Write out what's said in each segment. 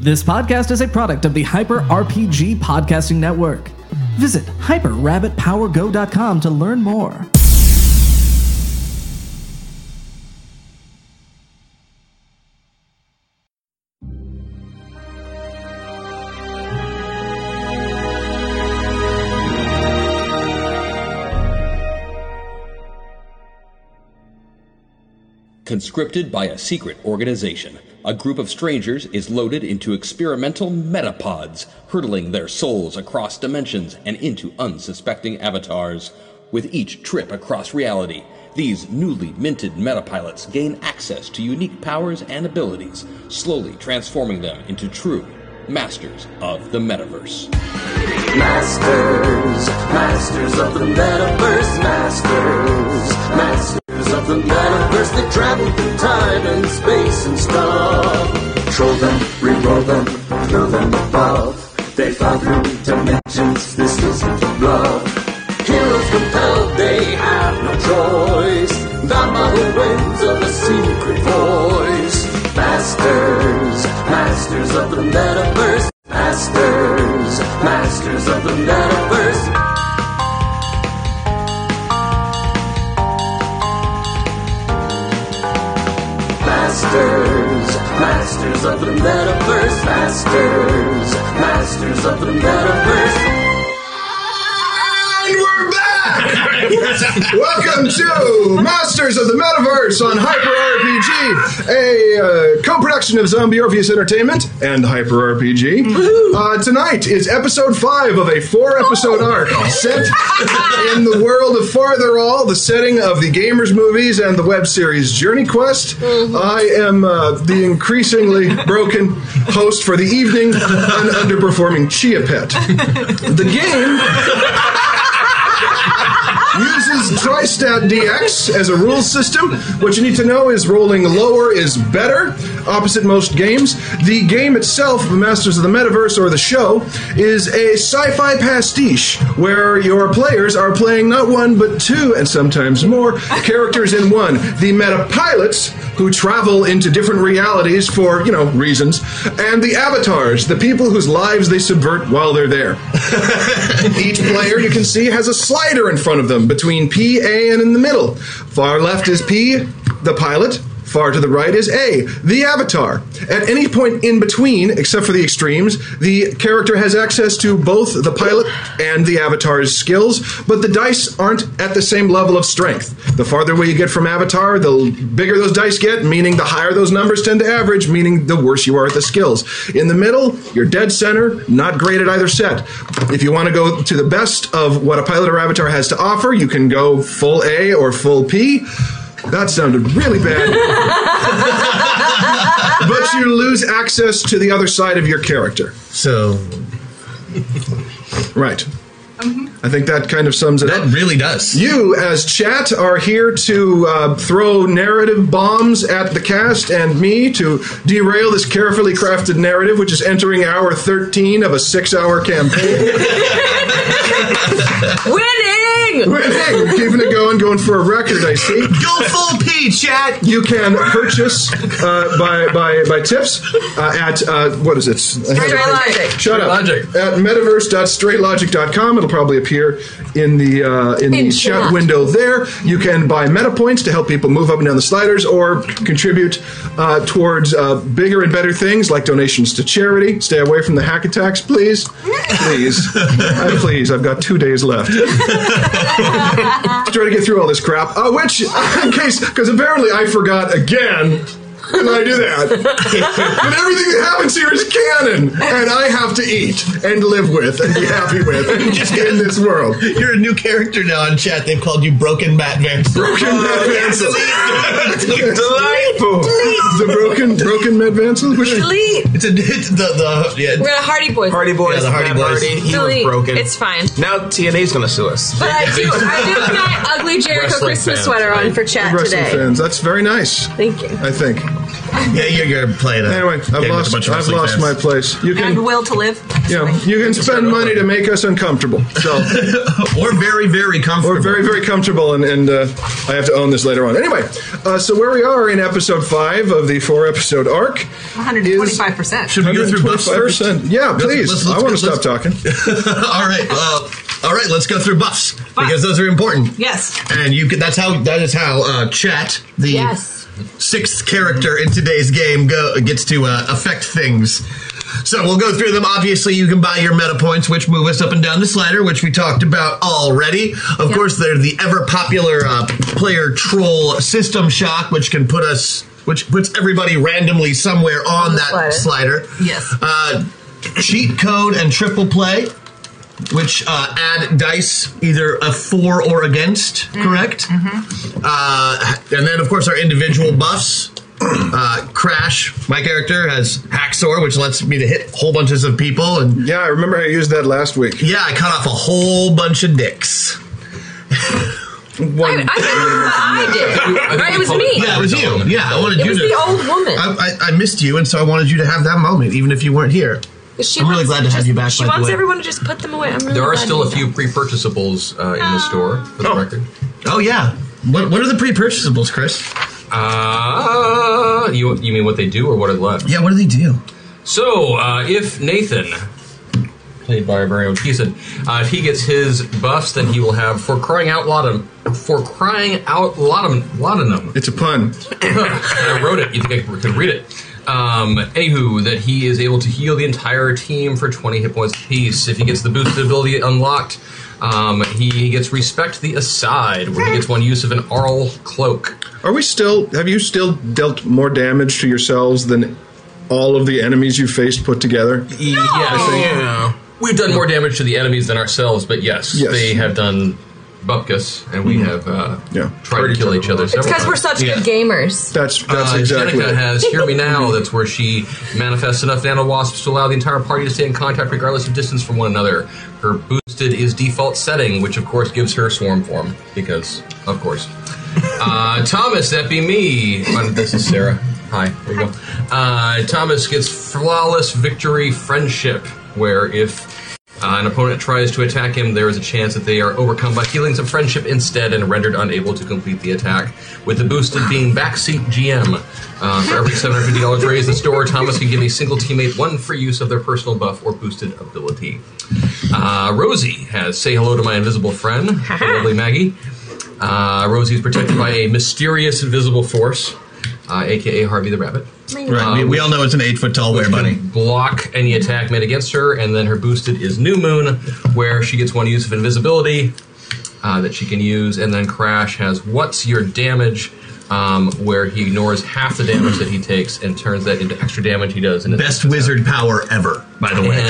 This podcast is a product of the Hyper RPG Podcasting Network. Visit hyperrabbitpowergo.com to learn more. Conscripted by a secret organization, a group of strangers is loaded into experimental metapods, hurtling their souls across dimensions and into unsuspecting avatars. With each trip across reality, these newly minted metapilots gain access to unique powers and abilities, slowly transforming them into true masters of the metaverse. Masters, masters of the metaverse, masters, masters of the metaverse. They travel through time and space and stuff. Troll them, re-roll them, throw them above. They fly through dimensions, this isn't love. Heroes compelled, they have no choice. The model wins of a secret voice. Masters, masters of the metaverse. Masters, masters of the metaverse. Masters, masters of the metaverse. Masters, masters of the metaverse. And we're back! Welcome to Masters of the Metaverse on Hyper RPG, a uh, co production of Zombie Orpheus Entertainment and Hyper RPG. Uh, tonight is episode five of a four episode arc set in the world of Farther All, the setting of the Gamers movies and the web series Journey Quest. I am uh, the increasingly broken host for the evening, an underperforming Chia Pet. The game uses Tristat DX as a rule system. What you need to know is rolling lower is better, opposite most games. The game itself, Masters of the Metaverse or the show, is a sci fi pastiche where your players are playing not one but two and sometimes more characters in one. The meta pilots who travel into different realities for, you know, reasons, and the avatars, the people whose lives they subvert while they're there. Each player, you can see, has a slider in front of them between P, A, and in the middle. Far left is P, the pilot. Far to the right is A, the avatar. At any point in between, except for the extremes, the character has access to both the pilot and the avatar's skills, but the dice aren't at the same level of strength. The farther away you get from avatar, the bigger those dice get, meaning the higher those numbers tend to average, meaning the worse you are at the skills. In the middle, you're dead center, not great at either set. If you want to go to the best of what a pilot or avatar has to offer, you can go full A or full P. That sounded really bad. but you lose access to the other side of your character. So Right. I think that kind of sums it up. that really does. You, as chat, are here to uh, throw narrative bombs at the cast and me to derail this carefully crafted narrative, which is entering hour 13 of a six hour campaign. Winning! We're keeping it going, going for a record, I see. Go full P, chat. You can purchase uh, by, by, by tips uh, at, uh, what is it? Straight logic. Shut up. Logic. At metaverse.straightlogic.com. It'll probably appear in the uh, in the In chat chat. window there. You can buy meta points to help people move up and down the sliders or contribute uh, towards uh, bigger and better things like donations to charity. Stay away from the hack attacks, please. Please. Uh, please. I've got two days left try to get through all this crap. Uh, which, in case, because apparently I forgot again. And I do that. and everything that happens here is canon, and I have to eat and live with and be happy with and just get in this world. You're a new character now in chat. They've called you Broken Matt Vance. Broken Oh, Matt Vanson. Delightful. The broken, broken Med Vanson? Which Delete. It's a it's the the We're yeah. at Hardy Boys. Hardy Boys. Yeah, the Hardy Matt Boys. Hardy, he Delete. was broken. It's fine. now TNA's gonna sue us. But I do. I do have my ugly Jericho Wrestling Christmas fans, sweater on right? for chat wrestling today. fans? That's very nice. Thank you. I think. Yeah, you're gonna play that. Anyway, I've lost, I've lost my place. You And can, will to live. you, know, you can spend money to make us uncomfortable. So. We're very, very comfortable. We're very, very comfortable, and, and uh, I have to own this later on. Anyway, uh, so where we are in episode five of the four episode arc. 125%. Should we go through buffs first? 125%. Yeah, please. I want to stop talking. all right. Well, all right. Let's go through buffs because those are important. Yes. And you can, that's how that is how uh, chat the Yes. sixth character in today's game go gets to uh, affect things. So we'll go through them. Obviously, you can buy your meta points, which move us up and down the slider, which we talked about already. Of course, they're the ever popular uh, player troll system shock, which can put us, which puts everybody randomly somewhere on the that slider. slider. Yes. Uh, cheat code and triple play, which uh, add dice, either a for or against, correct? Uh, and then, of course, our individual buffs. Uh, Crash, my character, has Hacksaw, which lets me to hit whole bunches of people. And Yeah, I remember I used that last week. yeah, I cut off a whole bunch of dicks. I, I, One. can't remember what I did. Right? It was me. Yeah, it was you. Yeah, I wanted It you was to. the old woman. I, I, I missed you, and so I wanted you to have that moment, even if you weren't here. She I'm really wants glad to have just- you back, She by the wants way. everyone to just put them away. I'm really There are glad still a you few don't. pre-purchasables uh, in the store, for the Oh. record. Oh yeah. What What are the pre-purchasables, Chris? Uh, you, you mean what they do or what are left? Yeah, what do they do? So, uh, if Nathan, played by our very own Keeson, uh, if he gets his buffs, then he will have for crying out laudanum, for crying out laudanum, laudanum. It's a pun. and I wrote it. You think I could read it? Um, anywho, that he is able to heal the entire team for 20 hit points apiece. If he gets the boosted ability unlocked, um, he gets respect the aside, where he gets one use of an Arl cloak. Are we still, have you still dealt more damage to yourselves than all of the enemies you faced put together? Yes. We've done more damage to the enemies than ourselves, but yes, Yes. Mm-hmm. they have done bupkis, and we have uh, Yeah. tried to kill each other. It's because we're such good gamers. That's, that's uh, exactly Jenica it. has Hear Me Now. That's where she manifests enough nanowasps to allow the entire party to stay in contact regardless of distance from one another. Her boosted is default setting, which of course gives her swarm form, because, of course. Uh, Thomas, that be me. Uh, This is Sarah. Hi, there you go. Uh, Thomas gets flawless victory friendship, where if uh, an opponent tries to attack him, there is a chance that they are overcome by feelings of friendship instead and rendered unable to complete the attack. With the boosted being backseat GM. Uh, for every $750 raised in the store, Thomas can give a single teammate one free use of their personal buff or boosted ability. Uh, Rosie has Say Hello to My Invisible Friend, the lovely Maggie. Uh, Rosie's protected by a mysterious invisible force, uh, aka Harvey the Rabbit. Right. we, Um, we all know it's an eight foot tall wear bunny. Block any attack made against her, and then her boosted is New Moon, where she gets one use of invisibility uh, that she can use, and then Crash has What's Your Damage, um, where he ignores half the damage that he takes and turns that into extra damage he does. in his Best wizard power ever, by the way.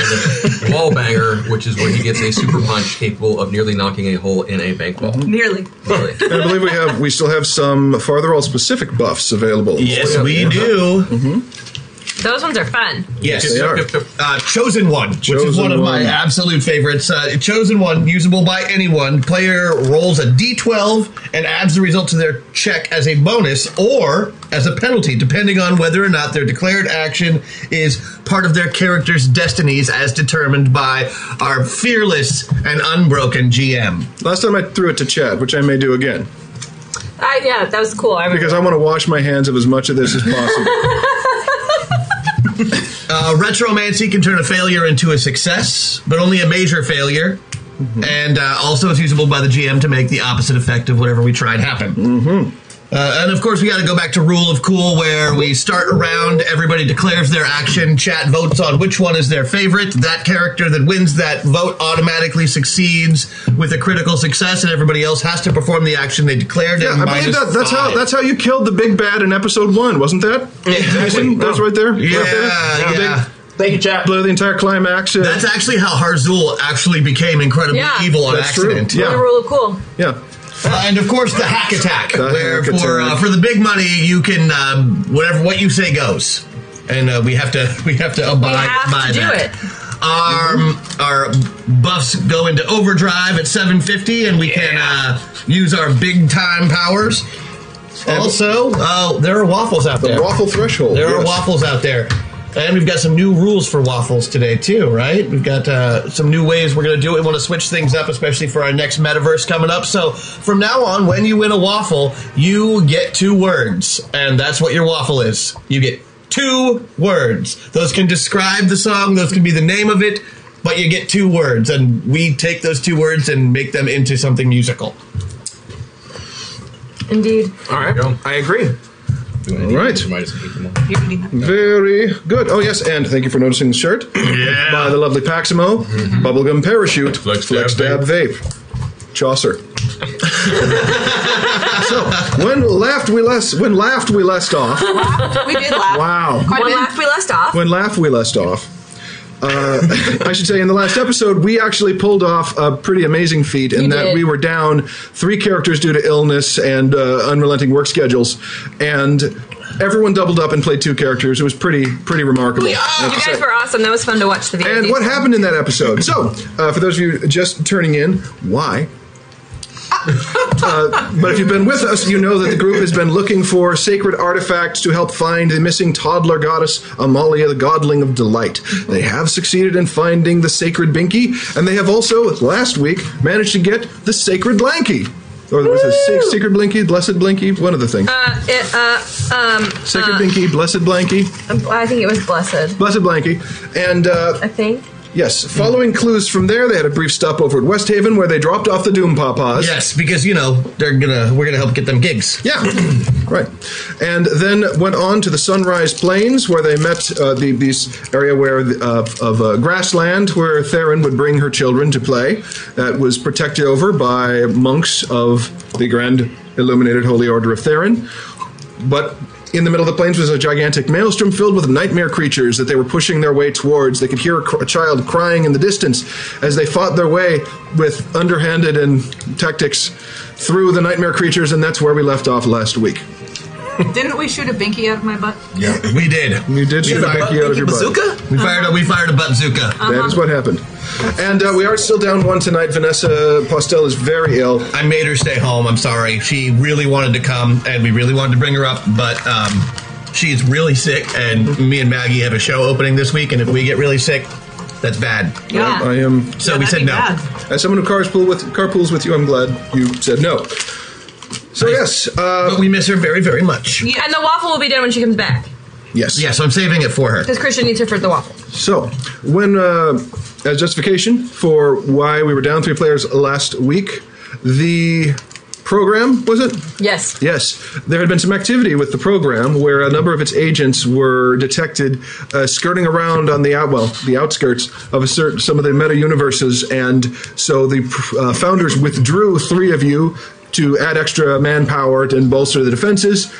And wall banger, which is where he gets a super punch capable of nearly knocking a hole in a bank wall. Mm-hmm. Nearly. Really. And I believe we have, we still have some farther all specific buffs available. Yes, we do. Those ones are fun. Yes, Mhm. They are. Uh, chosen one, which is Chosen one of my One. absolute favorites. Uh, chosen one, usable by anyone. Player rolls a d12 and adds the result to their check as a bonus or as a penalty, depending on whether or not their declared action is part of their character's destinies, as determined by our fearless and unbroken GM. Last time I threw it to Chad, which I may do again, I, yeah, that was cool. I remember. because I want to wash my hands of as much of this as possible. Uh, retromancy can turn a failure into a success, but only a major failure. Mm-hmm. And uh, also, it's usable by the GM to make the opposite effect of whatever we tried happen. Mm-hmm. Uh, and of course, we got to go back to rule of cool, where we start around, everybody declares their action, chat votes on which one is their favorite. That character that wins that vote automatically succeeds with a critical success, and everybody else has to perform the action they declared. Yeah, and I believe minus that, that's how five. that's how you killed the big bad in episode one, wasn't that? Jason, That's right there. Yeah, Right there. yeah. Big- Thank you, chat. Blew the entire climax. uh, That's actually how Harzul actually became incredibly Yeah. evil on That's true. accident. Yeah. the rule of cool. yeah. Uh, and of course, the hack attack, The where hack for attack. Uh, for the big money, you can um, whatever what you say goes, and uh, we have to we have to abide have by to do that. it. Our our buffs go into overdrive at 750, and we can uh, use our big time powers. Also, uh, there are waffles out The there. waffle threshold. There are yes. waffles out there. And we've got some new rules for waffles today, too, right? We've got uh, some new ways we're going to do it. We want to switch things up, especially for our next metaverse coming up. So, from now on, when you win a waffle, you get two words. And that's what your waffle is. You get two words. Those can describe the song, those can be the name of it, but you get two words. And we take those two words and make them into something musical. Indeed. All right. go. I agree. All right. Might as well keep them all. Very good. Oh, yes, and thank you for noticing the shirt. Yeah. By the lovely Paximo. Bubblegum Parachute. Flex Dab Dab Vape. Chaucer. so, when laughed we last, when laughed we last off. We did laugh. Wow. Quite a laugh we left off. When laugh we left off. Uh, I should say, in the last episode, we actually pulled off a pretty amazing feat in You that did. we were down three characters due to illness and uh, unrelenting work schedules, and everyone doubled up and played two characters. It was pretty, pretty remarkable. I have to you say. guys were awesome. That was fun to watch the video. Uh, And what happened in that episode? So, uh, for those of you just turning in, why? Uh, but if you've been with us, you know that the group has been looking for sacred artifacts to help find the missing toddler goddess Amalia, the godling of delight. They have succeeded in finding the sacred Binky, and they have also, last week, managed to get the sacred Lanky. Or was it sa- sacred Blinky, blessed Blinky? One of the things. Uh, it, uh, um, sacred Binky, blessed Blanky, I think it was blessed. blessed Blanky. And uh, I think. Yes. Following clues from there, they had a brief stop over at West Haven where they dropped off the Doom Papas. Yes, because, you know, they're gonna we're going to help get them gigs. Yeah, right. And then went on to the Sunrise Plains, where they met uh, the this area where the, uh, of uh, grassland, where Theron would bring her children to play. That was protected over by monks of the Grand Illuminated Holy Order of Theron. But in the middle of the plains was a gigantic maelstrom filled with nightmare creatures that they were pushing their way towards. They could hear a, cr- a child crying in the distance as they fought their way with underhanded and tactics through the nightmare creatures, and that's where we left off last week. Didn't we shoot a binky out of my butt? Yeah, we did. You did shoot a pinky out of your butt. Bazooka? We fired a we fired a bazooka. That is what happened. And uh, we are still down one tonight. Vanessa Postel is very ill. I made her stay home. I'm sorry. She really wanted to come, and we really wanted to bring her up, but um, she's really sick. And me and Maggie have a show opening this week, and if we get really sick, that's bad. Yeah. I am. So Yeah, we that'd said be no. bad. As someone who carpool with carpools with you, I'm glad you said no. So yes, uh, But we miss her very, very much. Yeah. And the waffle will be done when she comes back. yes, Yeah, so I'm saving it for her. Because Christian needs her for the waffle. So, when uh, as justification for why we were down three players last week, the program was it? Yes. Yes, there had been some activity with the program where a number of its agents were detected uh, skirting around on the out, well, the outskirts of a certain some of the meta universes, and so the uh, founders withdrew three of you to add extra manpower and bolster the defenses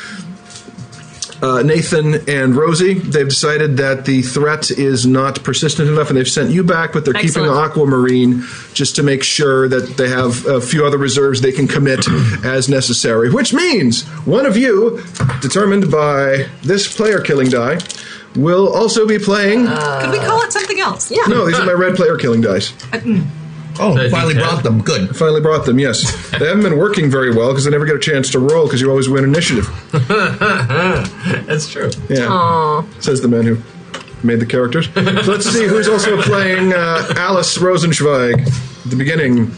uh, Nathan and Rosie. They've decided that the threat is not persistent enough, and they've sent you back. But they're keeping Excellent. Aquamarine just to make sure that they have a few other reserves they can commit as necessary. Which means one of you, determined by this player killing die, will also be playing. Could we call it something else? Yeah. no, these are my red player killing dice. Oh, That'd be finally bad. brought them. Good. Finally brought them. Yes, they haven't been working very well because I never get a chance to roll because you always win initiative. That's true. Yeah. Says the man who made the characters. So let's see who's also playing uh, Alice Rosenzweig at the beginning.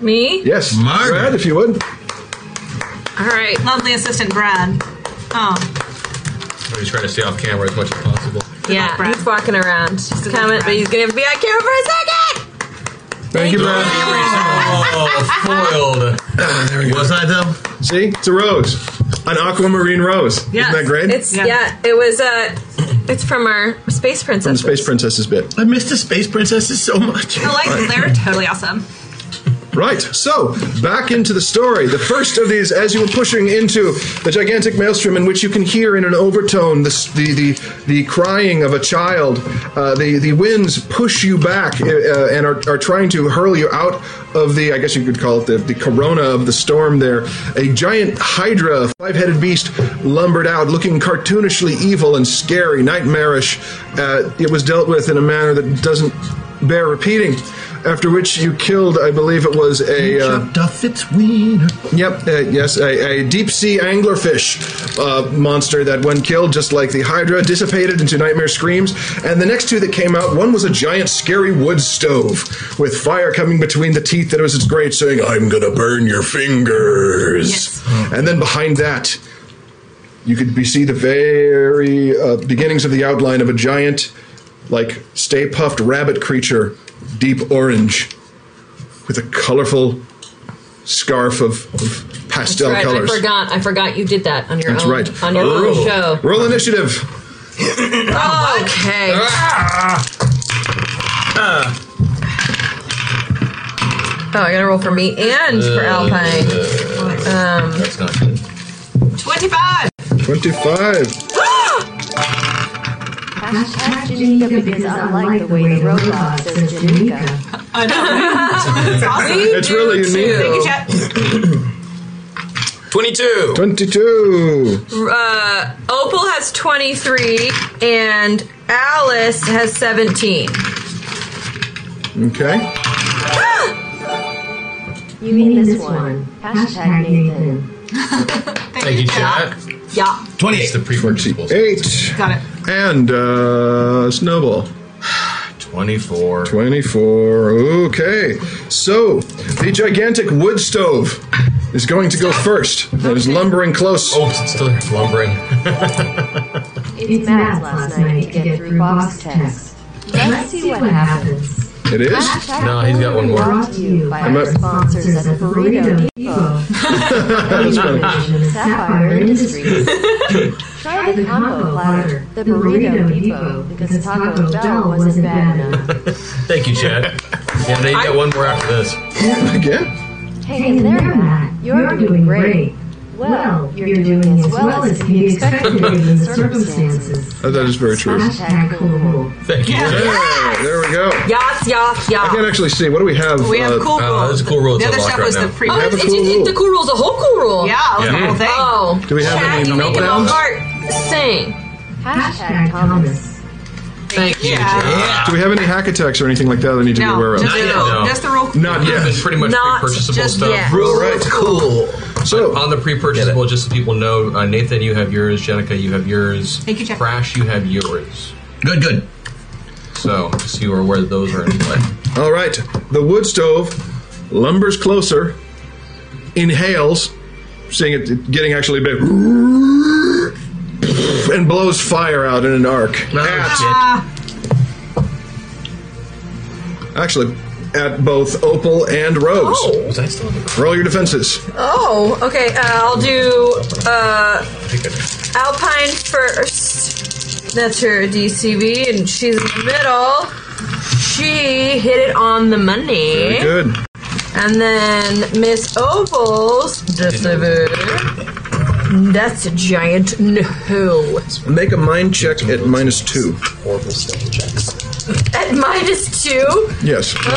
Me? Yes. Margaret. Brad, if you would. All right. Lovely assistant Brad. Oh, I'm just trying to stay off camera as much as possible. Yeah. Brad. He's walking around. He's coming, but he's going to be on camera for a second. Thank you, Brad. Oh, foiled. Wasn't I, though? See? It's a rose. An aquamarine rose. Yes. Isn't that great? It's, yeah. Yeah. it was, uh, it's from our Space the Princess. Space Princesses bit. I miss the Space Princesses so much. the lights they're totally awesome. Right, so back into the story. The first of these, as you were pushing into the gigantic maelstrom, in which you can hear in an overtone the s- the the, the crying of a child. Uh, the the winds push you back uh, and are, are trying to hurl you out of the. I guess you could call it the, the corona of the storm. There, a giant hydra, five headed beast, lumbered out, looking cartoonishly evil and scary, nightmarish. Uh, it was dealt with in a manner that doesn't bear repeating. After which you killed, I believe it was a. Uh, Chopped off its wiener. Yep, uh, yes, a, a deep sea anglerfish uh, monster that, when killed, just like the Hydra, dissipated into nightmare screams. And the next two that came out, one was a giant, scary wood stove with fire coming between the teeth that was its grate, saying, I'm gonna burn your fingers. Yes. And then behind that, you could be, see the very uh, beginnings of the outline of a giant, like stay puffed rabbit creature, deep orange, with a colorful scarf of, of pastel right, colors. I forgot. I forgot you did that on your That's own. right. Oh. On your own roll. show. Roll initiative. okay. Oh, I gotta roll for me and Uh, for Alpine. Um, That's not good. 25! 25. Hashtag Janika because unlike the way the robot says Janika. I know. right? That's awesome. It's really unique. Thank you, chat. 22. 22. uh, Opal has 23 and Alice has 17. Okay. You mean this one. Hashtag Nathan. Thank you, chat. Yeah, 28. It's the pre-purchase. 8. got it. And uh, Snowball. 24. 24. Okay. So, the gigantic wood stove is going to go first. It is lumbering close. Oh, it's still lumbering. It's Matt's last night to get through box text. Let's see what happens. It is? No, he's got one more. Brought to you by I'm our up. sponsors at the Burrito Depot. That's funny. Vision of Sapphire Industries. Try the combo platter, the Burrito Depot, because Taco Bell wasn't bad enough. Thank you, Chad. Yeah, they got one more after this. Again? Hey there, Matt. You're doing great. Well, you're doing as well as can be expected given the circumstances. Uh, That is very true. Hashtag cool hole. Thank you, Chad. Yeah, There we go. Yas, yas, I yas. can't actually see. What do we have? We have Uh, cool rule. uh, that's a cool rule. The It's other unlocked stuff was right the now. pre. Oh, have a it's, cool it's, it's the rule. cool rule's a whole cool rule. yeah, it was Yeah. the whole thing. Oh. Do we have Chad, any you make it all meltdowns? art sing. Hashtag Thomas. Thank you, Yeah. Chad. do we have any hack attacks or anything like that that need to be No, aware of? just Not the yet, rule. no. Just the rule. Not Yeah, yet. it's pretty much Not pre-purchasable just stuff. yet. Real All right. Cool. So, On the pre-purchasable, just so people know, uh, Nathan, you have yours. Jenica, you have yours. Thank you, Jeff. Crash, you have yours. Good, good. So, just so you are aware that those are in play. All right. The wood stove lumbers closer, inhales, seeing it- it getting actually big, and blows fire out in an arc. Ah, Actually, at both Opal and Rose. Oh. Was I still on the Roll your defenses. Oh, okay. Uh, I'll do uh, Alpine first. That's her DCB, and she's in the middle. She hit it on the money. Very good. And then Miss Oval's DCB. That's a giant no. Make a mind check at minus two. At minus two. Yes. Okay.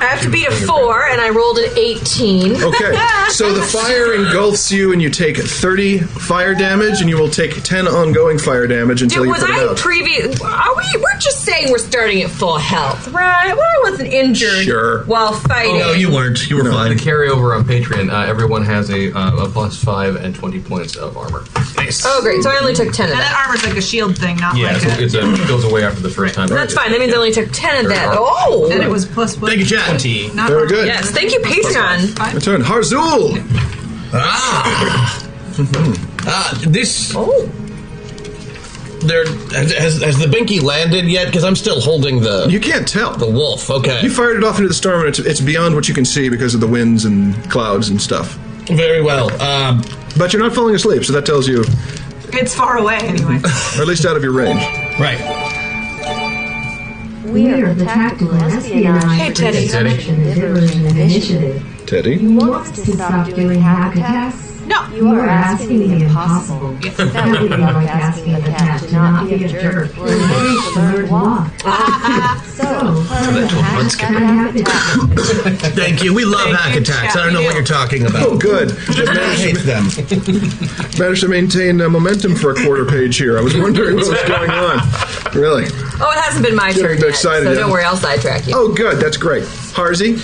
I have to beat a four, and I rolled an 18. Okay, so the fire engulfs you, and you take 30 fire damage, and you will take 10 ongoing fire damage until Dude, you was put it I out. previous? Are we? We're just saying we're starting at full health, right? Well, I wasn't injured Sure. while fighting. Oh, No, you weren't. You were fine. carryover on Patreon? Uh, everyone has a, uh, a plus five and twenty points of armor. oh, great! So I only took ten of And that. that armor's like a shield thing, not Yeah, like so a. it's a, it goes away after the first time. That's fine. That means I only took ten of Very that. hard. Oh, and it was plus one. Thank you, Chad. Not Very good. yes. Thank you, Patreon. My turn. Harzul! Ah. Ah, this. Oh, There has, has, has the binky landed yet? Because I'm still holding the You can't tell. the wolf. Okay. You fired it off into the storm, and it's, it's beyond what you can see because of the winds and clouds and stuff. Very well. Um, But you're not falling asleep, so that tells you, It's far away anyway. or at least out of your range. right. We are the tactical espionage Hey, Teddy. protection diversion initiative. Teddy? You want us to stop doing hack attacks? No. You are asking the impossible. That would be like asking a cat to not be a jerk or a pig to learn to walk. so Thank you. We love Thank hack you, attacks. chat. I don't know what you're talking about. Oh, good. I hate them. Managed to maintain uh, momentum for a quarter page here. I was wondering what was going on. Really? Oh, it hasn't been my Getting turn a bit yet, excited, so yeah. don't worry, I'll sidetrack you. Oh, good. That's great. Harzy?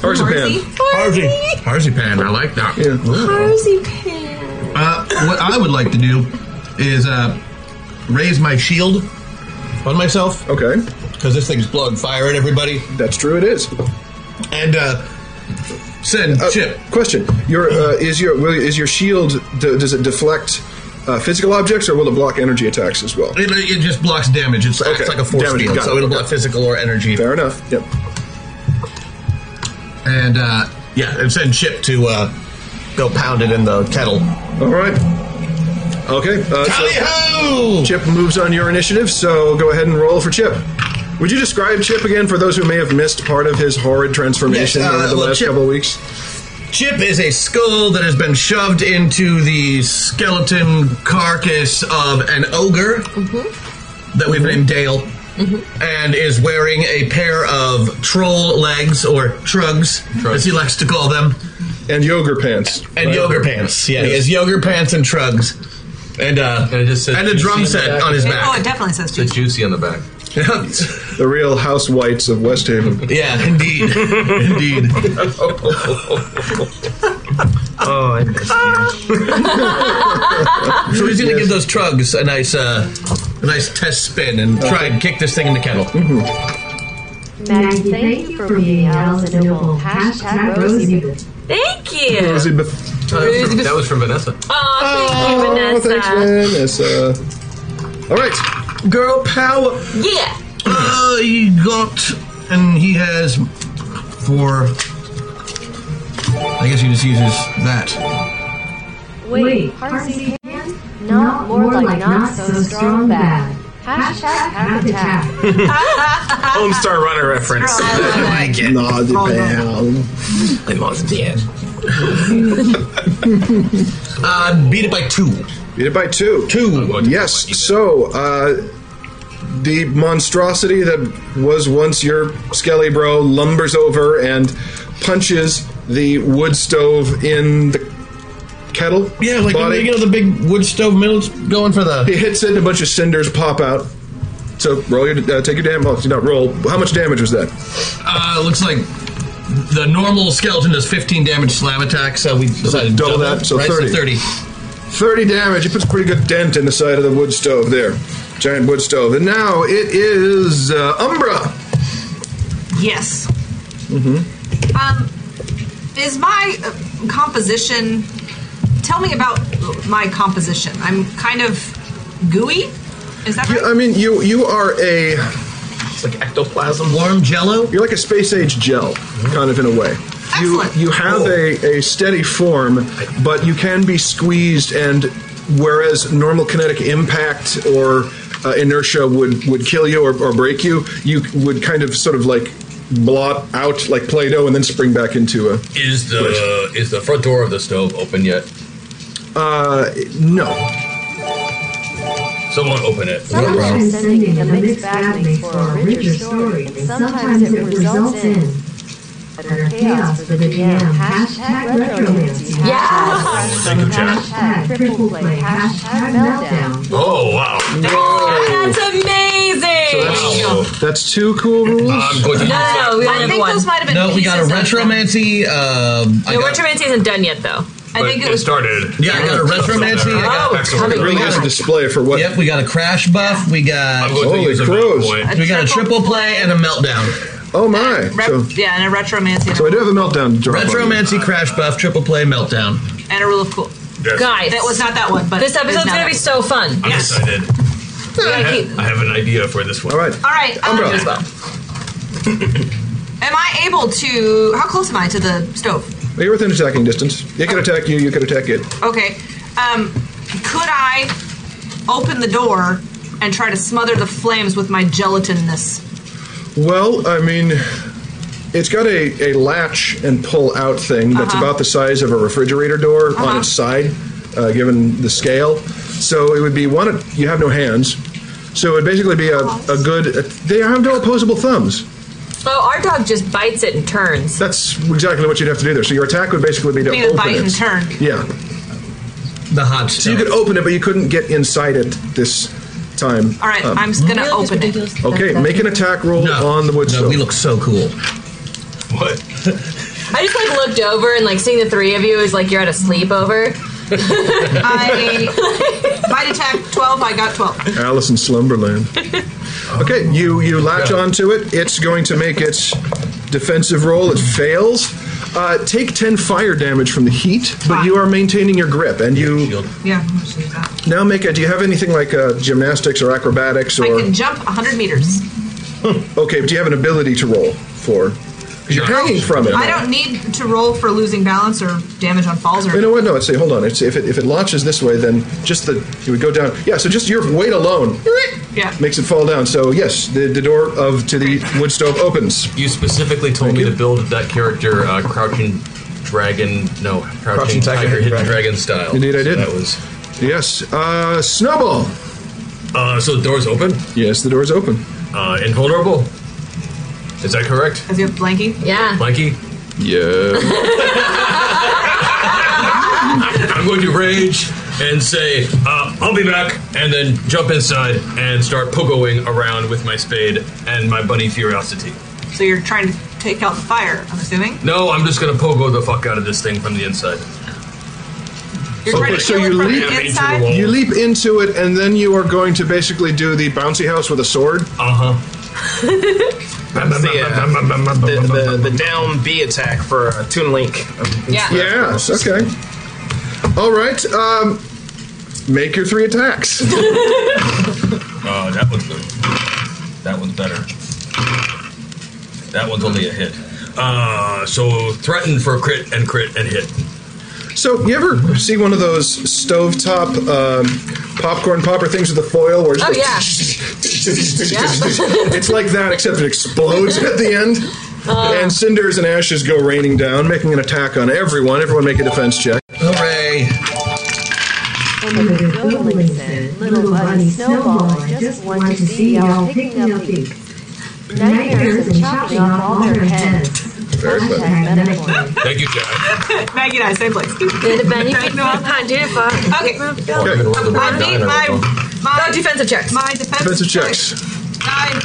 Harzipan. Harzy. Harzipan. I like that. Harzy Pan. Uh, what I would like to do is uh, raise my shield on myself. Okay. Because this thing's blowing fire at everybody. That's true. It is. And uh, send Uh, chip. Question: Your uh, is your will, is your shield d- does it deflect uh, physical objects or will it block energy attacks as well? It, it just blocks damage. It's, it's like a force Damage, field, got so it. it'll block physical or energy. Fair enough. Yep. And uh, yeah, and send chip to uh, go pound it in the kettle. All right. Okay. Uh, so Chip moves on your initiative, so go ahead and roll for Chip. Would you describe Chip again for those who may have missed part of his horrid transformation Yes, uh, over the well, last Chip- couple of weeks? Chip is a skull that has been shoved into the skeleton carcass of an ogre that we've named Dale, and is wearing a pair of troll legs or trugs, as he likes to call them, and yogurt pants. And Right. yogurt pants. Yeah, he Yes. has yogurt pants and trugs, and uh, and, a drum set on his back. Oh, it definitely says It's juicy on the back. the real house whites of West Haven. Yeah, indeed, indeed. Oh, I missed So he's going to give those trugs a nice, uh, a nice test spin and try and kick this thing in the kettle. Maggie, thank you for being Alice and Noble. Hashtag Rosie. Thank you. Elizabeth. No, that, was from, that was from Vanessa. Oh, thank you, thanks, Vanessa. Vanessa. All right, girl power. Yeah. Uh, he got, and he has four. I guess he just uses that. Wait, Parsi Pan? Not more like not so strong bad. Hashtag hack attack. Home Star Runner reference. I like it. Naughty I lost the end. Uh, beat it by two. Beat it by two. Two. Yes. So, uh, the monstrosity that was once your Skelly Bro lumbers over and punches the wood stove in the kettle. Yeah, like body. you know the big wood stove middle's going for the. He hits it, and a bunch of cinders pop out. So roll your uh, take your damage. Well, not roll. How much damage was that? Uh, looks like the normal skeleton does 15 damage slam attack, so we decided to double that, so right? 30. 30. 30 damage. It puts a pretty good dent in the side of the wood stove there. Giant wood stove. And now it is uh, Umbra. Yes. Mm-hmm. Um, is my uh, composition? Tell me about my composition. I'm kind of gooey. Is that right? I mean, you you are a. It's like ectoplasm. Warm jello? You're like a space age gel, Mm-hmm. kind of in a way. You, you have a, a steady form, but you can be squeezed, and whereas normal kinetic impact or uh, inertia would, would kill you or, or break you, you would kind of sort of like blot out like Play Doh and then spring back into a. Is the is the front door of the stove open yet? Uh, no. Someone open it. Sometimes sending the mixed bag makes for a richer story, and sometimes it results in utter chaos for the DM. Hashtag retromancy. Yes! Hashtag Thank you, Jack. Hashtag triple play. Hashtag meltdown. Oh wow! That's amazing. Oh. That's two cool rules. Oh, No, no, no, Oh, we only have one. No, we got a retromancy. Um, I No, got- retromancy isn't done yet, though. I think it was started. Yeah, I got a retromancy. I got Oh, coming Really is a display for what? Yep, we got a crash buff. We got going to Holy use a mount crows. point. We got a triple play and a meltdown. Oh my! Rep- so, yeah, and a retromancy and so I a, do have a meltdown. to drop on you. Retromancy, crash buff, triple play, meltdown. and a rule of cool. Guys, that was not that one, but this episode's gonna be so fun. I'm excited. I have, I have an idea for this one. All right. All right. Um, Am I able to? How close am I to the stove? But You're within attacking distance. It could attack you. You could attack it. Okay. Um, could I open the door and try to smother the flames with my gelatininness? Well, I mean, it's got a, a latch and pull out thing that's Uh-huh. about the size of a refrigerator door on Uh-huh. its side, uh, given the scale. So it would be one. You have no hands, So it would basically be a, a good. they have no opposable thumbs. Oh, our dog just bites it and turns. That's exactly what you'd have to do there. So your attack would basically be to Be the open bite it. and turn. Yeah. The hot. So you could open it, but you couldn't get inside it this time. All right, Um, I'm just gonna open it. Okay, make an attack roll on the wood stove. we look so cool. What? I just like looked over and like seeing the three of you is like you're at a sleepover. I bite attack twelve. I got twelve. Alice in Slumberland. Okay, you you latch onto it. It's going to make its defensive roll. It fails. Uh, take ten fire damage from the heat, but you are maintaining your grip, and you Yeah. I'm just gonna do that. now make a. Do you have anything like uh, gymnastics or acrobatics I or? can jump hundred meters. Okay, but do you have an ability to roll for? Because you're hanging from it. I don't need to roll for losing balance or damage on falls or. You know what? No, it's hold on. It's if it if it launches this way, then just the it would go down. Yeah, so just your weight alone Yeah. makes it fall down. So yes, the, the door of to the wood stove opens. You specifically told me to build that character uh, crouching dragon, no, crouching, Crouching tiger, tiger, hidden dragon. dragon. style. Indeed, I So did. that was Yes. Uh, snowball. Uh, so the door's open? Yes, the door's open. Uh, invulnerable? Is that correct? Is your blankie? Yeah. Mikey? Yeah. I'm going to rage and say, uh, I'll be back, and then jump inside and start pogoing around with my spade and my bunny Furiosity. So you're trying to take out the fire. I'm assuming. No, I'm just going to pogo the fuck out of this thing from the inside. You're trying to so kill it you from leap the inside. you leap into it, and then you are going to basically do the bouncy house with a sword. Uh huh. the, uh, the, the, the down B attack for uh, Toon Link. Yeah. Yes. Okay. All right. Um, make your three attacks. Oh, that one's that one's better. That one's only a hit. Uh, so threatened for crit and crit and hit. So you ever see one of those stovetop um, popcorn popper things with the foil? Where it's Oh just- yeah. Yeah. Uh. it's like that, except it explodes at the end. and cinders and ashes go raining down, making an attack on everyone. Everyone make a defense check. Hooray! And the building said, Little Bunny Snowball, I just want to see y'all picking up the nightmares and chopping off all their heads. Very good. Thank you, Jack. Maggie and I, same place. Okay. Okay. I need my my defensive checks. My defensive, Defensive checks. Nine.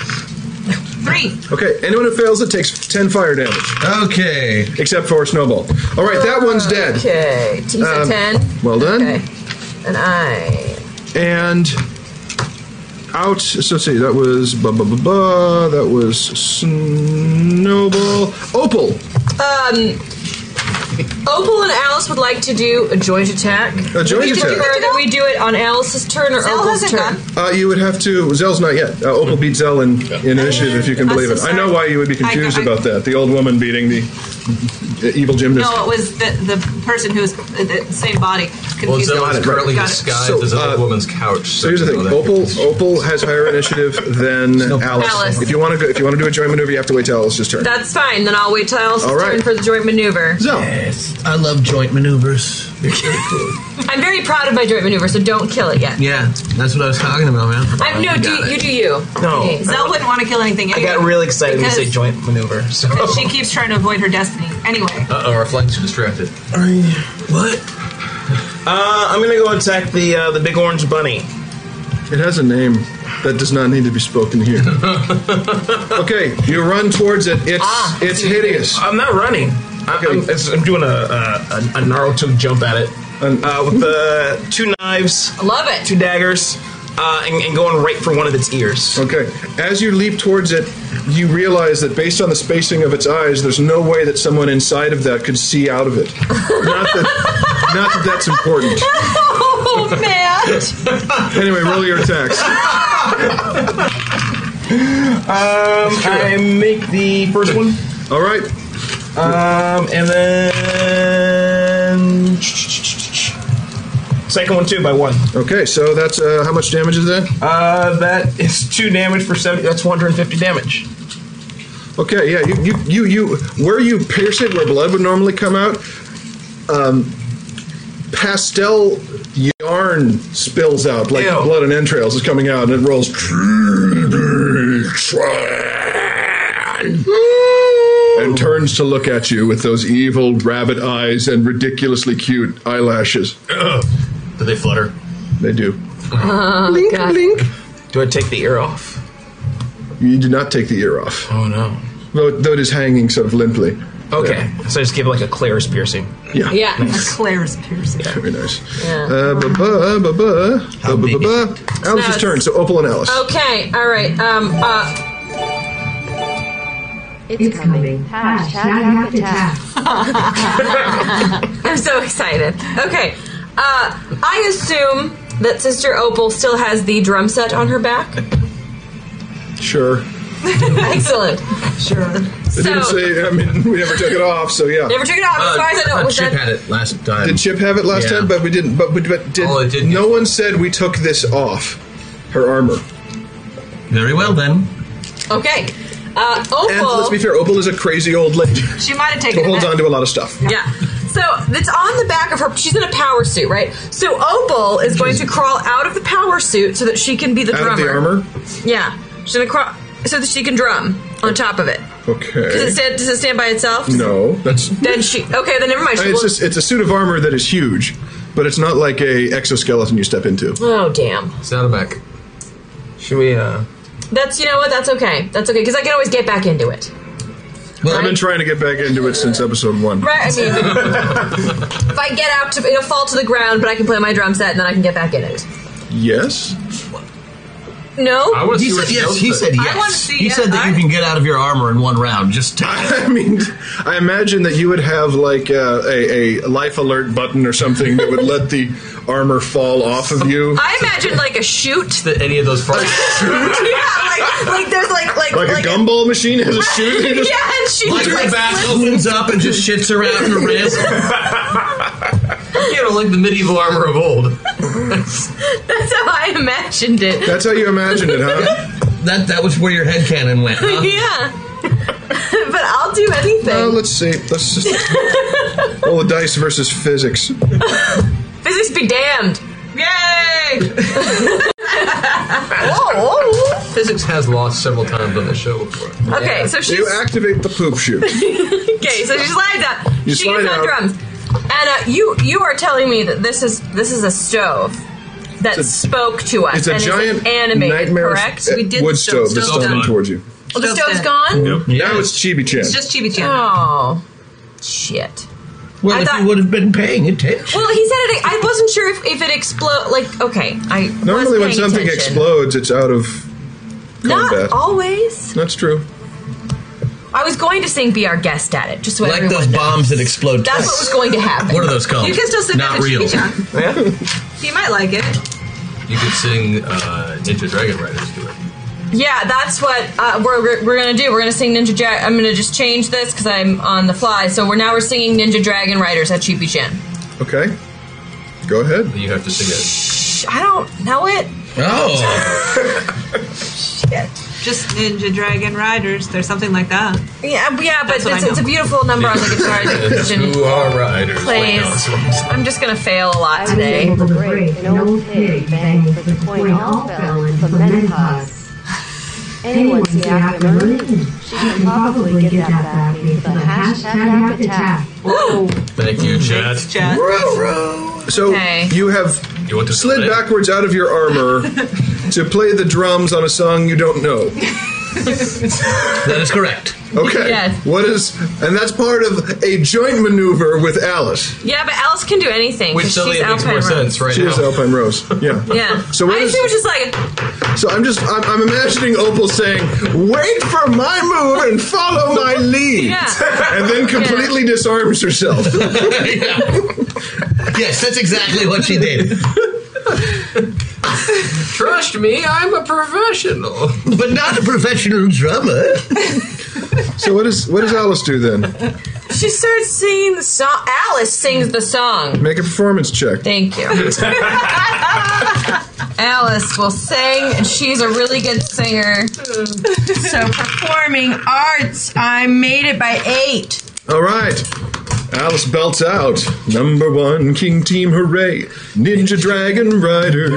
Three. Okay, anyone who fails it takes 10 fire damage. Okay. Except for Snowball. All right, that one's dead. Okay. T said Um, ten. Well done. And I And out. So let's see, that was ba ba ba ba. That was Snowball. Opal. um Opal and Alice would like to do a joint attack. A joint Would you attack. prefer that we do it on Alice's turn or Opal's turn? Uh, you would have to. Zell's not yet. Uh, Opal beat Zell in, in initiative, if you can I'm believe so it. I know why you would be sorry. I- confused I- about that. The old woman beating the uh, evil gymnast. No, it was the, the person who was uh, the same body. well, Confused. Zell is currently Got it. disguised So, as a uh, woman's couch. So here's the thing. Opal Opal has higher initiative than Alice. Alice. If you want to if you want to do a joint maneuver, you have to wait till Alice's turn. That's fine. Then I'll wait till Alice's All right. turn for the joint maneuver. Yes. I love joint maneuvers. I'm very proud of my joint maneuver, so don't kill it yet. yeah, that's what I was talking about, man. I, no, do, you do you. No. Okay. Zell wouldn't want to kill anything. I Anyway. got really excited when you say Because- joint maneuver. So. because she keeps trying to avoid her destiny. Anyway, Uh oh, our flanks are distracted. What? Uh, I'm gonna go attack the uh, the big orange bunny. It has a name that does not need to be spoken here. okay, you run towards it. It's Ah. Ah, it's hideous. I'm not running. I, I'm, it's, I'm doing a, a, a Naruto jump at it Um, uh, with the two knives. I love it. Two daggers, uh, and, and going right for one of its ears. Okay. As you leap towards it, you realize that based on the spacing of its eyes, there's no way that someone inside of that could see out of it. Not that, not that that's important. oh man! Anyway, roll your attacks. Um, I make the first one. All right. Um, and then second one too by one. Okay, so that's uh, how much damage is that? Uh, that is two damage for seventy. That's one hundred and fifty damage. Okay, yeah, you, you, you, you, where you pierce it, where blood would normally come out, um, pastel yarn urine spills out, like blood and entrails is coming out, and it rolls. And turns to look at you with those evil rabbit eyes and ridiculously cute eyelashes. Do they flutter? They do. Oh, God. Do I take the ear off? You do not take the ear off. Oh no. Though, though it is hanging sort of limply. Okay, so I just give it like a Claire's piercing. Yeah. Yeah. Nice. A Claire's piercing. Very nice. Yeah. Uh, ba ba ba ba ba ba ba. Alice's it's- turn. So Opal and Alice. Okay, all right. Um, uh, It's, coming. Hash, hack, attack. I'm so excited. Okay, uh, I assume that Sister Opal still has the drum set on her back. Sure. Excellent. Sure. It didn't So- say. uh, I mean, we never took it off. So yeah. Never took it off. That's why I said no. Was that- it last time. Did Chip have it last time? But we didn't. But but, but did, no one said we took this off her armor. Very well then. Okay. Uh, Opal. And let's be fair, Opal is a crazy old lady. She might have Who holds on to a lot of stuff. Yeah. So it's on the back of her. She's in a power suit, right? So Opal is going to crawl out of the power suit so that she can be the Out drummer. of the armor. Yeah. She's gonna crawl so that she can drum on top of it. Does it Okay. stand? Does it stand by itself? No, that's. Then she. Okay. Then never I mind. She mean, it's will- just it's a suit of armor that is huge, but it's not like a exoskeleton you step into. oh damn. It's not a back. Should we? uh... That's you know what. That's okay. That's okay because I can always get back into it. I've been trying to get back into it since episode one. Right. I mean, if I get out, to, it'll fall to the ground, but I can play my drum set and then I can get back in it. Yes. No. I he said yes. He said yes. I want to see. he yes. said that I- you can get out of your armor in one round. Just take I mean, I imagine that you would have like uh, a, a life alert button or something that would let the armor fall off of you. I imagine like a shoot. That any of those yeah, like like there's like like Like, a gumball machine has a chute. You just yeah, and she Like like, her back opens up and just shits around her wrist. you know, like the medieval armor of old. That's how I imagined it. That's how you imagined it, huh? that that was where your head cannon went. Huh? yeah. but I'll do anything. Well, Uh, let's see. Let's just roll the dice versus physics. Physics be damned. Yay! oh, Physics has lost several times on the show before. Okay, so you she's- activate the poop chute. okay, so she slides up. You she slide gets on out. drums. And uh, you you are telling me that this is this is a stove that It's a- spoke to us. It's a and giant animated, nightmare correct? wood stove that's coming towards you. Oh, the Stove's stove's dead. gone. Yep. Now it's Chibi Chan. chibi chan. Oh, shit. Well, if you would have been paying attention. Well, he said it. I wasn't sure if, if it explode. Like, okay, I Normally, when was paying something attention. explodes, it's out of Not combat. always. That's true. I was going to sing "Be Our Guest" at it, just so Like everyone those knows. bombs that explode. That's what was going to happen. What are those called? You can still sit Not down and real. cheat, John. You might like it. You could sing uh, Ninja Dragon Riders to it. Yeah, that's what uh, we're, we're- we're gonna do. We're gonna sing Ninja Dragon. I'm gonna just change this because I'm on the fly. So we're now we're singing Ninja Dragon Riders at Cheapy Chan. Okay. Go ahead. You have to sing Shh, I don't know it. it. Oh. Just Ninja Dragon Riders. There's something like that. Yeah, yeah, but That's what it's, I know. it's a beautiful number on the guitar. Ninja Who are riders? plays. I'm just gonna fail a lot today. The break, an old pig, bang for the coin, all fell into menopause. Anyone see after Marine, she can probably get that back into the hashtag hack attack. Thank you, Chad. Chad. So you have slid backwards out of your armor to play the drums on a song you don't know. That is correct. Okay. Yes. What is and that's part of a joint maneuver with Alice. Yeah, but Alice can do anything. 'cause she's Alpine Rose. right she is Alpine Rose. Yeah. Yeah. So what I is- actually was just like, So I'm just I'm, I'm imagining Opal saying, "Wait for my move and follow my lead," Yeah. and then completely disarms herself. yes, that's exactly what she did. Trust me, I'm a professional. But not a professional drummer. so what is what does Alice do then? she starts singing the song. Alice sings the song. Make a performance check. Thank you. Alice will sing, and she's a really good singer. so performing arts, I made it by eight. All right. Alice belts out number one King Team Hooray, Ninja Dragon Riders,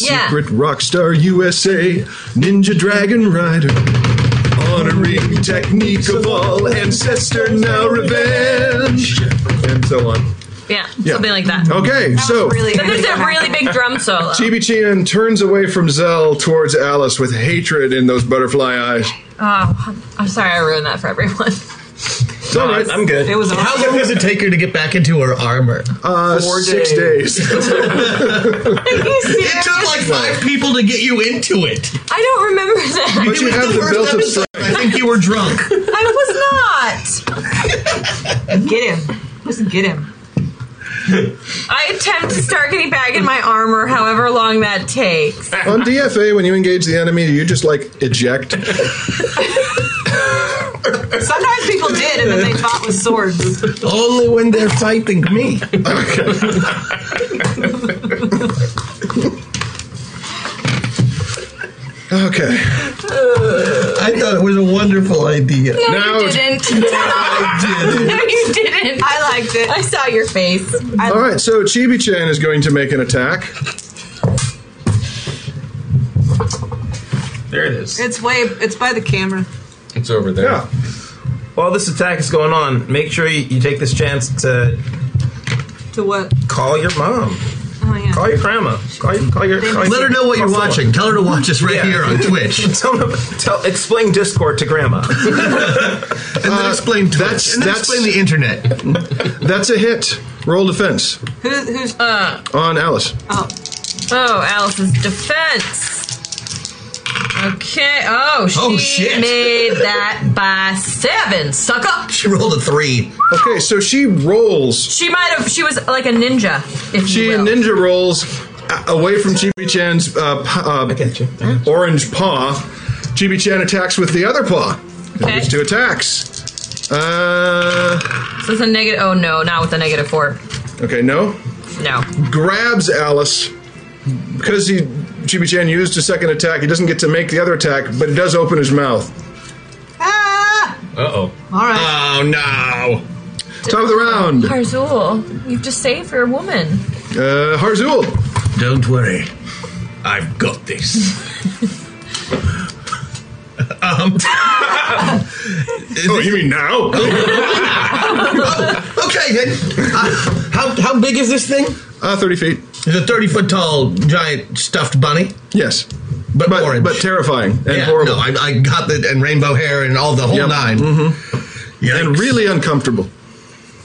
Yeah. Secret Rockstar USA, Ninja Dragon Rider, honoring technique of all ancestor now revenge, and so on. Yeah, Yeah. something like that. Okay, so But there's a really big drum solo. Chibi Chan turns away from Zell towards Alice with hatred in those butterfly eyes. Oh, I'm sorry I ruined that for everyone. It's all right. I'm good. It was How long does it take her to get back into her armor? Uh, six days. it took like five people to get you into it. I don't remember that. It was the first episode. I think you were drunk. I was not. get him. Just get him. I attempt to start getting back in my armor, however long that takes. On DFA, when you engage the enemy, do you just like eject? Sometimes people did, and then they fought with swords. Only when they're fighting me. Okay. I thought it was a wonderful idea. No, you didn't. no, you didn't. I liked it. I saw your face. I All right, so Chibi Chan is going to make an attack. There it is. It's way. It's by the camera. It's over there. Yeah. While this attack is going on, make sure you, you take this chance to To what? call your mom. Oh yeah. Call your grandma. Call your. Call your call Let her know what you're watching. Tell her to watch us right here on Twitch. tell, them- tell, explain Discord to grandma. And then explain Twitch. Uh, that's- and then that's- explain the internet. That's a hit. Roll defense Who's who's? Uh, on Alice. oh. Oh, Alice's defense. Okay. Oh, she Oh, shit. made that by seven. Sucker. She rolled a three. Okay, so she rolls. She might have. She was like a ninja. If She you will. ninja rolls a- away from Chibi Chan's uh, p- uh, orange paw. Chibi Chan attacks with the other paw. Okay. It's two attacks. Uh, So it's a negative. Oh no, not with a negative four. okay, no. No. Grabs Alice because he Chibi Chan used a second attack. He doesn't get to make the other attack, but he does open his mouth. Ah! Uh oh. All right. Oh no! Top of the round. Harzul, you've just saved your woman. Uh, Harzul. Don't worry. I've got this. um, oh, you mean now? okay, then. Uh, how, how big is this thing? Uh, 30 feet. It's a 30 foot tall, giant stuffed bunny. Yes. But, orange. but terrifying and yeah, horrible. No, I, I got the and rainbow hair and all the whole Yep. 9 Mm-hmm. And really uncomfortable.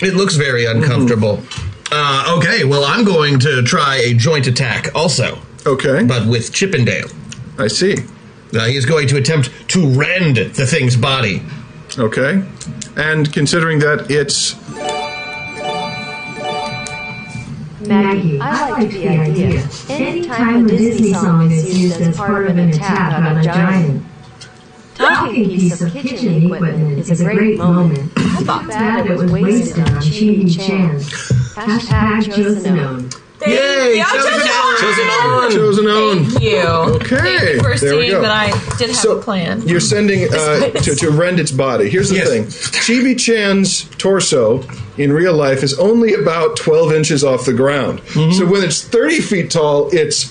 It looks very uncomfortable. Mm-hmm. Uh, okay, well, I'm going to try a joint attack also. Okay. But with Chippendale. I see. Uh, he is going to attempt to rend the thing's body. Okay. And considering that it's Maggie, I like the idea. Anytime a Disney song is used as part of an attack on a giant, talking piece of kitchen equipment is a great moment. It's bad it was wasted on Chibi Chan. Hashtag chosen own. Yay! Yeah, Chosen chosen own. Chosen own. Chosen own. Thank you. Okay. Thank you for There we seeing go. that I did have So, a plan. You're sending uh, to, to rend its body. Here's the thing Chibi Chan's torso in real life is only about 12 inches off the ground. So when it's 30 feet tall, it's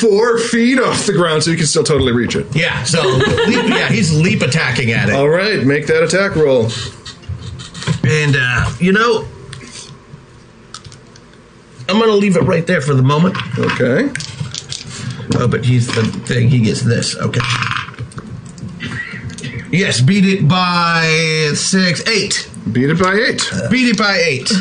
four feet off the ground, so you can still totally reach it. Yeah, so leap, yeah, he's leap attacking at it. All right, make that attack roll. And uh, you know, I'm gonna leave it right there for the moment. Okay. Oh, but he's the thing. He gets this. Okay. Yes, beat it by six, eight. Beat it by eight. beat it by eight.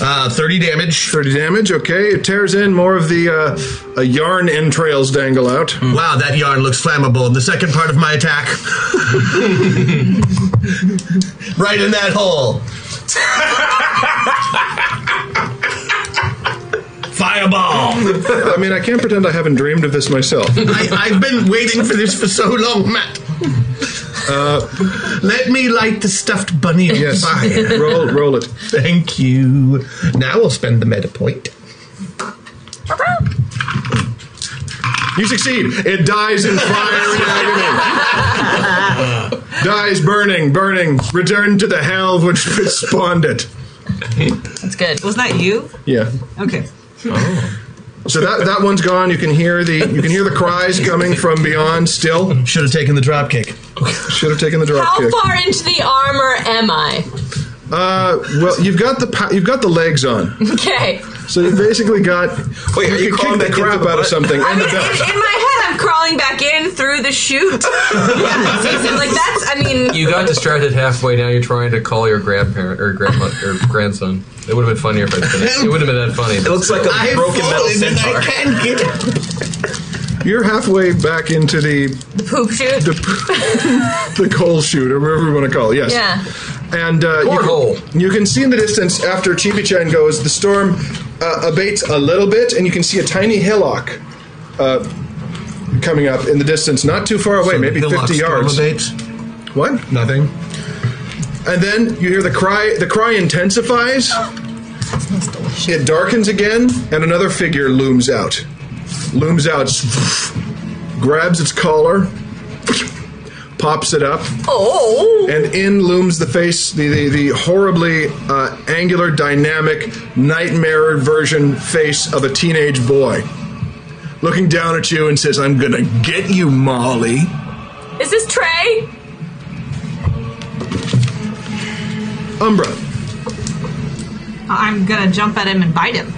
Uh, 30 damage. 30 damage, okay. It tears in more of the uh, uh, yarn entrails dangle out. Wow, that yarn looks flammable. The second part of my attack. right in that hole. Fireball. I mean, I can't pretend I haven't dreamed of this myself. I, I've been waiting for this for so long, Matt. Uh, Let me light the stuffed bunny on Yes. fire. Roll- roll it. Thank you. Now we'll spend the meta point. You succeed. It dies in fire and agony. dies burning, burning, returned to the hell which spawned it. That's good. Was that you? Yeah. Oh. Okay. So that that one's gone. You can hear the you can hear the cries coming from beyond. Still, should have taken the drop kick. Should have taken the drop How kick. far into the armor am I? Uh, well, you've got the pa- you've got the legs on, Okay. so you basically got wait. You, can kick the crap out of something I in the mean, in, belt. in my head, I'm crawling back in through the chute. like that's. I mean, You got distracted halfway. Now you're trying to call your grandparent or grandma or grandson. It would have been funnier if I'd finished. It wouldn't have been that funny. It looks like a I've broken metal fallen and I centaur. can get You're halfway back into the the poop chute. the coal chute or whatever you want to call it. Yes. Yeah. And uh, you, can, you can see in the distance after Chibi Chan goes, the storm uh, abates a little bit, and you can see a tiny hillock uh, coming up in the distance, not too far away, So the maybe hillock fifty storm yards. abates? What? Nothing. And then you hear the cry. The cry intensifies. It darkens again, and another figure looms out. Looms out, grabs its collar, pops it up. Oh. And in looms the face, the, the, the horribly uh, angular, dynamic, nightmare version face of a teenage boy. Looking down at you and says, I'm gonna get you, Molly. Is this Trey? Umbra. I'm gonna jump at him and bite him.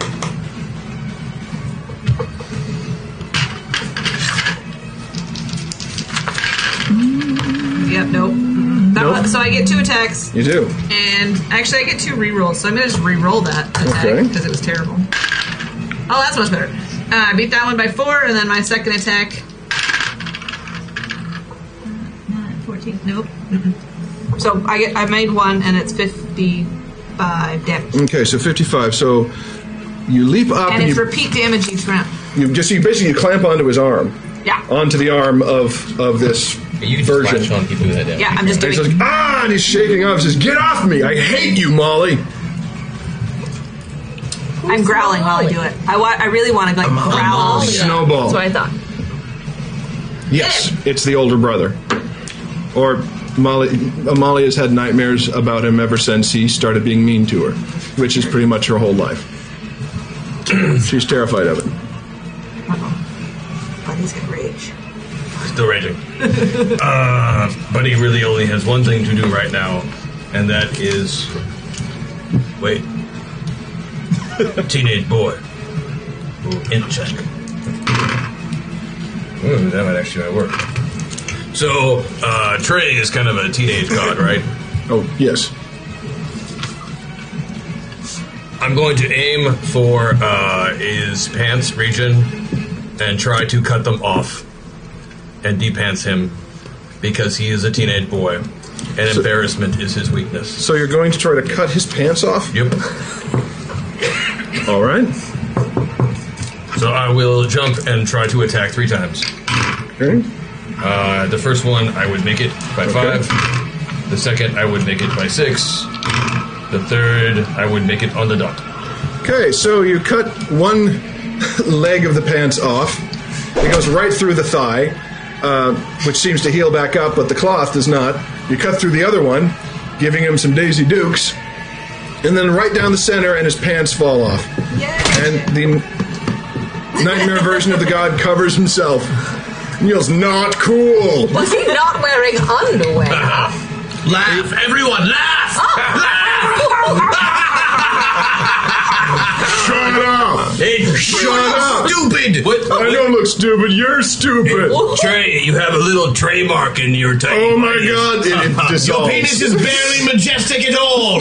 Yep, nope. Mm-hmm. That Nope. one- so I get two attacks, You do. and actually I get two rerolls, so I'm gonna just reroll that attack Okay. because it was terrible. Oh, that's much better. Uh, I beat that one by four, and then my second attack. Nine, 14, nope. Mm-mm. So I get I made one, and it's 55 damage. Okay, so 55. So you leap up and and, it's you, repeat damage each round. you just you basically you clamp onto his arm, Yeah. onto the arm of of this version. Yeah, I'm just And he's doing. like, ah, and he's shaking off. Says, "Get off me! I hate you, Molly." I'm growling while I do it. I want. I really want to like a growl. molly. Snowball. That's what I thought. Yes, it's the older brother. Or Molly, uh, Molly has had nightmares about him ever since he started being mean to her, which is pretty much her whole life. She's terrified of it. Bunny's gonna rage. Still raging. uh, Buddy really only has one thing to do right now, and that is wait. Teenage boy. In check. Ooh, that might actually might work. So uh, Trey is kind of a teenage god, right? Oh yes. I'm going to aim for uh, his pants region and try to cut them off and depants him because he is a teenage boy and embarrassment is his weakness. So you're going to try to cut his pants off? Yep. All right. So I will jump and try to attack three times. Okay. Uh, the first one I would make it by five. The second I would make it by six. The third I would make it on the dot. Okay, so you cut one leg of the pants off. It goes right through the thigh, uh, which seems to heal back up, but the cloth does not. You cut through the other one, giving him some Daisy Dukes, and then right down the center, and his pants fall off. And the nightmare version of the god covers himself. and Yells, "Not cool!" Was he not wearing underwear? Laugh, everyone, laugh! Shut up! Shut up! Stupid! What? I don't look stupid. You're stupid. Trey, you have a little tray mark in your tiny Oh my penis. God, it- it dissolves. barely majestic at all.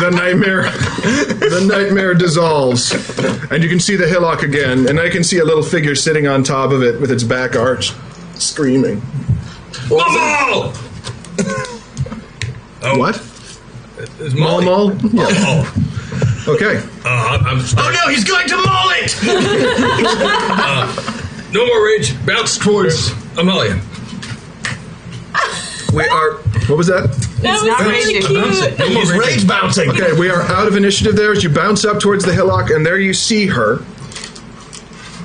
the nightmare the nightmare dissolves and you can see the hillock again and i can see a little figure sitting on top of it with its back arched screaming Momo! oh. What? Is Molly? Yeah. okay Uh, I'm, I'm sorry. Oh, no, he's going to maul it! Uh, no more rage. Bounce towards Amalia. We are. what was that That not raging. He's rage bouncing. okay we are out of initiative there as you bounce up towards the hillock and there you see her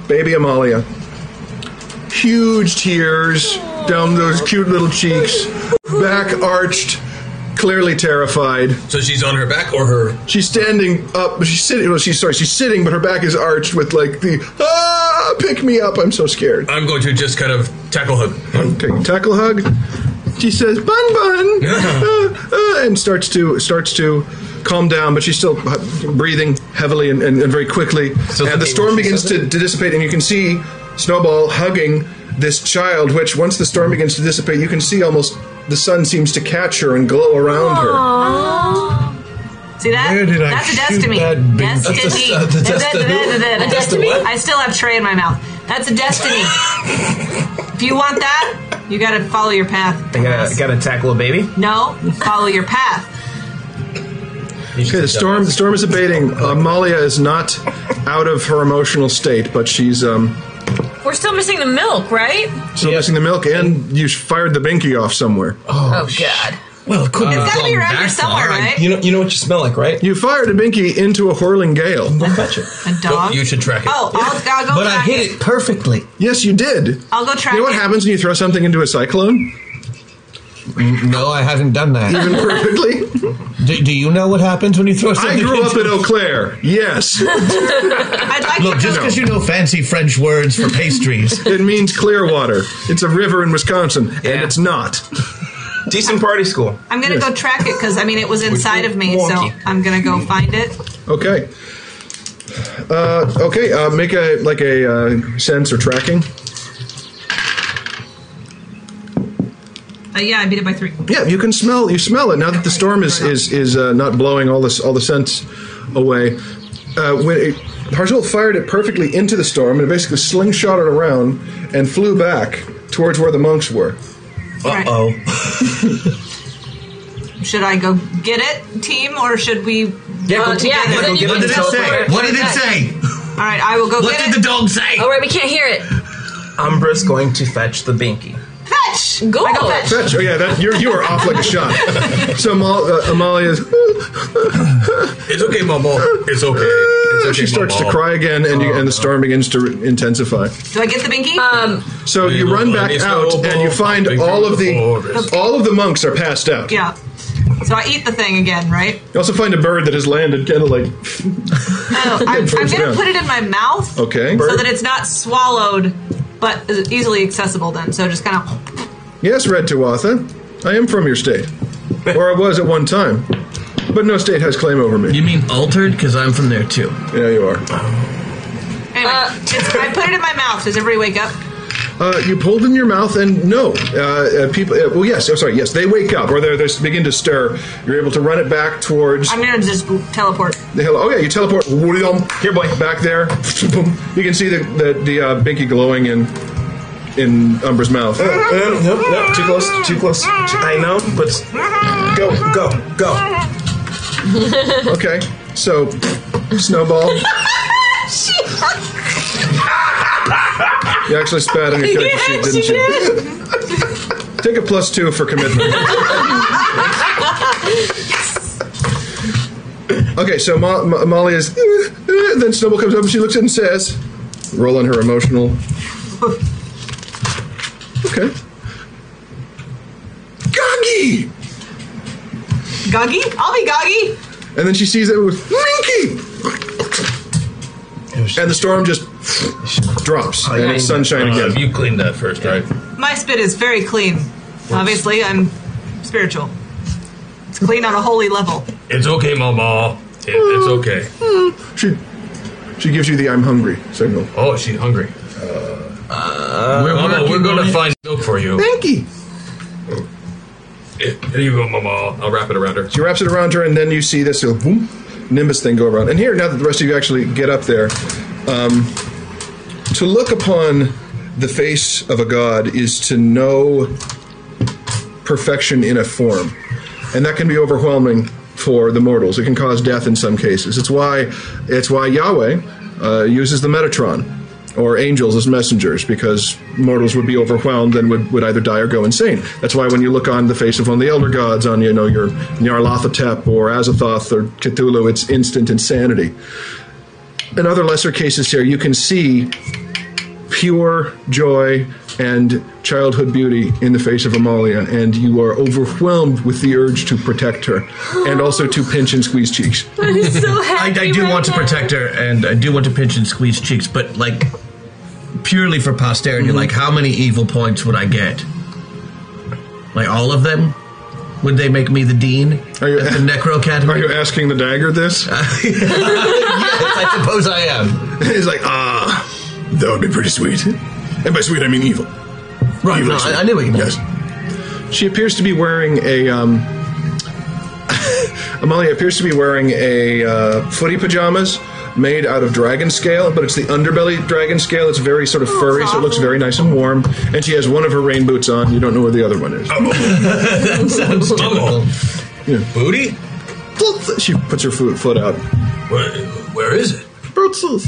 baby amalia huge tears down those cute little cheeks, back arched, clearly terrified. So she's on her back or her? She's standing up. but She's sitting. Well, she's sorry. She's sitting, but her back is arched with like the ah, pick me up. I'm so scared. I'm going to just kind of tackle hug. Okay, tackle hug. She says bun bun, uh, uh, and starts to starts to calm down, but she's still uh, breathing heavily and, and, and very quickly. and the storm begins to, to dissipate, and you can see Snowball hugging this child. Which once the storm begins to dissipate, you can see almost the sun seems to catch her and glow around her. See that? Where did I That's a shoot destiny. that big- That's a- destiny. that's a Da- da- da- destiny. da- da- da- A destiny? I still have tray in my mouth. That's a destiny. if you want that, you gotta follow your path. I gotta, gotta tackle a baby. No, follow your path. Okay, the storm the storm is abating. Uh, Malia is not out of her emotional state, but she's um, We're still missing the milk, right? still missing the milk. And you fired the binky off somewhere. Oh, God. Well, it could It's be gotta be gone around here back somewhere, far. right? You know, you know what you smell like, right? You fired a binky into a whirling gale. I'll fetch it. A Uh-huh. dog. You should track Oh, I'll, I'll go But I track hit it perfectly. Yes, you did. I'll go track You know what it. happens when you throw something into a cyclone? No, I haven't done that. Even perfectly? Do, do you know what happens when you throw I something? grew up into in Eau Claire. Yes. I'd like Look, just because you know fancy French words for pastries. it means clear water. It's a river in Wisconsin, and it's not. Decent party school. I'm gonna go track it because I mean it was inside of me, so I'm gonna go find it. Okay. Uh, okay. Uh, make a like a uh, sense or tracking. Uh, yeah, I beat it by three. Yeah, you can smell. You smell it now that the storm is is is uh, not blowing all this all the scents away. Uh, when it, Harzul fired it perfectly into the storm and it basically slingshot it around and flew back towards where the monks were. Uh oh. Should I go get it, team, or should we? Yeah, go uh, together. yeah, What did it say? What did it say? All right, I will go What get it. did the dog say? All right, we can't hear it. Umbra's going to fetch the binky. Fetch. Go. I go fetch. Fetch. Oh yeah, that, you're you are off like a shot. So Amal, uh, Amalia is It's okay, Momo. It's okay. It's okay Uh, she starts to Momo. cry again, and you, and the storm begins to re- intensify. Do I get the binky? Um. So you run back out, and you find all of the all of the monks are passed out. Yeah. So I eat the thing again, right? You also find a bird that has landed, kind of like Oh, I'm, I'm First gonna round. put it in my mouth. Okay. So that it's not swallowed, but is easily accessible. Then, so just kind of. Yes, Red Tuatha, I am from your state. Or I was at one time. But no state has claim over me. You mean altered? Because I'm from there too. Yeah, you are. Anyway, Uh, it's, I put it in my mouth. Does everybody wake up? Uh, you pulled in your mouth, and no, uh, uh, people. Uh, well, yes, I'm sorry. Yes, they wake up, or they're, they begin to stir. You're able to run it back towards I'm gonna just teleport. the hill. Oh yeah, you teleport. Here, boy, back there. Boom. You can see the the, the uh, binky glowing in in Umbra's mouth. nope, nope, too close, too close. I know, but go, go, go. okay, so snowball. You actually spat in your character sheet, didn't you? Take a plus two for commitment. okay, so Ma- Ma- Molly is. Then Snowball comes up and she looks and says, roll on her emotional. Okay. Goggy! Goggy? I'll be Goggy. And then she sees it with Minky! And the storm just drops, and it's sunshine Uh, again. You cleaned that first, right? My spit is very clean. Obviously, I'm spiritual. It's clean on a holy level. It's okay, Momo. It, it's okay. She she gives you the I'm hungry signal. Oh, she's hungry. we're Momo, Uh, we're gonna find milk for you. Minky! There you go, Momo. I'll wrap it around her. She wraps it around her, and then you see this little boom, nimbus thing go around. And here, now that the rest of you actually get up there, um, to look upon the face of a god is to know perfection in a form. And that can be overwhelming for the mortals. It can cause death in some cases. It's why, it's why Yahweh uh, uses the Metatron or angels as messengers because mortals would be overwhelmed and would, would either die or go insane. That's why when you look on the face of one of the elder gods, on you know your Nyarlathotep or Azathoth or Cthulhu, it's instant insanity. In other lesser cases here, you can see pure joy and childhood beauty in the face of Amalia, and you are overwhelmed with the urge to protect her and also to pinch and squeeze cheeks. I'm so happy. I, I do want to protect her, and I do want to pinch and squeeze cheeks, but like purely for posterity, Mm-hmm. like how many evil points would I get? Like all of them? Would they make me the dean are you, at the Necro Academy? Are you asking the dagger this? yes, I suppose I am. He's like, ah, that would be pretty sweet. And by sweet, I mean evil. Right, Evil no, is I- sweet. I knew what you meant. Yes. She appears to be wearing a. Um, Amalia appears to be wearing a uh, footy pajamas made out of dragon scale, but it's the underbelly dragon scale. It's very sort of furry, so it looks very nice and warm. And she has one of her rain boots on. You don't know where the other one is. that sounds typical. Yeah. Booty? She puts her foot, foot out. Where, where is it? Brutzels.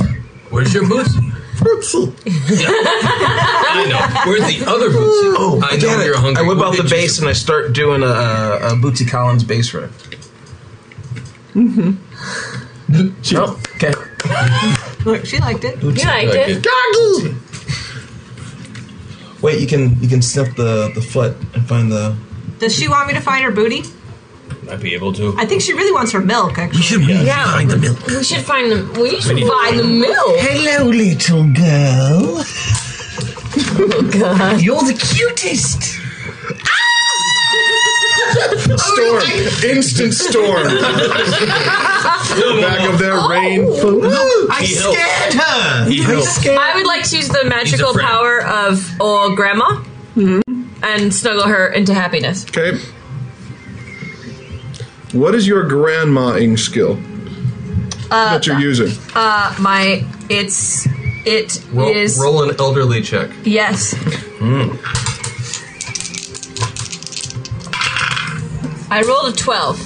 Where's your boots? Brutzel. I know. Where's the other boots? Oh, I damn know it. you're hungry. I whip We'll out the get you bass and I start doing a, a Bootsy Collins bass riff. Mm-hmm. Oh, okay. Look, she liked it. You liked it. Gargle. Wait, you can you can snip the the foot and find the. Does she want me to find her booty? I'd be able to. I think she really wants her milk. Actually, Yeah. find the milk. We should find them. We should need- find the milk. Hello, little girl. God. You're the cutest. Storm. Instant storm. The back of their rain. I He scared helped. her. He helped. I would like to use the magical friend. power of old grandma Mm-hmm. and snuggle her into happiness. Okay. What is your grandmaing skill Uh, that you're using? uh, my it's it is Roll, roll an elderly check. Hmm. yes. I rolled a 12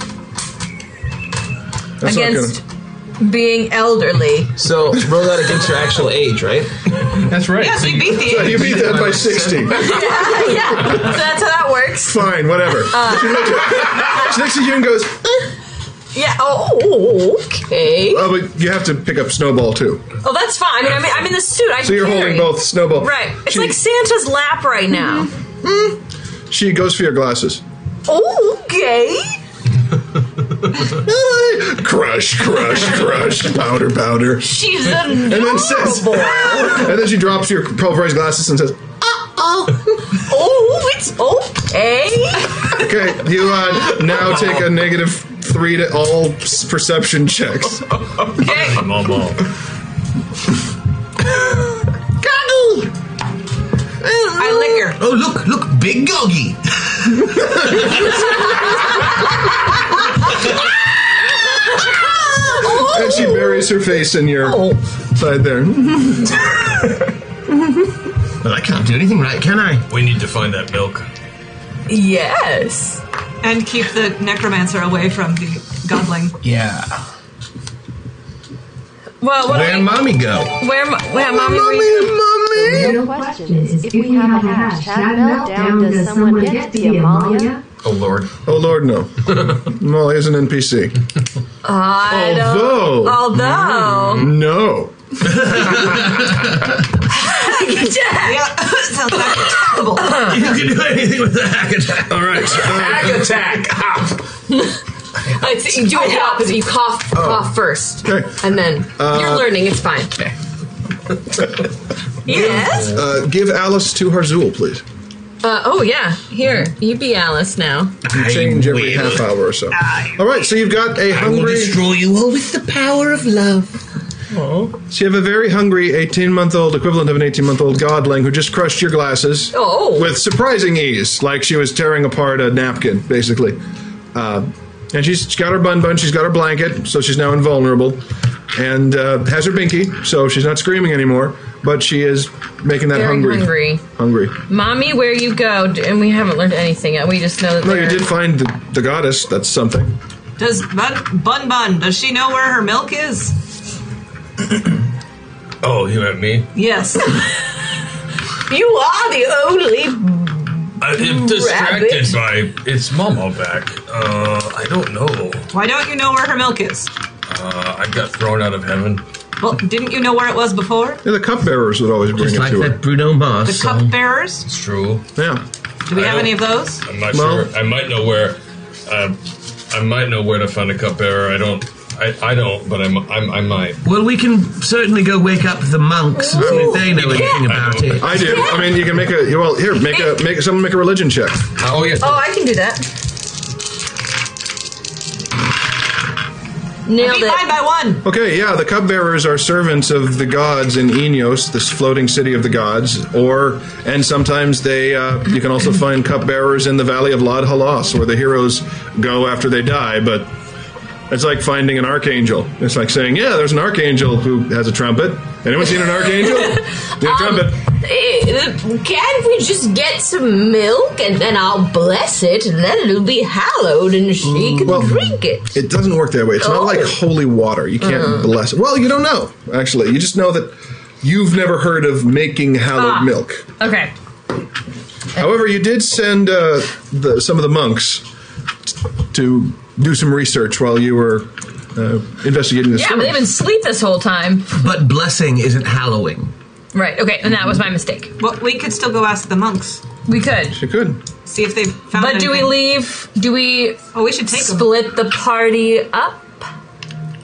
That's not against being elderly. So roll that against your actual age, right? That's right. Yes, we beat the So you beat that by 60. yeah, so that's how that works. Fine, whatever. Uh. she looks at you and goes, Yeah, oh, okay. Oh, but you have to pick up Snowball too. Oh, that's fine. I mean, I'm, I'm in the suit. I So you're carry. holding both Snowball. Right. It's She- like Santa's lap right now. She goes for your glasses. Oh, okay. Crush, crush, crush, powder, powder. She's And then says, and then she drops your pulverized glasses and says, Oh, oh, it's okay. "Okay, you uh, now take a negative three to all s- perception checks." I'm all ball. Goggle. I lick her. Oh look, look, big goggy. And she buries her face in your side there. But I can't do anything right, can I? We need to find that milk. Yes. And keep the necromancer away from the godling. Yeah. Well, what do Where'd we- mommy go? Where, mo- where, mommy? where The you- real question is if we have a hash, that meltdown, does someone get to be Amalia? Oh lord! Oh lord, no. Molly is an NPC. I don't- Although, although, no. yeah, sounds like a terrible. You can do anything with a hack attack. All right. hack Ah. attack. it's, you do it the opposite. You cough, Oh. cough first, and then you're Uh, learning. It's fine. yes. Uh, give Alice to Harzul, please. Uh, oh yeah. Here, you be Alice now. You change every half hour or so. All right, so you've got a hungry. destroy you all with the power of love. So you have a very hungry 18 month old equivalent of an 18 month old godling who just crushed your glasses oh. with surprising ease, like she was tearing apart a napkin, basically. Uh, and she's she's got her bun bun, she's got her blanket, so she's now invulnerable, and uh, has her binky, so she's not screaming anymore, but she is making that Very hungry. hungry. Hungry. Mommy, where you go? D- And we haven't learned anything yet. We just know that. No, they're- you did find the, the goddess, that's something. Does Bun Bun Bun? Does she know where her milk is? Oh, you at me? Yes. you are the only. I am Uh, distracted by its mama back. Uh, I don't know. Why don't you know where her milk is? Uh, I got thrown out of heaven. Well, didn't you know where it was before? Yeah, the cupbearers would always bring Just it like to her. that Bruno The Mars. cup bearers. It's true. Yeah. Do we I have don't- any of those? I'm not Well- sure. I might know where. Uh, I might know where to find a cupbearer. I don't. I, I don't, but I'm, I'm, I might. Well, we can certainly go wake up the monks and see if they know anything about it. I do. I mean, you can make a well. Here, make a make someone make a religion check. oh yes. Oh, I can do that. Nailed it. by one. Okay, yeah, the cupbearers are servants of the gods in Enios, this floating city of the gods, or and sometimes they uh, you can also find cupbearers in the Valley of Lad Halas, where the heroes go after they die. But it's like finding an archangel. It's like saying, yeah, there's an archangel who has a trumpet. Anyone seen an archangel? Yeah, trumpet. Eh, Can't we just get some milk and then I'll bless it and then it'll be hallowed and she can drink it? It doesn't work that way. It's not like holy water. You can't Uh. bless it. Well, you don't know, actually. You just know that you've never heard of making hallowed Ah. milk. Okay. However, you did send uh, the, some of the monks t- to do some research while you were uh, investigating this Yeah, but story. they've been asleep this whole time. But blessing isn't hallowing. Right, okay, and that was my mistake. Well, we could still go ask the monks. We could. She could. See if they've found But do we anything. leave? Do we Oh, we should take 'em. split the party up?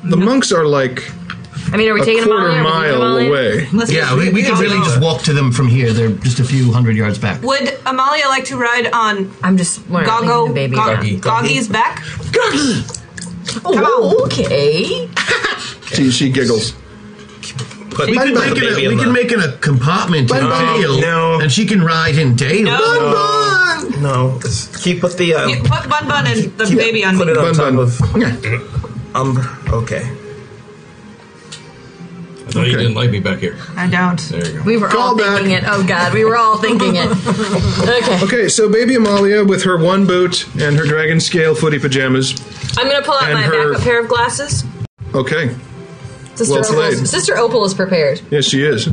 the monks are like I mean, are we a taking them all quarter in? Are we leaving mile them all in? away. yeah, we, we could really just walk to them from here. They're just a few hundred yards back. Would Amalia like to ride on? I'm just we're not leaving the Goggo, baby Gog- around. Goggy's back. Goggy. Come Oh, on. Okay. She, she giggles. Bun we bun. can, make it a, we can make it a compartment in Bun bun. tail, and she can ride in tail. No. Bun bun. No, it's- keep with the. Uh, oh. You put Bun Bun and the keep- baby on put me. It on top Of, um. Okay. I thought you didn't like me back here. I don't. There you go. We were all thinking it. Oh God, we were all thinking it. Okay. Okay, so baby Amalia with her one boot and her dragon scale footy pajamas. I'm gonna pull out And my her- backup pair of glasses. Okay. Sister Well Opal. played. Sister Opal is prepared. Yes, she is.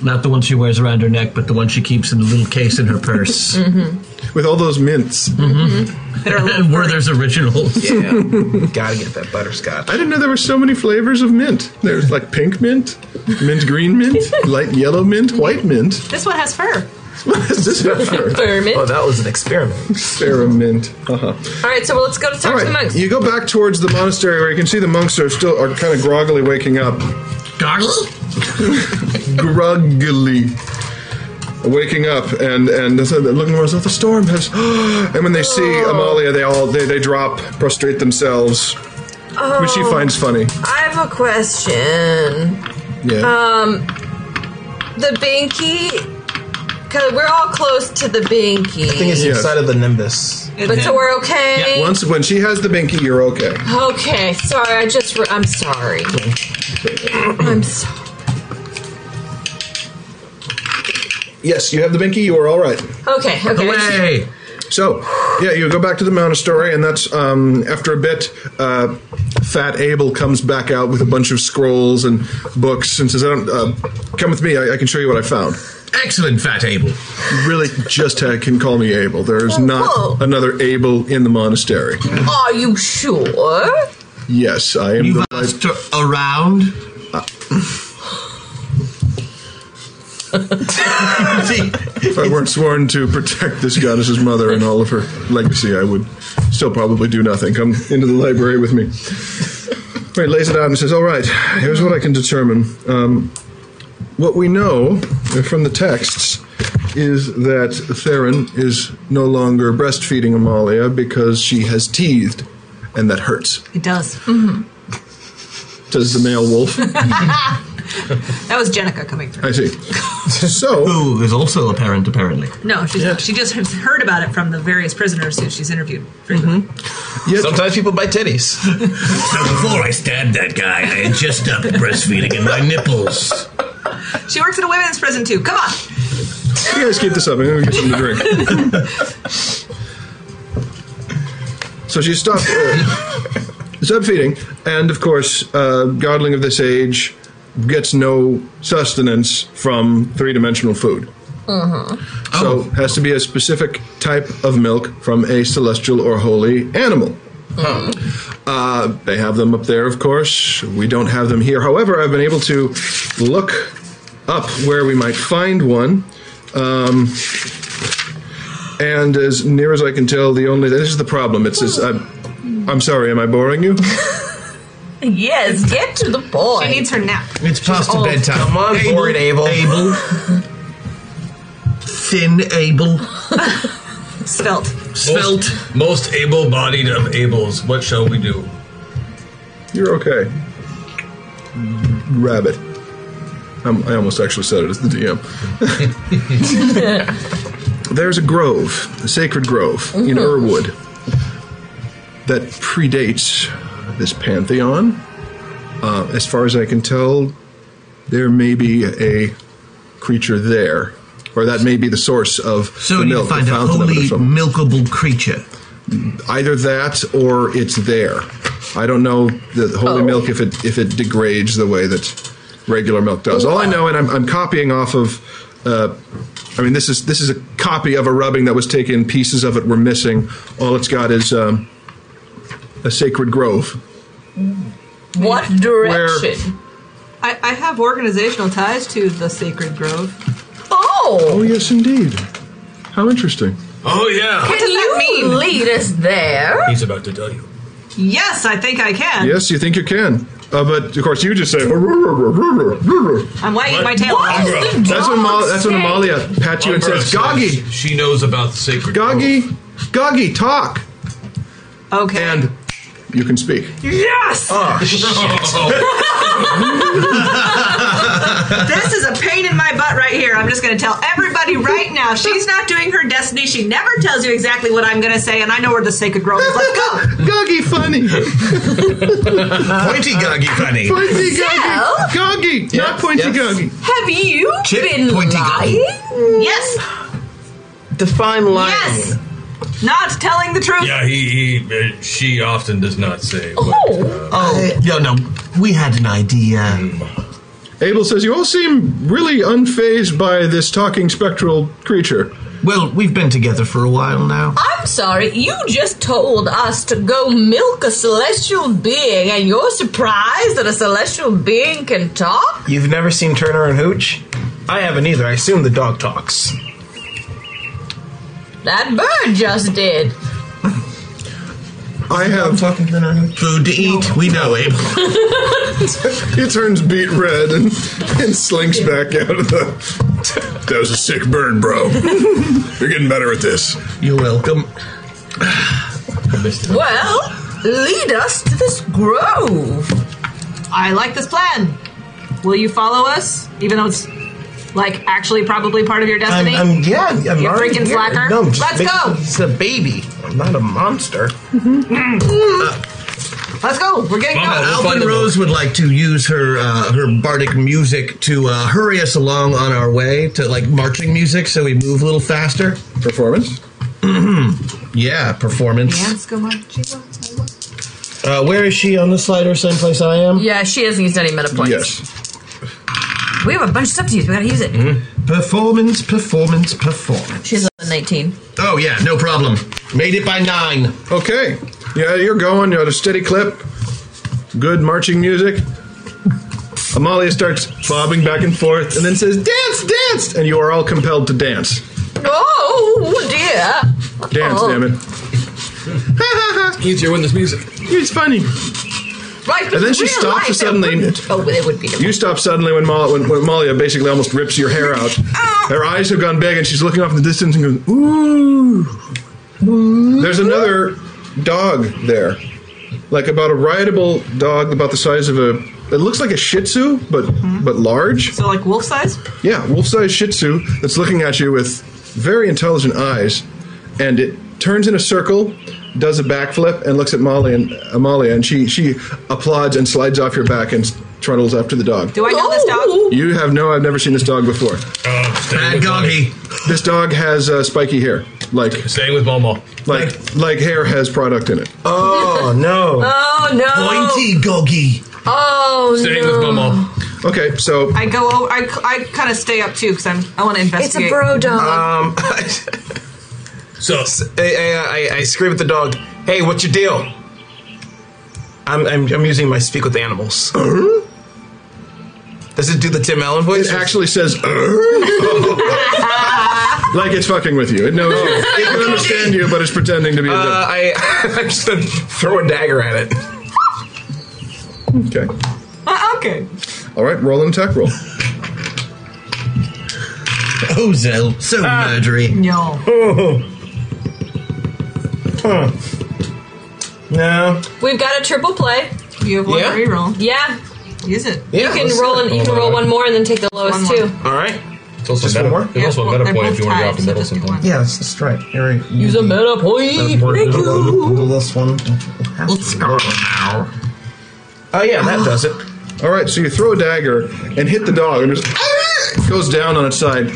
Not the one she wears around her neck, but the one she keeps in a little case in her purse. Mm-hmm. With all those mints. Mm-hmm. Werther's original. Yeah. Gotta get that butterscotch. I didn't know there were so many flavors of mint. There's like pink mint, mint green mint, light yellow mint, white mint. This one has fur. What is this for? Experiment. Oh, that was an experiment. Experiment. Uh huh. All right, so well, let's go to talk All to the right, monks. you go back towards the monastery where you can see the monks are still are kind of groggily waking up. Gargle? groggily waking up and and they said they're looking around. "Oh, The storm has. and when they see Amalia, they all they, they drop, prostrate themselves, which she Oh. finds funny. I have a question. Yeah. Uh, Um, the binky, because we're all close to the binky. The thing is, Yes. inside of the nimbus. but so we're okay. Once when she has the binky, you're okay. Oh. Okay, sorry. I just. Re- I'm sorry. I'm sorry. Yes, you have the binky. You are all right. Okay. Okay. So, yeah, you go back to the monastery, and that's um, after a bit. Uh, Fat Abel comes back out with a bunch of scrolls and books and says, I don't, uh, "Come with me. I, I can show you what I found." Excellent, Fat Abel. Really, just uh, can call me Abel. There is not Whoa. another Abel in the monastery. Are you sure? Yes, I am. You've the asked her around? if I weren't sworn to protect this goddess's mother and all of her legacy, I would still probably do nothing. Come into the library with me. He lays it out and says, All right, here's what I can determine. Um, what we know from the texts is that Theron is no longer breastfeeding Amalia because she has teethed, and that hurts. It does. Says the male wolf. That was Jenica coming through. I see. So. Who is also a parent, apparently. No, she's, she just has heard about it from the various prisoners who she's interviewed. Sometimes people buy titties. So before I stabbed that guy, I had just stopped breastfeeding in my nipples. She works in a women's prison too. Come on. You guys keep this up. I'm gonna get something to drink. so she stopped, uh, stopped feeding, and of course, uh, godling of this age gets no sustenance from three-dimensional food. Mm-hmm. So has to be a specific type of milk from a celestial or holy animal. Uh, they have them up there, of course. We don't have them here. However, I've been able to look up where we might find one. Um, and as near as I can tell, the only this is the problem. It's is I'm, I'm sorry. Am I boring you? Yes, get to the point. She needs her nap. It's past the bedtime. Come on, Abel, for it, Abel. Abel. Thin Abel. Svelte. Svelte. Most, most able-bodied of ables. What shall we do? You're okay. Rabbit. Um, I almost actually said it as the DM. There's a grove, a sacred grove in Mhm. Mm-hmm. Urwood that predates this pantheon. Uh, as far as I can tell, there may be a creature there, or that may be the source of So the we need to milk, the find a fountain of it or holy something milkable creature. either that or it's there. I don't know the holy milk if it if it degrades the way that regular milk does. All I know, and I'm, I'm copying off of. Uh, I mean, this is this is a copy of a rubbing that was taken. Pieces of it were missing. All it's got is um, a sacred grove. What direction? I, I have organizational ties to the Sacred Grove. Oh. Oh yes, indeed. How interesting. Oh yeah. Can you lead us there? He's about to tell you. Yes, I think I can. Yes, you think you can. Uh, but of course, you just say. That's I'm wagging my tail. when Mal- that's when Amalia pats you and Umbra says, "Goggy, She knows about the sacred. Goggy, Goggy, talk." Okay. And you can speak. Yes! Oh, this is a pain in my butt right here. I'm just going to tell everybody right now. She's not doing her destiny. She never tells you exactly what I'm going to say, and I know where the sacred grove is. Let's go. Goggy funny. Pointy goggy funny. Pointy goggy. Goggy. Not pointy goggy. Have you Chip, been pointy lying? Yes. Define lying. Yes. Not telling the truth. Yeah, he, he uh, she often does not say. What, Oh, no, no. We had an idea. Abel says, You all seem really unfazed by this talking spectral creature. Well, we've been together for a while now. I'm sorry, you just told us to go milk a celestial being, and you're surprised that a celestial being can talk? You've never seen Turner and Hooch? I haven't either. I assume the dog talks. That bird just did. I have talking to Turner and Hooch. Food to eat. We know Abel. he turns beet red and, and slinks back out of the. That was a sick burn, bro. You're getting better at this. You're welcome. Well, lead us to this grove. I like this plan. Will you follow us? Even though it's like actually probably part of your destiny. I'm, I'm- yeah, I'm you already freaking here. slacker. No, I'm just Let's making- go. It's a baby. I'm not a monster. Let's Oh, go. We're getting Uh, going. Alvin Rose would like to use her uh, her bardic music to uh, hurry us along on our way to like marching music, so we move a little faster. Performance. yeah, performance. go marching. Uh, where is she on the slider? Same place I am. Yeah, she hasn't used any meta points. We have a bunch of stuff to use. We gotta use it. Performance, performance, performance. She's a 19. Oh yeah, no problem. Made it by nine. Okay. Yeah, you're going. You're at a steady clip. Good marching music. Amalia starts bobbing back and forth and then says, Dance, dance! And you are all compelled to dance. Oh, dear. Dance, Oh. damn it. Easier when there's music. It's funny. Right, And then she real stops life, and suddenly- it wouldn't- Oh, it would be. You stop suddenly when, Mal- when, when Malia basically almost rips your hair out. Her eyes have gone big, and she's looking off in the distance and goes, "Ooh." There's another dog there, like about a rideable dog, about the size of a. It looks like a Shih Tzu, but but large. So like wolf size? Yeah, wolf-sized Shih Tzu that's looking at you with very intelligent eyes, and it turns in a circle, does a backflip, and looks at Molly and uh, Amalia, and she she applauds and slides off your back and trundles after the dog. Do I know this dog? You have no. I've never seen this dog before. Oh, Bad Ah, goggy. This dog has uh, spiky hair, like staying with Momo. Like like hair has product in it. Oh no. Oh, no. Pointy goggy. Oh, no. Momo. Okay, so I go. Over, I I kind of stay up too because I'm. I want to investigate. Um, so I, I, I, I scream at the dog. Hey, what's your deal? I'm, I'm, I'm using my speak with animals. Uh-huh. Does it do the Tim Allen voice? It actually says, like it's fucking with you. It knows you. It can understand you, but it's pretending to be. A Uh, I, I'm just gonna throw a dagger at it. okay. okay. All right. Roll an attack roll. Oh, so, so murdery. No. Oh. Huh. No. We've got a triple play. You have one Yeah? reroll. Yeah. Use it. you can roll and you can roll one more and then take the lowest One two. All right. It's also meta, there's also a meta point if you want to drop the middle sometime. Yeah, that's, that's right. Here, Use a meta point. Thank you. This one. Let's go now. Oh yeah, that does it. All right. So you throw a dagger and hit the dog, and just goes down on its side.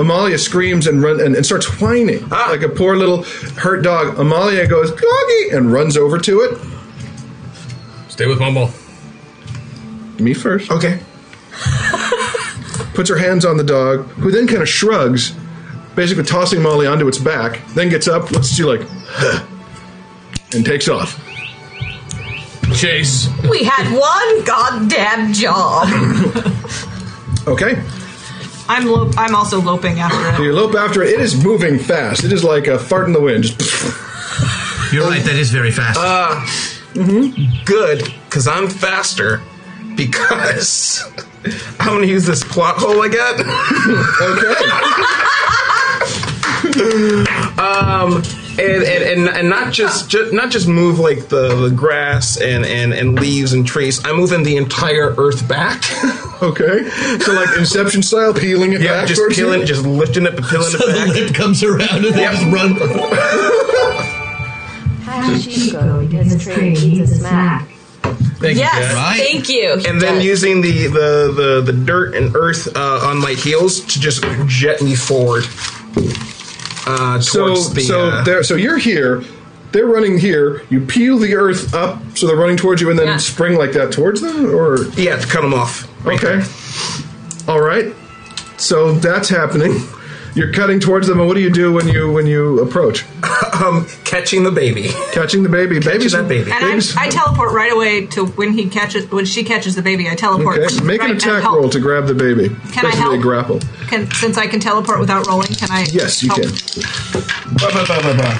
Amalia screams and run and, and starts whining Ah. like a poor little hurt dog. Amalia goes doggy and runs over to it. Stay with Mumble. Me first. Okay. Puts her hands on the dog, who then kind of shrugs, basically tossing Molly onto its back, then gets up, looks at you like, "Huh," and takes off. Chase. We had one goddamn job. Okay. I'm lo- I'm also loping after You lope after it. It is moving fast. It is like a fart in the wind. Just You're right. That is very fast. Uh, Good, because I'm faster. Because I'm going to use this plot hole I got. okay. um, and, and, and, and not just, ju- not just move like the, the grass and, and, and leaves and trees. I'm moving the entire earth back. okay. So like Inception style, peeling it yeah, back just towards you? peeling, it, just lifting it, but peeling So it the back. lip comes around and they just run. How Chico, because Trey needs a smack. Thank yes, thank you. and then using the, the, the, the dirt and earth uh, on my heels to just jet me forward uh, towards So the. so uh, there so you're here. They're running here. You peel the earth up, so they're running towards you, and then Yeah. spring like that towards them, or yeah, to cut them off. okay. All right. So that's happening. You're cutting towards them, and what do you do when you when you approach? um, catching the baby. Catching the baby. Baby's that baby. And I, I teleport right away to when he catches when she catches the baby. I teleport. Okay. Make right, an and attack help. roll to grab the baby. Can I Basically help? A grapple. Can, since I can teleport without rolling, can I? Yes, you help? can. Ba, ba, ba, ba, ba.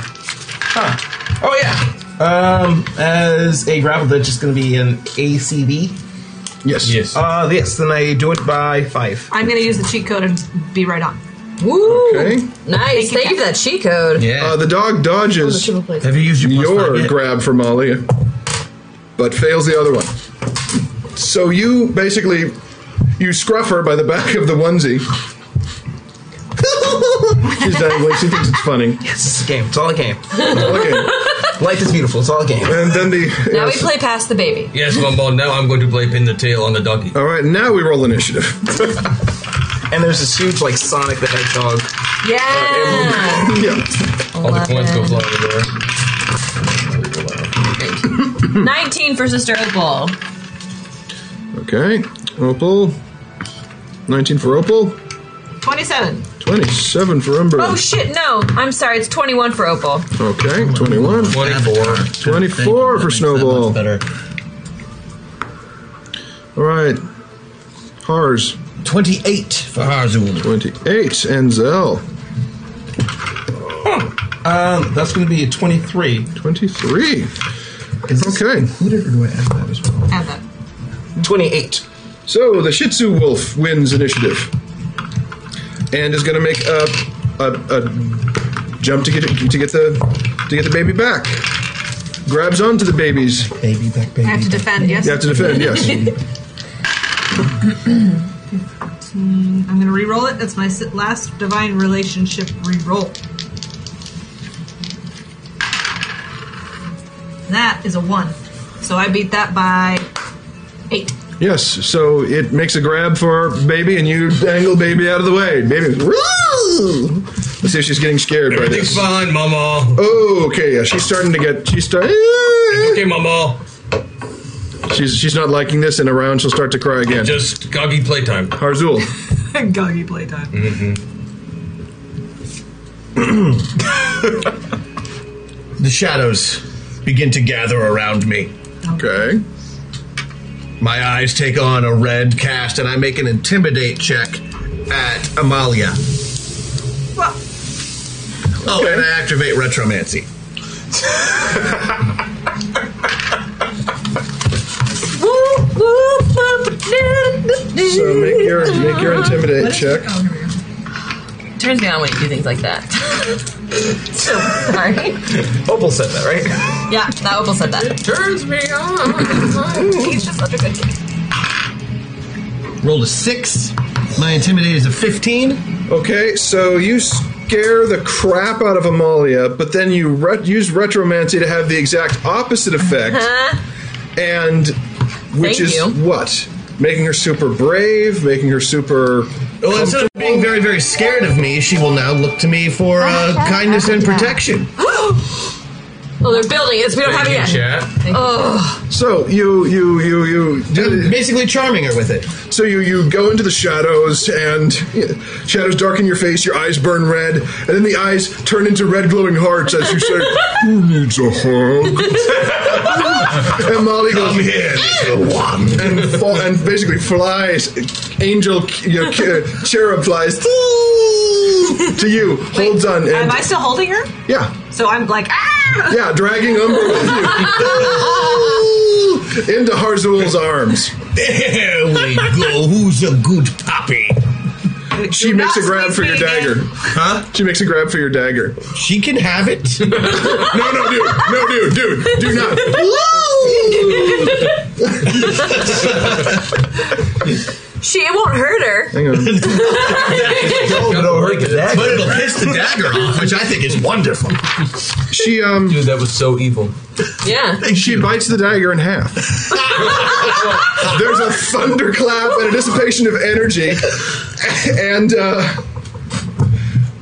Huh. Oh yeah. Um, as a grapple, that's just going to be an ACB. Yes. Yes. Uh, yes. Then I do it by five. I'm going to use the cheat code and be right on. Woo! Okay. Nice. Thank you for that cheat code. Uh, the dog dodges Oh, Have you used your, grab for Molly, but fails the other one. So you basically you scruff her by the back of the onesie. She's dangling. She thinks it's funny. Yes, it's a game. It's all a game. okay. Life is beautiful. It's all a game. And then the Now we yes. play past the baby. Yes, Mumble, now I'm going to play pin the tail on the donkey. All right, now we roll initiative. and there's this huge like Sonic the Hedgehog. Yeah. yeah. All the coins go flying in the air. 19 for Sister Opal. Okay, Opal. Nineteen for Opal. 27. Twenty-seven for Ember. Oh shit, no. I'm sorry, it's 21 for Opal. Okay, 21. 24. 24 for Snowball. All right. Hars. 28 for Harzul. 28. And Zell. Um, that's going to be a 23. 23. Okay. included or do I add that as well? Add that. Twenty-eight. So the Shih Tzu Wolf wins initiative. And is going to make a, a, a jump to get, to, get the, to get the baby back. Grabs onto the babies. Baby back I baby. have to defend. Yes. You have to defend, yes. Mm, I'm going to re-roll it. That's my si- last divine relationship re-roll. That is a one. So I beat that by eight. Yes, so it makes a grab for baby, and you dangle baby out of the way. Baby, Woo! let's see if she's getting scared by Everything's this. fine, Mama. Oh, okay, yeah, she's starting to get. She's starting. It's okay, Mama. She's she's not liking this, and around she'll start to cry again. Just goggy playtime. Harzul, Goggy playtime. Mm-hmm. The shadows begin to gather around me. Okay. My eyes take on a red cast, and I make an intimidate check at Amalia. Oh, and I activate retromancy. So make your make your intimidate check. Turns me on when you do things like that. so sorry. Opal said that, right? Yeah, that Opal said that. turns me on. He's just such a good kid. Rolled a six. My intimidate is a 15. Okay, so you scare the crap out of Amalia, but then you re- use retromancy to have the exact opposite effect. and which Uh-huh. Thank is you. what? Making her super brave, making her super. Well, instead of being very, very scared of me, she will now look to me for uh, kindness and protection. Well, they're building it. so We don't Oh, have it yet. Ugh. So you you you you basically charming her with it. So you you go into the shadows and yeah, shadows darken your face, your eyes burn red, and then the eyes turn into red glowing hearts as you say, "Who needs a hug?" and Molly goes, here, little one," and fall, and basically flies. Angel, you know, ch- cherub flies to you, holds on. And Am I still holding her? Yeah. So I'm like, ah! Yeah, dragging Umber with you into Harzul's arms. There we go. Who's a good puppy? She makes a grab for your dagger. Huh? She makes a grab for your dagger. She can have it. no, no, dude. No, dude, dude. Do not. She it won't hurt her. Hang on. But it'll piss the dagger off, which I think is wonderful. She um Dude, that was so evil. Yeah. She bites the dagger in half. There's a thunderclap and a dissipation of energy. And, uh.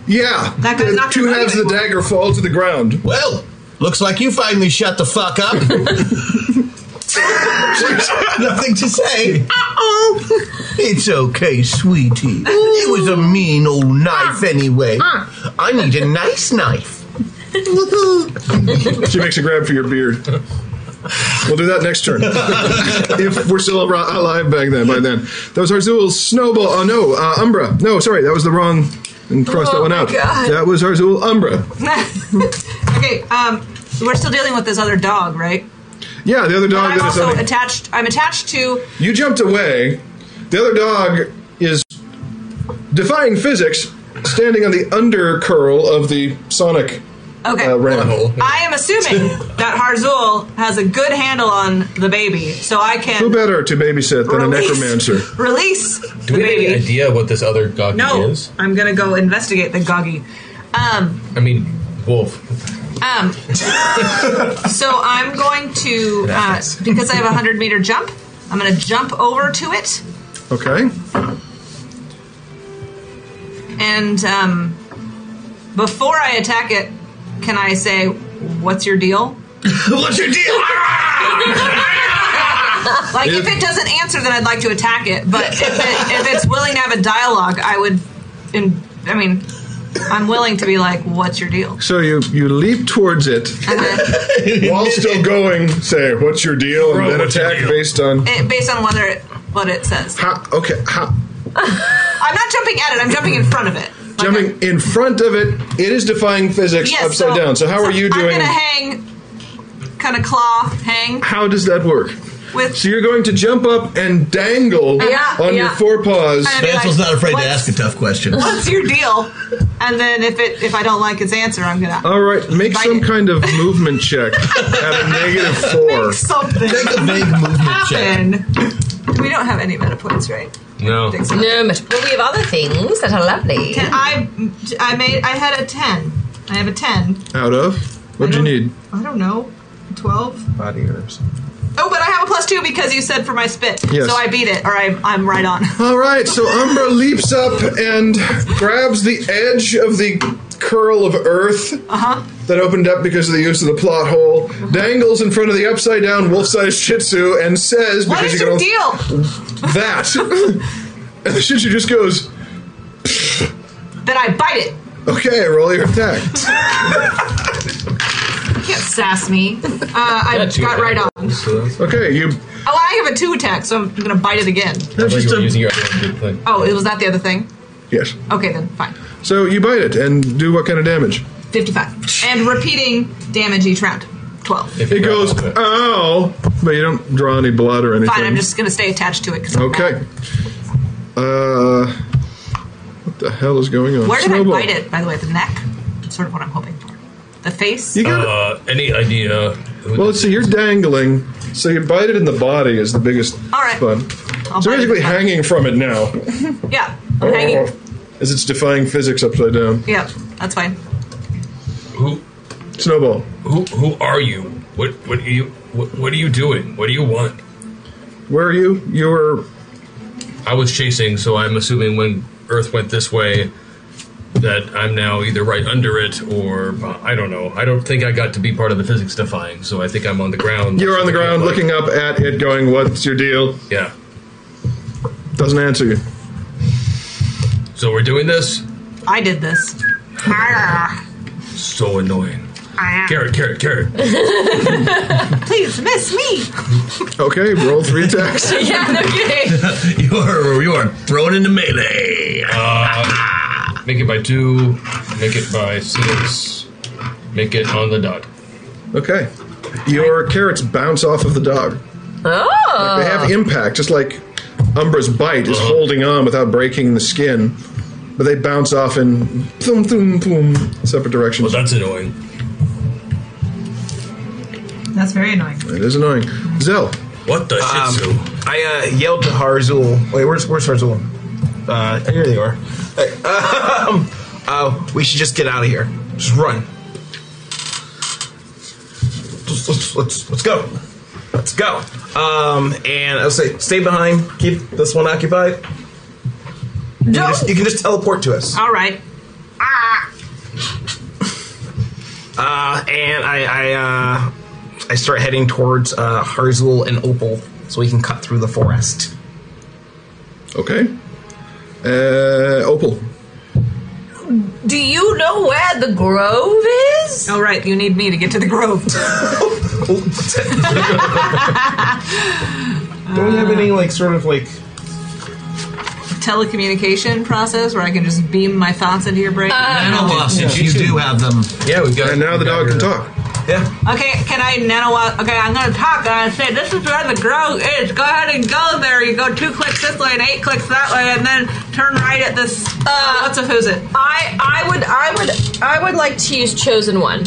Yeah. the two halves of the dagger fall to the ground. Well, looks like you finally shut the fuck up. There's nothing to say. Uh-oh. It's okay, sweetie. It was a mean old knife anyway. I need a nice knife. She makes a grab for your beard. We'll do that next turn. if we're still ar- alive back then, by then. That was Harzul's snowball. Oh, no. Uh, Umbra. No, sorry. That was the wrong. And cross Oh, that one my out. God. That was Harzul Umbra. okay, um, we're still dealing with this other dog, right? Yeah, the other But dog I'm that is also on the- attached. I'm attached to. You jumped away. The other dog is defying physics, standing on the undercurl of the Sonic Okay. uh, ram. I am assuming that Harzul has a good handle on the baby, so I Who can better to babysit than a Release. necromancer? release Do the we have any baby. idea what this other goggy No, is? I'm gonna go investigate the goggy. Um, I mean, wolf. um. so I'm going to uh, because I have a hundred meter jump. I'm gonna jump over to it Okay. and um, before I attack it, can I say, "What's your deal?" What's your deal? like if it doesn't answer, then I'd like to attack it. But if, it, if it's willing to have a dialogue, I would. In, I mean, I'm willing to be like, "What's your deal?" So you, you leap towards it while still going, say, What's your deal? And Bro, then what's your attack based on. It, based on whether it, what it says. How, okay, how, I'm not jumping at it. I'm jumping in front of it. Jumping in front of it, it is defying physics Yes, upside so- down. So, how are you I'm doing? gonna hang, kind of claw, hang. How does that work? With- so you're going to jump up and dangle Yeah, on yeah. your forepaws. I'd be Basil's like, not afraid to "What's- ask a tough question. What's your deal? And then if it if I don't like its answer, I'm gonna All right, make Bite some it. kind of movement check at a negative four. something. Make a big movement happen. We don't have any meta points, right? No. No, but Um, well, we have other things that are lovely. Ten, I I made I had a ten. I have a ten. Out of? What'd you need? I don't know. Twelve. Body herbs. Oh, but I have a plus two because you said for my spit. Yes. So I beat it, or I, I'm right on. All right, so Umbra leaps up and grabs the edge of the curl of earth Uh-huh. that opened up because of the use of the plot hole, dangles in front of the upside down wolf sized Shih Tzu, and says, What because is you can your deal? al- that. and the Shih Tzu just goes, Then I bite it. okay, roll your attack. can't sass me. Uh, I Yeah, got two right attacks. on. Okay, you. Oh, I have a two attack, so I'm gonna bite it again. That's just using your good thing. Oh, it was that the other thing? Yes. Okay, then fine. So you bite it and do what kind of damage? Fifty-five, and repeating damage each round. Twelve. It goes ow, but you don't draw any blood or anything. Fine, I'm just gonna stay attached to it. 'cause I'm Okay. mad. Uh, what the hell is going on? Where did Snowball. I bite it? By the way, the neck. That's sort of what I'm hoping for. The face. You got Uh, any idea? Well, let's see. You're dangling, so you bite it in the body is the biggest All right. fun. I'll so bite it in basically, the hanging from it now yeah, I'm hanging. as it's defying physics upside down. Yeah, that's fine. Who? Snowball. Who? Who are you? What? What are you? What, what are you doing? What do you want? Where are you? You were. I was chasing, so I'm assuming when Earth went this way, that I'm now either right under it or uh, I don't know. I don't think I got to be part of the physics defying, so I think I'm on the ground. You're on the ground, looking up at it, going, "What's your deal?" Yeah. Doesn't answer you. So we're doing this. I did this. So annoying. Carrot, carrot, carrot. Please miss me. Okay, roll three attacks. yeah, no kidding. you are you are thrown into melee. Uh, make it by two. Make it by six. Make it on the dot. Okay. Your carrots bounce off of the dog. Oh. They have impact, just like Umbra's bite is holding on without breaking the skin, but they bounce off in thum thum thum separate directions. Well, that's annoying. That's very annoying. It is annoying. Zell. What the um, I uh, yelled to Harzul. Wait, where's where's Harzul? Uh, here they are. Hey, um, uh, we should just get out of here. Just run. Let's let's let's, let's go. Let's go. Um, and I'll say, stay behind. Keep this one occupied. You, can just, you can just teleport to us. All right. Uh, and I I, uh, I start heading towards uh, Harzul and Opal so we can cut through the forest. Okay. Uh, Opal. Do you know where the grove is? All right, you need me to get to the grove. Oh, Don't have any like sort of like Telecommunication process where I can just beam my thoughts into your brain. Uh, uh, Since you do have them, yeah, we got. And now the dog can talk. Okay, can I nano? Okay, I'm gonna talk. uh, And I say this is where the grove is. Go ahead and go there. You go two clicks this way and eight clicks that way, and then turn right at this. Uh, what's a who's it? I I would I would I would like to use chosen one.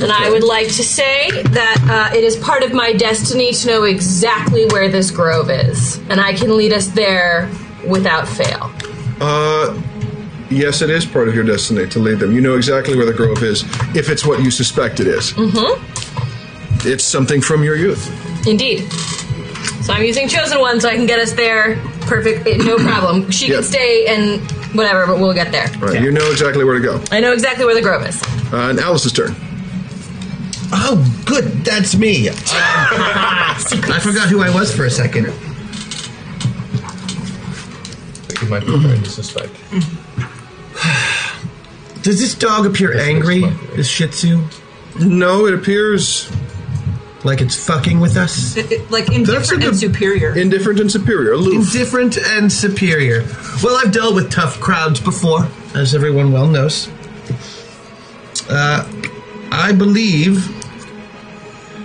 And I would like to say that uh, it is part of my destiny to know exactly where this grove is, and I can lead us there without fail. Uh, yes, it is part of your destiny to lead them. You know exactly where the grove is, if it's what you suspect it is. Mm-hmm. It's something from your youth. Indeed. So I'm using chosen one, so I can get us there. Perfect, eh, no problem. She Yeah. can stay and whatever, but we'll get there. Right. You know exactly where to go. I know exactly where the grove is. Uh, and Alice's turn. Oh, good. That's me. Um, I forgot who I was for a second. You might be trying to suspect. Does this dog appear angry? This Shih Tzu? No, it appears like it's fucking with us. It- it- like indifferent and superior. Indifferent and superior. Indifferent and superior. Well, I've dealt with tough crowds before, as everyone well knows. Uh, I believe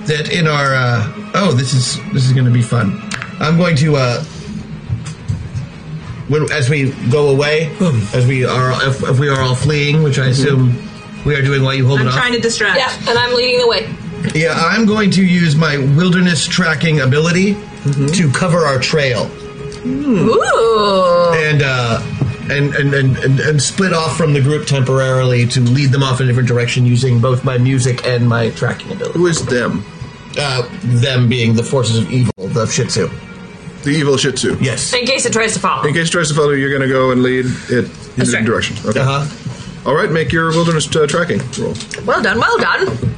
that in our uh, oh, this is this is going to be fun. I'm going to uh, when, as we go away, as we are if, if we are all fleeing, which I assume we are doing while you hold it I'm off. trying to distract. Yeah, and I'm leading the way. Yeah, I'm going to use my wilderness tracking ability to cover our trail. Ooh. And, uh, and, and, and, and, and split off from the group temporarily to lead them off in a different direction using both my music and my tracking ability. Who is them? Uh, them being the forces of evil, the Shih Tzu. The evil Shih Tzu. Yes. In case it tries to follow. In case it tries to follow, you're going to go and lead it in That's the right. direction. Okay. Uh-huh. All right, make your wilderness uh, tracking roll. Well done, well done.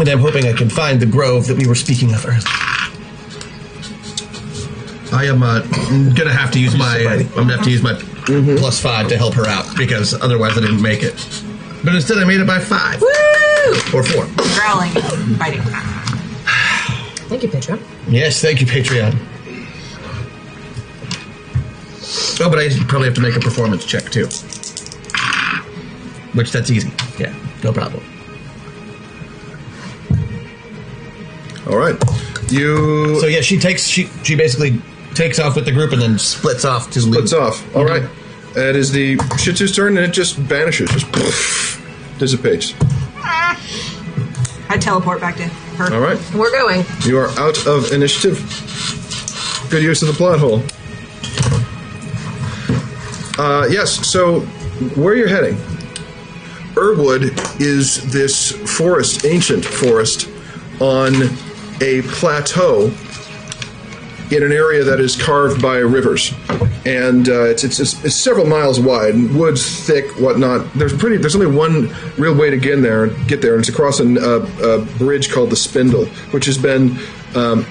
And I'm hoping I can find the grove that we were speaking of earlier. I am uh, gonna have Mm-hmm. to use my. I'm gonna have to use my plus five to help her out because otherwise I didn't make it. But instead, I made it by five. Woo! Or four. Growling, biting. Thank you, Petra. Yes, thank you, Patreon. Oh, but I probably have to make a performance check too. Which that's easy. Yeah, no problem. All right. You. So yeah, she takes she she basically takes off with the group and then splits off to splits off. Mm-hmm. All right. Mm-hmm. That is the Shih Tzu's turn, and it just vanishes, just poof, dissipates. I teleport back to her. All right. We're going. You are out of initiative. Good use of the plot hole. Uh, yes. So, where you're heading? Irwood is this forest, ancient forest, on a plateau in an area that is carved by rivers, and uh, it's, it's it's it's several miles wide, and woods thick, whatnot. There's pretty. There's only one real way to get there. Get there, and it's across an, uh, a bridge called the Spindle, which has been um,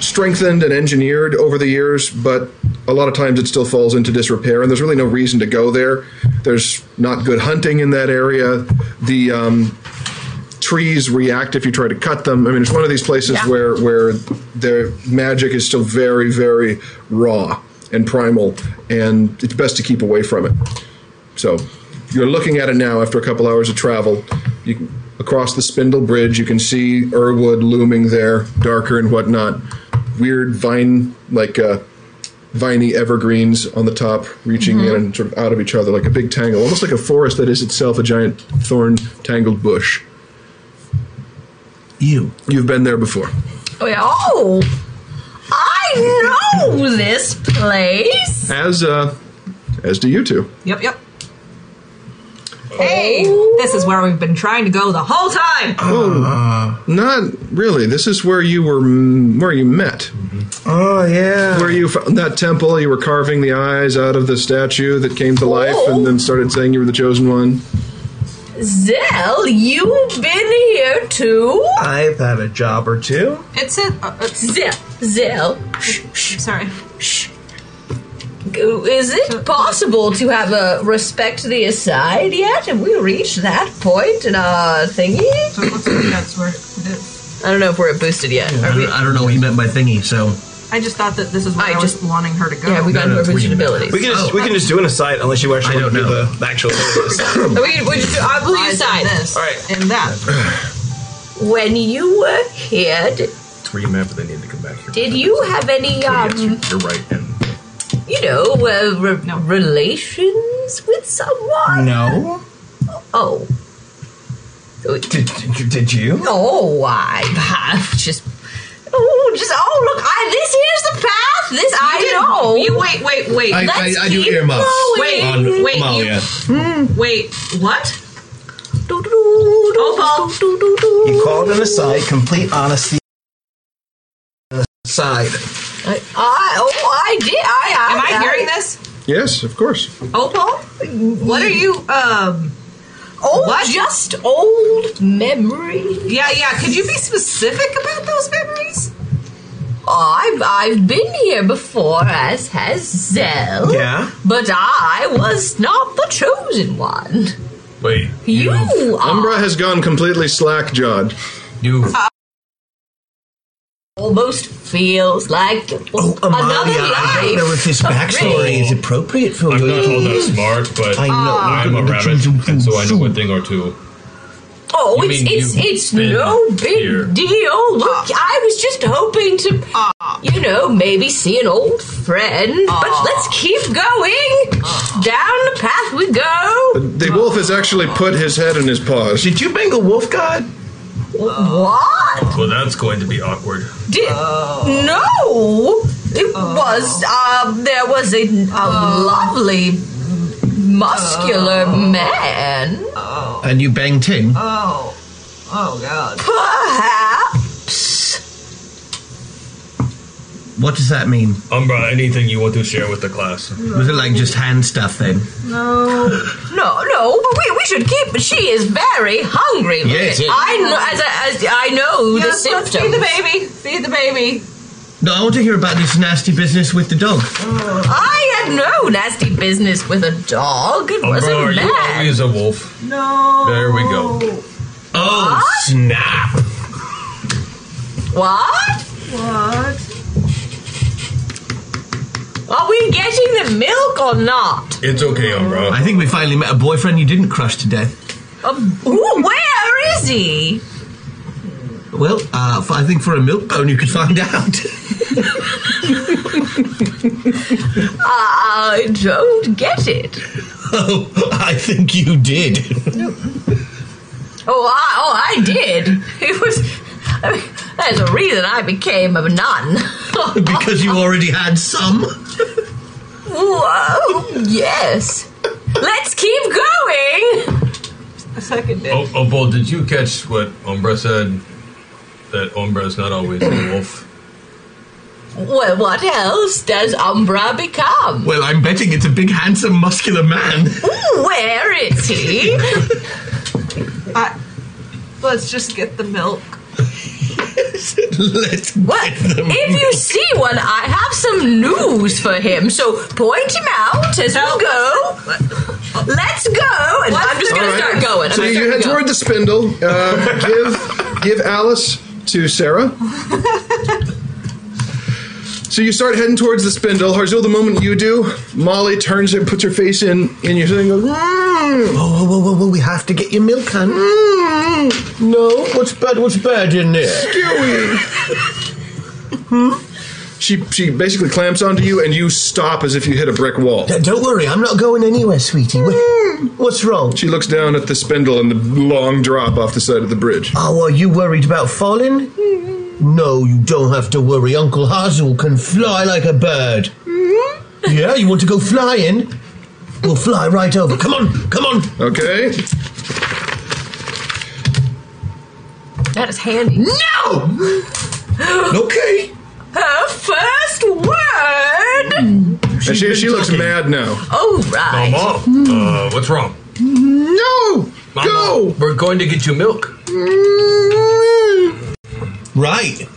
strengthened and engineered over the years, but a lot of times it still falls into disrepair, and there's really no reason to go there. There's not good hunting in that area. The um, trees react if you try to cut them. I mean, it's one of these places where where their magic is still very, very raw and primal, and it's best to keep away from it. So you're looking at it now after a couple hours of travel. You can, across the Spindle Bridge, you can see Irwood looming there, darker and whatnot. Weird vine like. Uh, Viney evergreens on the top, reaching in and sort of out of each other like a big tangle, almost like a forest that is itself a giant thorn tangled bush. You. You've been there before. Oh, yeah. oh, I know this place. As uh as do you two. Yep, yep. Hey, this is where we've been trying to go the whole time. Oh, not really. This is where you were, m- where you met. Oh yeah, where you found that temple. You were carving the eyes out of the statue that came to life, and then started saying you were the chosen one. Zell, you've been here too. I've had a job or two. It's a. Uh, it's Zell, Zell, sorry. is it possible to have a respect the aside yet? Have we reached that point in our thingy? I don't know if we're at boosted yet. I don't, I don't know what you meant by thingy. So I just thought that this is where I, was wanting her to go. Yeah, we got No, no, no, it's what you meant. abilities. We can just we can just do an aside unless you actually want to do the, the actual. Oh, we, we just do, I blew you aside. This and that. When you were here, d- It's where you map, but they need to come back here. did you have any, um, You're right. And you know, uh, re- relations with someone? No. Oh. Did, did, did you? No, I, I just. Oh, just oh look! I, this here's the path. This I did- know. you- wait, wait, wait. I, I, Let's I do keep earmuffs. going. on wait, Malia. Wait, what? Opal. You called an aside. Complete honesty. Aside. I, I oh I did. I, I Am I hearing this? Yes, of course. Opal, what are you? Um. Old, What? just old memories. Yeah, yeah. Could you be specific about those memories? I've I've been here before, as has Zell. Yeah. But I was not the chosen one. wait, You are. Umbra has gone completely slack jawed. You Almost feels like Oh, another Amalia, I life. don't know if this But backstory really, is appropriate for I'm you. not all that smart, but I know. I'm a rabbit, and so I know a thing or two. Oh, You it's mean it's you've it's been no big here? deal. Look, Ah. I was just hoping to, you know, maybe see an old friend. Ah. But let's keep going down the path we go. The wolf Uh, has actually put his head in his paws. Did you bang a wolf god? Ah. What? Well, that's going to be awkward. Did, Ah. No, it was. Um, there was a, a Ah. lovely, muscular man. And you bang Ting. Oh, oh God. Perhaps. What does that mean? Umbra, anything you want to share with the class? Was it like just hand stuff then? No, no, but we, we should keep. She is very hungry. Yes, yes. I know. As, I- as I know the Yes, let's symptoms. feed the baby. Feed the baby. No, I want to hear about this nasty business with the dog. I had no nasty business with a dog. It wasn't Umbrella, Oh, you bad. always a wolf. No. There we go. Oh, snap. What? What? Are we getting the milk or not? It's okay, Umbra. I think we finally met a boyfriend you didn't crush to death. Um, ooh, where is he? Well, uh, f- I think for a milk bone you could find out. Uh, I don't get it. oh, I think you did. Oh, I, oh, I did. It was. I mean, there's a reason I became a nun. because you already had some. Whoa, yes. Let's keep going. A second day. Oh, oh, Bull, did you catch what Umbra said? That Umbra's not always a wolf. Well, what else does Umbra become? Well, I'm betting it's a big, handsome, muscular man. Ooh, where is he? I, let's just get the milk. Let's What? If you see one, I have some news for him. So point him out as we go. Let's go. And I'm just All gonna right. start going. I'm So gonna you start head going. toward the spindle. Uh, give give Alice to Sarah. So you start heading towards the spindle. Harzil, the moment you do, Molly turns and puts her face in in your thing and goes, mm. Whoa, whoa, whoa, whoa, we have to get your milk, hun. Mm. No, what's bad? What's bad in there? Skewy. She she basically clamps onto you and you stop as if you hit a brick wall. Don't worry, I'm not going anywhere, sweetie. Mm. What's wrong? She looks down at the spindle and the long drop off the side of the bridge. Oh, are you worried about falling? No, you don't have to worry. Uncle Hazel can fly like a bird. Yeah, you want to go flying? We'll fly right over. Come on, come on. Okay. That is handy. No. Okay. Her first word. And she, she looks mad now. All right. Mama, uh, what's wrong? No. Mama, Go. We're going to get you milk. Right.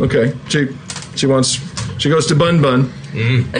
Okay. She she wants she goes to Bun Bun.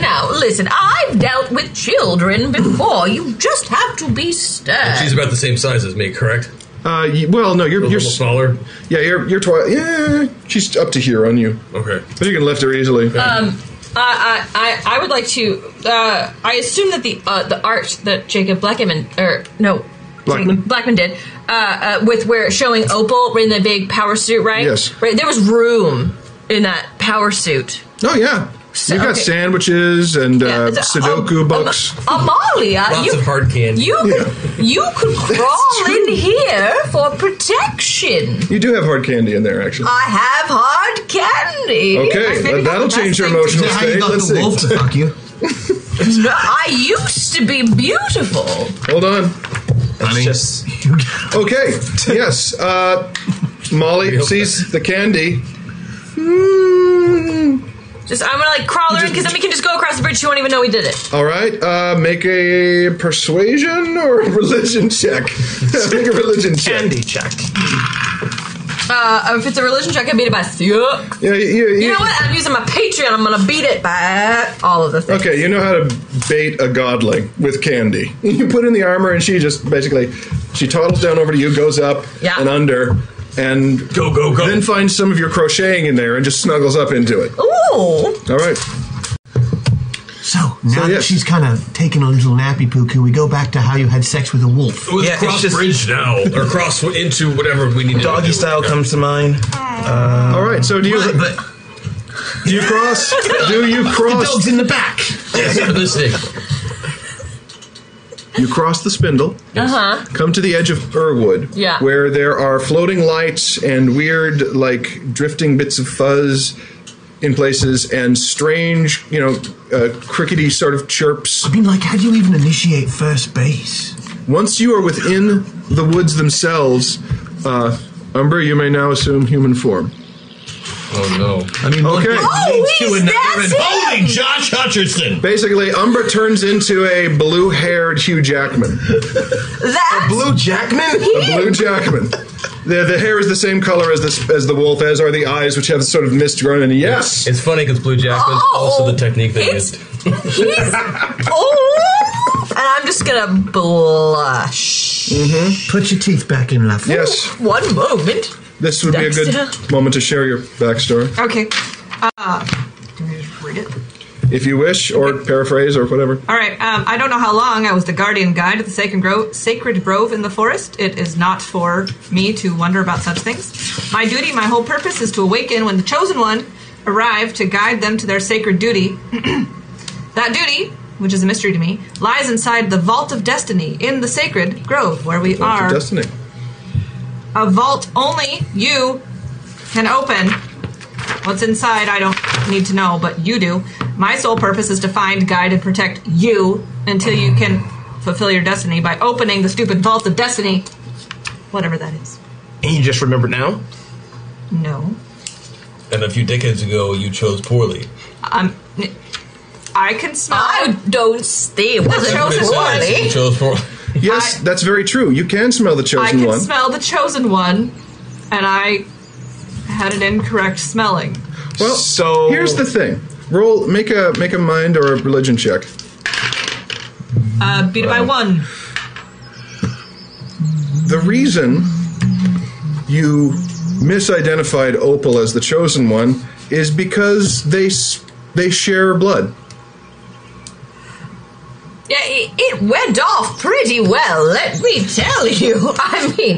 Now listen, I've dealt with children before. You just have to be stern. She's about the same size as me, correct? Uh, y- well, no, you're A you're little s- smaller. yeah, you're you're twi- yeah. She's up to here on you, Okay. but you can lift her easily. Um, I, I, I I would like to. Uh, I assume that the uh, the art that Jacob Blackman or no Blackman? Blackman did uh, uh, with where showing Opal in the big power suit, right? Yes. Right. There was room in that power suit. oh yeah, So- you've got okay. sandwiches and uh, it's a- Sudoku um, books. Amalia, Lots you of hard candy. you could, you could crawl in here for protection. you do have hard candy in there, actually. I have hard candy. okay, that- that'll change your emotional state. Let's see. to fuck you? No, I used to be beautiful. Hold on. It's just Okay. yes. Uh, Molly sees the candy. Hmm. Just I'm gonna like crawl her in because then we can just go across the bridge. She won't even know we did it. All right. Uh, make a persuasion or a religion check. make a religion check. candy check. Uh, if it's a religion check, I beat it by six. You Yeah, you, you- know what? I'm using my Patreon. I'm gonna beat it by all of the things. Okay, you know how to bait a godling with candy. You put in the armor, and she just basically she toddles down over to you, goes up Yeah. and under, and Go, go, go. then finds some of your crocheting in there and just snuggles up into it. Ooh, All right, So now yeah. that she's kind of taken a little nappy poo, can we go back to how you had sex with a wolf? With Yeah, it's cross just- bridge now, or cross into whatever we need. to Doggy do. style comes to mind. all right. So do you Right, but do you cross? Do you the cross? dog's in the back. Yes, I'm listening. You cross the spindle. Uh-huh. Come to the edge of Urwood. Yeah. Where there are floating lights and weird, like, drifting bits of fuzz in places and strange, you know, uh, crickety sort of chirps. I mean, like, how do you even initiate first base? Once you are within the woods themselves, uh, Umbra, you may now assume human form. Oh no. I mean, one Okay. thing Oh, leads he's- that's him! holy Josh Hutcherson! Basically, Umbra turns into a blue haired Hugh Jackman. that's Blue Jackman? A blue Jackman. The, the hair is the same color as this as the wolf, as are the eyes, which have sort of mist grown in. it. Yes, it's funny because Blue Jackman's Oh! also the technique they used. He's oh, and I'm just gonna blush. Mm-hmm. Put your teeth back in, love. Yes. One moment. This would be a Dexter. good moment to share your backstory, Okay. Uh, do I just read it? if you wish, or paraphrase, or whatever. All right. Um, I don't know how long I was the guardian guide of the sacred grove, sacred grove in the forest. It is not for me to wonder about such things. My duty, my whole purpose, is to awaken when the chosen one arrived to guide them to their sacred duty. that duty, which is a mystery to me, lies inside the vault of destiny in the sacred grove, where we Vault of are Destiny. a vault only you can open. What's inside, I don't need to know, but you do. My sole purpose is to find, guide, and protect you until you can fulfill your destiny by opening the stupid vault of destiny. Whatever that is. And you just remember now? No. And a few decades ago, you chose poorly. Um, I can smell. I don't see. The chosen one. Yes, that's very true. You can smell the I chosen can one. smell the chosen one, and I had an incorrect smelling. well, so here's the thing. Roll, make a make a mind or a religion check. Uh, beat it by Wow. one. The reason you misidentified Opal as the chosen one is because they s- they share blood. Yeah, it, it went off pretty well. Let me tell you. I mean,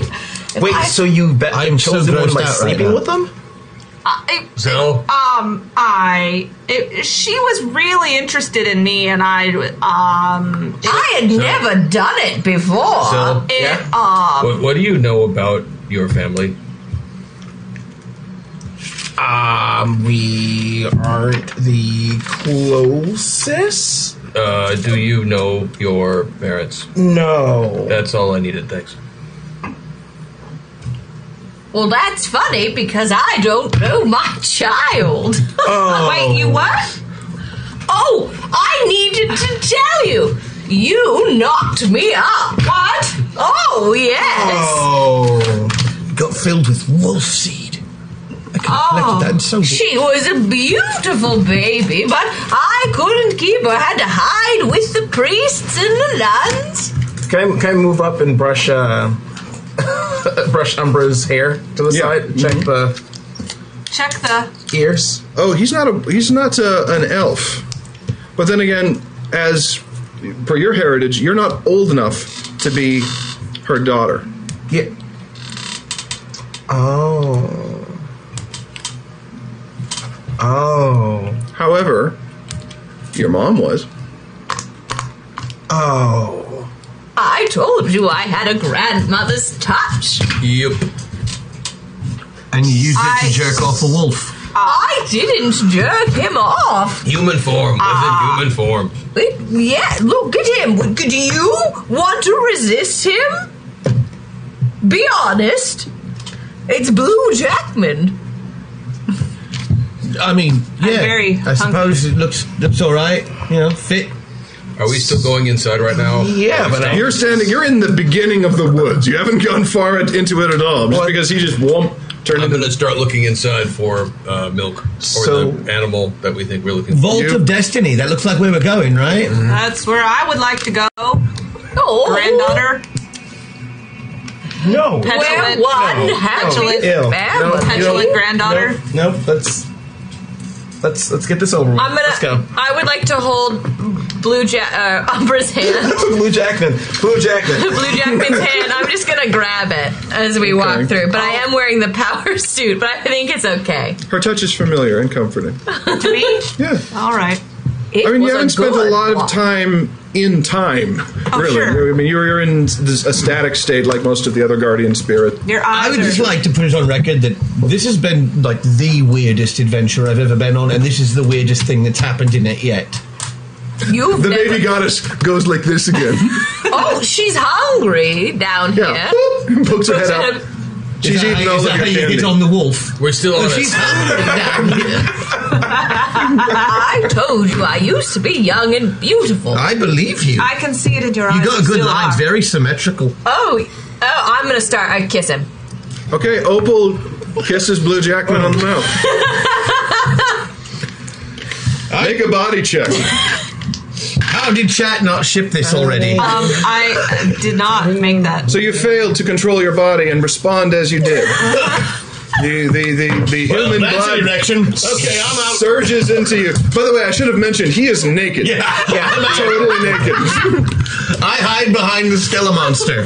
if Wait, I, so you bet I'm so chosen one grossed by out right sleeping now. with them? uh, I, So? Um, I it, she was really interested in me, and I um I had never done it before. uh, So, it, yeah. um, What, what do you know about your family? Um, we aren't the closest. Uh, do you know your parents? No. That's all I needed, thanks. Well, that's funny because I don't know my child. Oh. Wait, you what? Oh, I needed to tell you. You knocked me up. What? Oh, yes. Oh. Got filled with wolf seed. I can Oh, that. so good. she was a beautiful baby, but I couldn't keep her. I had to hide with the priests and the nuns. Can I, can I move up and brush uh, brush Umbra's hair to the side? Mm-hmm. Check the check the ears. Oh, he's not a he's not a, an elf. But then again, as per your heritage, you're not old enough to be her daughter. Yeah. Oh. Oh. However, your mom was. Oh. I told you I had a grandmother's touch. Yep. And you used it I- to jerk off a wolf. I didn't jerk him off. Human form. Ah. Was it human form? It- yeah, look at him. Do you want to resist him? Be honest. It's Blue Jackman. I mean, yeah. very I suppose it looks looks all right. You know, fit. Are we still going inside right now? Yeah, but you're standing. You're in the beginning of the woods. You haven't gone far in- into it at all. Just because he just whoomp turned I'm into. going to start looking inside for uh, milk or So- the animal that we think we're looking for. Vault of Destiny. That looks like where we're going, right? That's where I would like to go. Oh. Granddaughter. No. Where Petulant. one No, happy Petulant. Ew. No, Petulant you don't- granddaughter. Nope. nope, Let's let's let's get this over with. I'm gonna. let's go. I would like to hold Blue ja- uh, Umbra's hand, Blue Jackman. Blue Jackman. Blue Jackman's hand. I'm just gonna grab it as we walk Okay. through. But I Oh. am wearing the power suit, but I think it's okay. Her touch is familiar and comforting. to me? Yeah. All right. I mean, you was a haven't spent a good lot walk. Oh, of time in time, really. I mean, you're, you're in this, a static state like most of the other guardian spirit. I would just like to put it on record that this has been like the weirdest adventure I've ever been on, and this is the weirdest thing that's happened in it yet. You've the never- baby goddess goes like this again. Oh, she's hungry down Yeah. here. Boop. Pokes her head out. She's Is that eating how- all is of that your how you candy. hit on the wolf. We're still on it. She's hungry down here. I told you I used to be young and beautiful. I believe you. I can see it in your eyes. You got a You good still line. are. Very symmetrical. Oh, oh! I'm gonna start. I kiss him. Okay, Opal kisses Blue Jackman on the mouth. Oh. Make a body check. How did chat not ship this already? Um, I did not make that. So you failed to control your body and respond as you did. The the the, the Well, human that's an blood erection. Okay, I'm out. surges into you. By the way, I should have mentioned he is naked. Yeah. yeah, totally naked. I hide behind the Stella monster.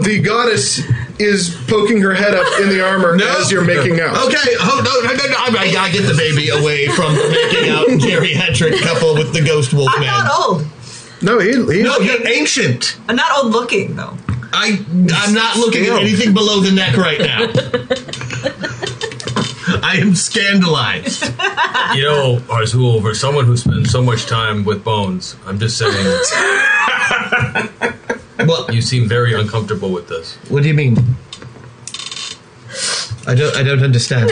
The goddess is poking her head up in the armor as you're making out. Okay, oh, no, no, no, no, I, I gotta get the baby away from the making out geriatric couple with the ghost wolf man. I'm not old. No, he, he No, you're ancient. I'm not old looking though. I, I'm not looking Still. at anything below the neck right now. I am scandalized. You know, Arzul, for someone who spends so much time with bones, I'm just saying. well, you seem very uncomfortable with this. What do you mean? I don't. I don't understand.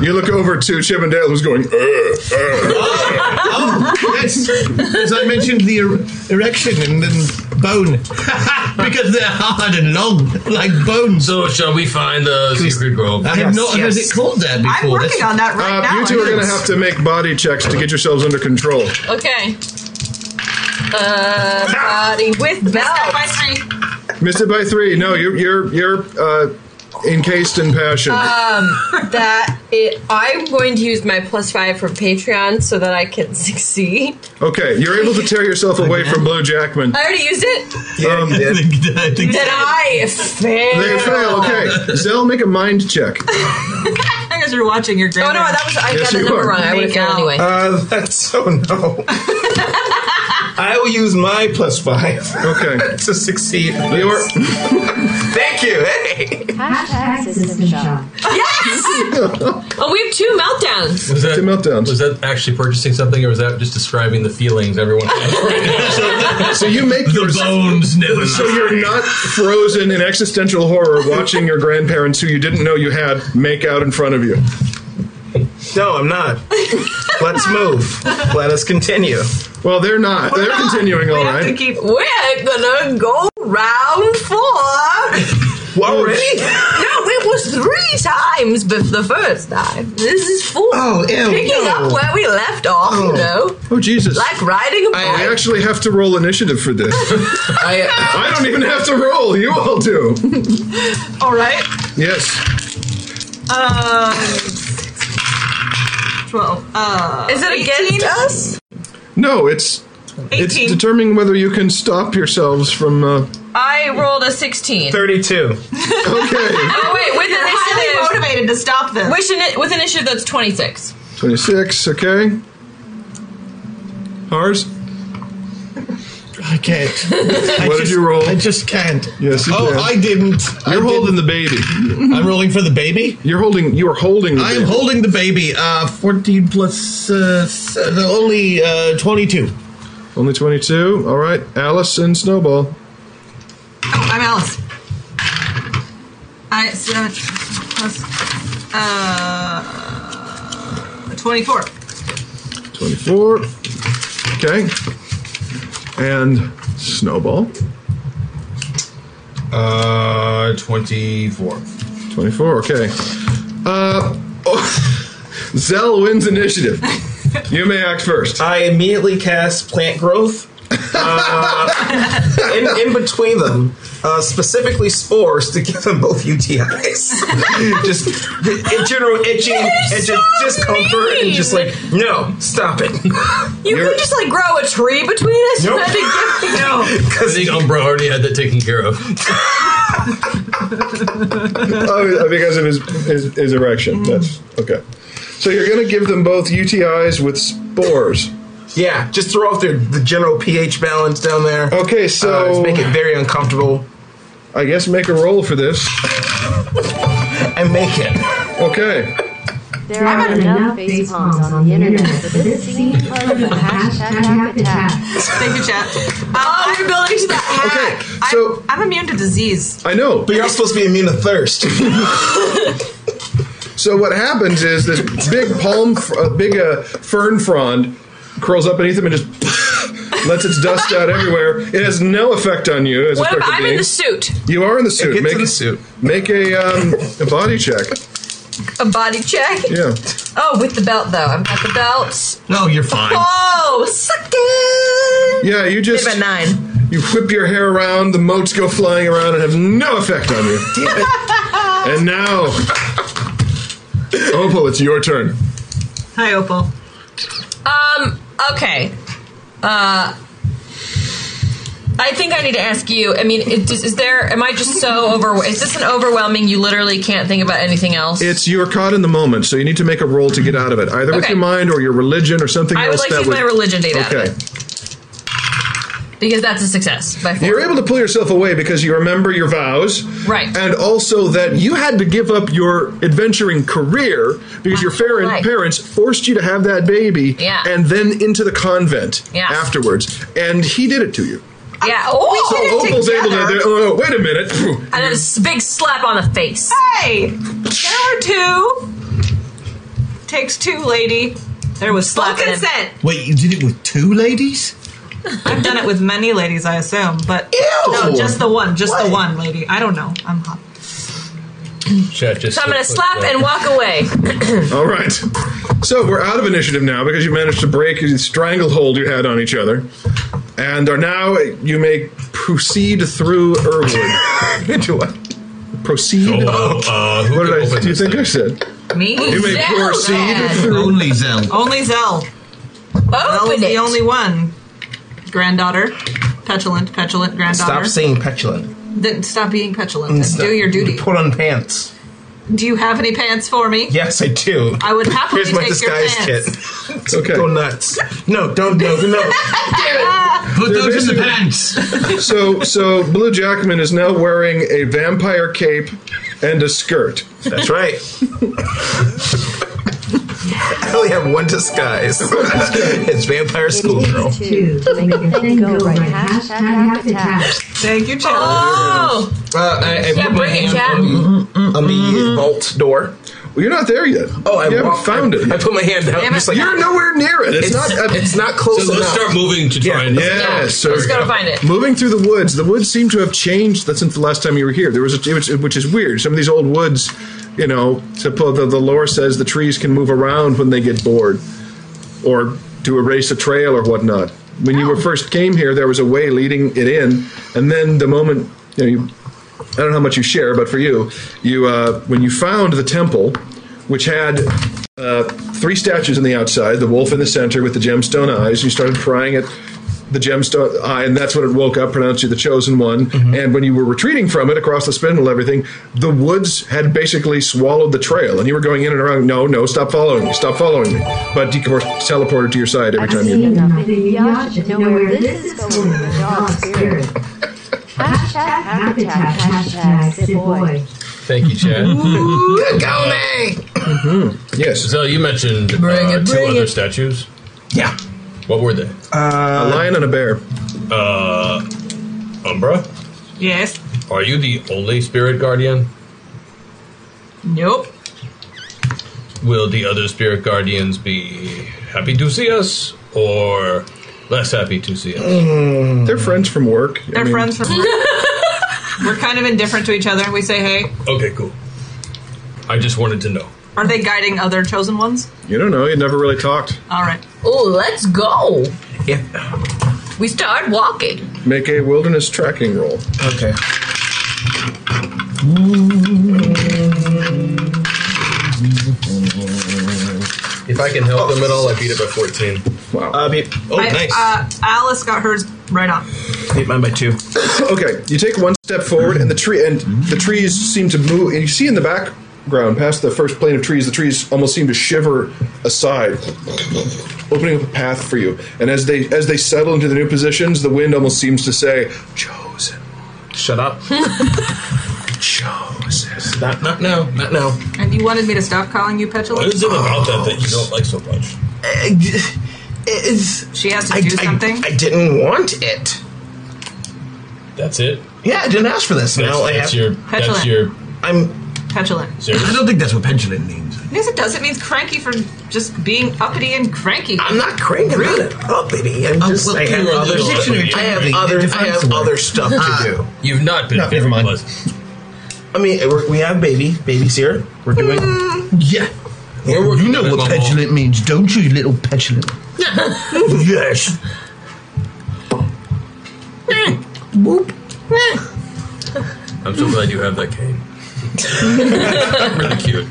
You look over to Chippendale who's going, "Uh, "Ugh, ugh." Oh, yes. As I mentioned, the er- erection and then bone, because they're hard and long like bones. So shall we find the secret grove? I have not heard it called that before. That's- Uh, You two are going to have to make body checks to get yourselves under control. Okay. Uh, body with bell. by three. Missed it by three. No, you're you're you're uh, encased in passion. Um, that it. I'm going to use my plus five from Patreon so that I can succeed. okay, you're able to tear yourself away from Blue Jackman. I already used it. Um, they Did I fail? fail. Okay, Zell, make a mind check. I guess you're watching your grandma. Oh no, that was I got the number wrong. I would have Make failed out. anyway. Uh, that's oh no. I will use my plus five. Okay. to succeed. You are- Thank you. Hey. Hashtag system shock. yes. oh, we have two meltdowns. Was that, meltdowns. was that actually purchasing something, or was that just describing the feelings everyone has? So you make the bones never So you're not frozen in existential horror watching your grandparents who you didn't know you had make out in front of you. No, I'm not. Let's move. Let us continue. Well, they're not. They're continuing all right. keep. We're gonna go round four. Oh, no, Already? it was three times bef- the first time. This is four. Oh, ew, Picking no. up where we left off, you know? Oh Jesus! Like riding a bike. I actually have to roll initiative for this. I, I uh, don't even have to roll. You all do. All right. Yes. Um, twelve. Uh, is it against us? No. It's it's 18. determining whether you can stop yourselves from. Uh, I rolled a 16. Thirty-two. okay. Oh, wait, with You're highly initiative. motivated to stop this. With, ini- with initiative, that's 26. Twenty six. Okay. Hars. I can't. I What did just, you roll? I just can't. Yes, you oh, can. I didn't. I You're holding the didn't. baby. I'm rolling for the baby. You're holding. You are holding. The I am baby. holding the baby. Uh, 14 plus uh, s- uh, only uh, 22. Only twenty two. All right. Alice and Snowball. Oh, I'm Alice. I seven plus uh twenty-four. Twenty four. Okay. And Snowball. uh, 24. 24, okay. Uh, oh, Zell wins initiative. You may act first. I immediately cast plant growth. Uh, in, in between them, uh, specifically spores to give them both UTIs. just in general itching and just discomfort and just like no, stop it. You You're- could just, like, grow a tree between us. Nope. and that'd be good. No. I think Umbra already had that taken care of. Oh, because of his, his, his erection. That's okay. So you're going to give them both UTIs with spores. Yeah, just throw off their the general pH balance down there. Okay, Uh, so just make it very uncomfortable I guess make a roll for this. and make it. Okay. There are enough face palms on the internet for this scene part of the hashtag hack attack. Thank you, chat. Um, Oh, you're building to that. Okay, I'm, so- I'm immune to disease. I know. But you're also supposed to be immune to thirst. So what happens is this big palm, fr- uh, big uh, fern frond curls up beneath him and just lets its dust out everywhere. It has no effect on you as What a if perfect I'm being. in the suit? You are in the suit. gets make in a suit. Make a um, a body check. A body check? Yeah. Oh, with the belt, though. I've got the belt. No, you're fine. Oh, suckin'! Yeah, you just Give it nine. You whip your hair around, the motes go flying around and have no effect on you. Damn it. And now Opal, it's your turn. Hi, Opal. Um, okay. Uh, I think I need to ask you. I mean, it, is, is there? Am I just so over? Is this an overwhelming? You literally can't think about anything else. It's you're caught in the moment, so you need to make a roll to get out of it, either with Okay. your mind or your religion or something I would else. like to that use would- my religion data. Okay, because that's a success by four. you're able to pull yourself away because you remember your vows, Right. And also that you had to give up your adventuring career because your fair- parents forced you to have that baby, Yeah. and then into the convent Yeah. afterwards, and he did it to you. yeah. Oh, so Opal's able to. Oh, wait a minute. And then a big slap on the face. Hey! There were two. Takes two, lady. There was full consent. Wait, you did it with two ladies? I've done it with many ladies, I assume, but no, just the one, just the one lady. I don't know. I'm hot. So I'm gonna slap and walk away. All right. So we're out of initiative now because you managed to break the stranglehold you had on each other, and are now you may proceed through Irwood. Into what? Proceed. Oh, uh, who what can did I? open Do you think I said? Me? You may proceed Oh, through. Only Zell. Only Zell. Zell is the only one. Granddaughter. Petulant, petulant Stop granddaughter. saying petulant. Then stop being petulant. And and stop- do your duty. Put on pants. Do you have any pants for me? Yes, I do. I would happily Here's my take your disguise pants. kit. So Go nuts. No, don't. No, no. Put They're those in basically- the pants. So, so Blue Jackman is now wearing a vampire cape and a skirt. That's right. I only have one disguise. it's vampire schoolgirl. Two, to make the thing go right. Hashtag hack attack. Thank you, Chad. Oh, Uh, I, I Yeah, put my bring it, hand Jack. on, on the vault door. Well, you're not there yet. Oh, I You haven't walked- found I- it. I put my hand out. Damn it. Just like, You're nowhere near it. It's, It's- not. uh, it's not close So enough. let's start moving to try and. Yeah, so let's go find it. Moving through the woods, the woods seem to have changed that since the last time you were here. There was, a, which, which is weird. Some of these old woods, you know, suppo- the, the lore says the trees can move around when they get bored, or to erase a trail or whatnot. When you were first came here, there was a way leading it in, and then the moment you know, you, I don't know how much you share, but for you, you uh, when you found the temple, which had uh, three statues on the outside, the wolf in the center with the gemstone eyes. You started prying at the gemstone eye, and that's when it woke up, pronounced you the chosen one. And when you were retreating from it across the spindle, and everything, the woods had basically swallowed the trail, and you were going in and around. No, no, stop following me, stop following me. But you course teleported to your side every time you. Seeing nothing, y'all should know where this is going. Dog spirit. Hashtag hack attack. Hashtag sit boy. Thank you, Chad. Yes, Zell, you mentioned Bring uh, it, two bring other it. statues. Yeah. What were they? a lion and a bear. Uh, Umbra, Yes. are you the only spirit guardian? Nope. Will the other spirit guardians be happy to see us or less happy to see Mm. us? They're friends from work. I They're mean, friends from work. We're kind of indifferent to each other. We say, hey, Okay, cool. I just wanted to know. are they guiding other chosen ones? You don't know. You never really talked. All right. Oh, let's go. Yeah. We start walking. Make a wilderness tracking roll. Okay. If I can help them at all, I beat it by 14. Wow. Uh, beat, oh, I- nice. uh, Alice got hers right on. beat mine by two. okay, you take one step forward, and the tree and the trees seem to move. And you see in the background, past the first plane of trees, the trees almost seem to shiver aside, opening up a path for you. And as they as they settle into the new positions, the wind almost seems to say, "Chosen, Shut up. chosen." Not, not now. Not now. And you wanted me to stop calling you petulant? What is it about that that you don't like so much? It's, She has to do something? I, didn't want it. That's it. Yeah, I didn't ask for this. That's, now I that's have. your. That's Petulant. your. I'm. petulant. Serious? I don't think that's what petulant means. Yes, it does. It means cranky for just being uppity and cranky. I'm not cranky. I'm not an uppity. Oh, I'm just. I have other. I have other. I have other stuff Ah, to do. You've not been. No, very never mind. pleasant. I mean, we're, we have baby. Baby's here. We're doing. Yeah. you know what petulant means, don't you, you little petulant? yes. Whoop. I'm so glad you have that cane. really cute.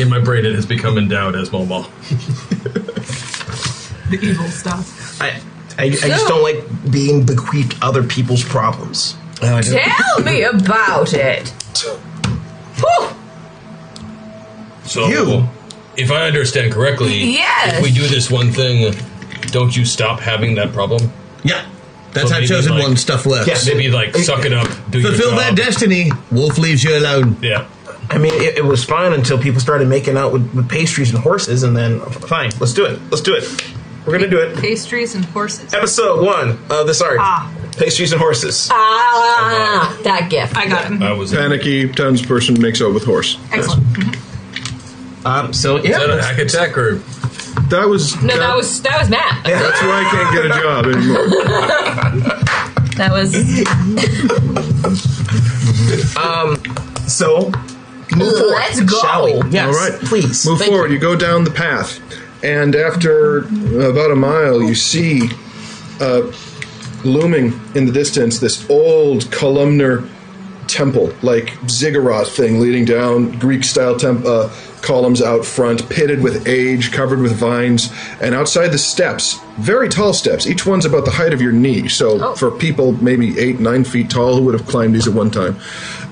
In my brain, it has become endowed as Momo. The evil stuff. I, I, I just don't like being bequeathed other people's problems. Oh, Tell me about it. Whew. So, you. if I understand correctly, Yes. if we do this one thing, don't you stop having that problem? Yeah. That's So how maybe, Chosen like- One stuff left. Yeah, maybe like suck it up. Do your Fulfill job. that destiny. Wolf leaves you alone. Yeah. I mean, it, it was fine until people started making out with, with pastries and horses, and then fine, let's do it. Let's do it. We're gonna do it. Pastries and horses. Episode one of this art: Ah. pastries and horses. Ah, that gift. I got him. I was Panicky times person makes out with horse. Excellent. Um, so Is that a hack attack or That was No, that was that was Matt. that's why I can't get a job anymore. That was Um, so move forward. Let's go. Shall we? Yes, All right, please. move Thank forward. You. go down the path, and after about a mile, you see uh, looming in the distance this old columnar temple, like ziggurat thing, leading down Greek style temp- uh, columns out front, pitted with age, covered with vines, and outside the steps, very tall steps. Each one's about the height of your knee, so for people maybe eight, nine feet tall who would have climbed these at one time.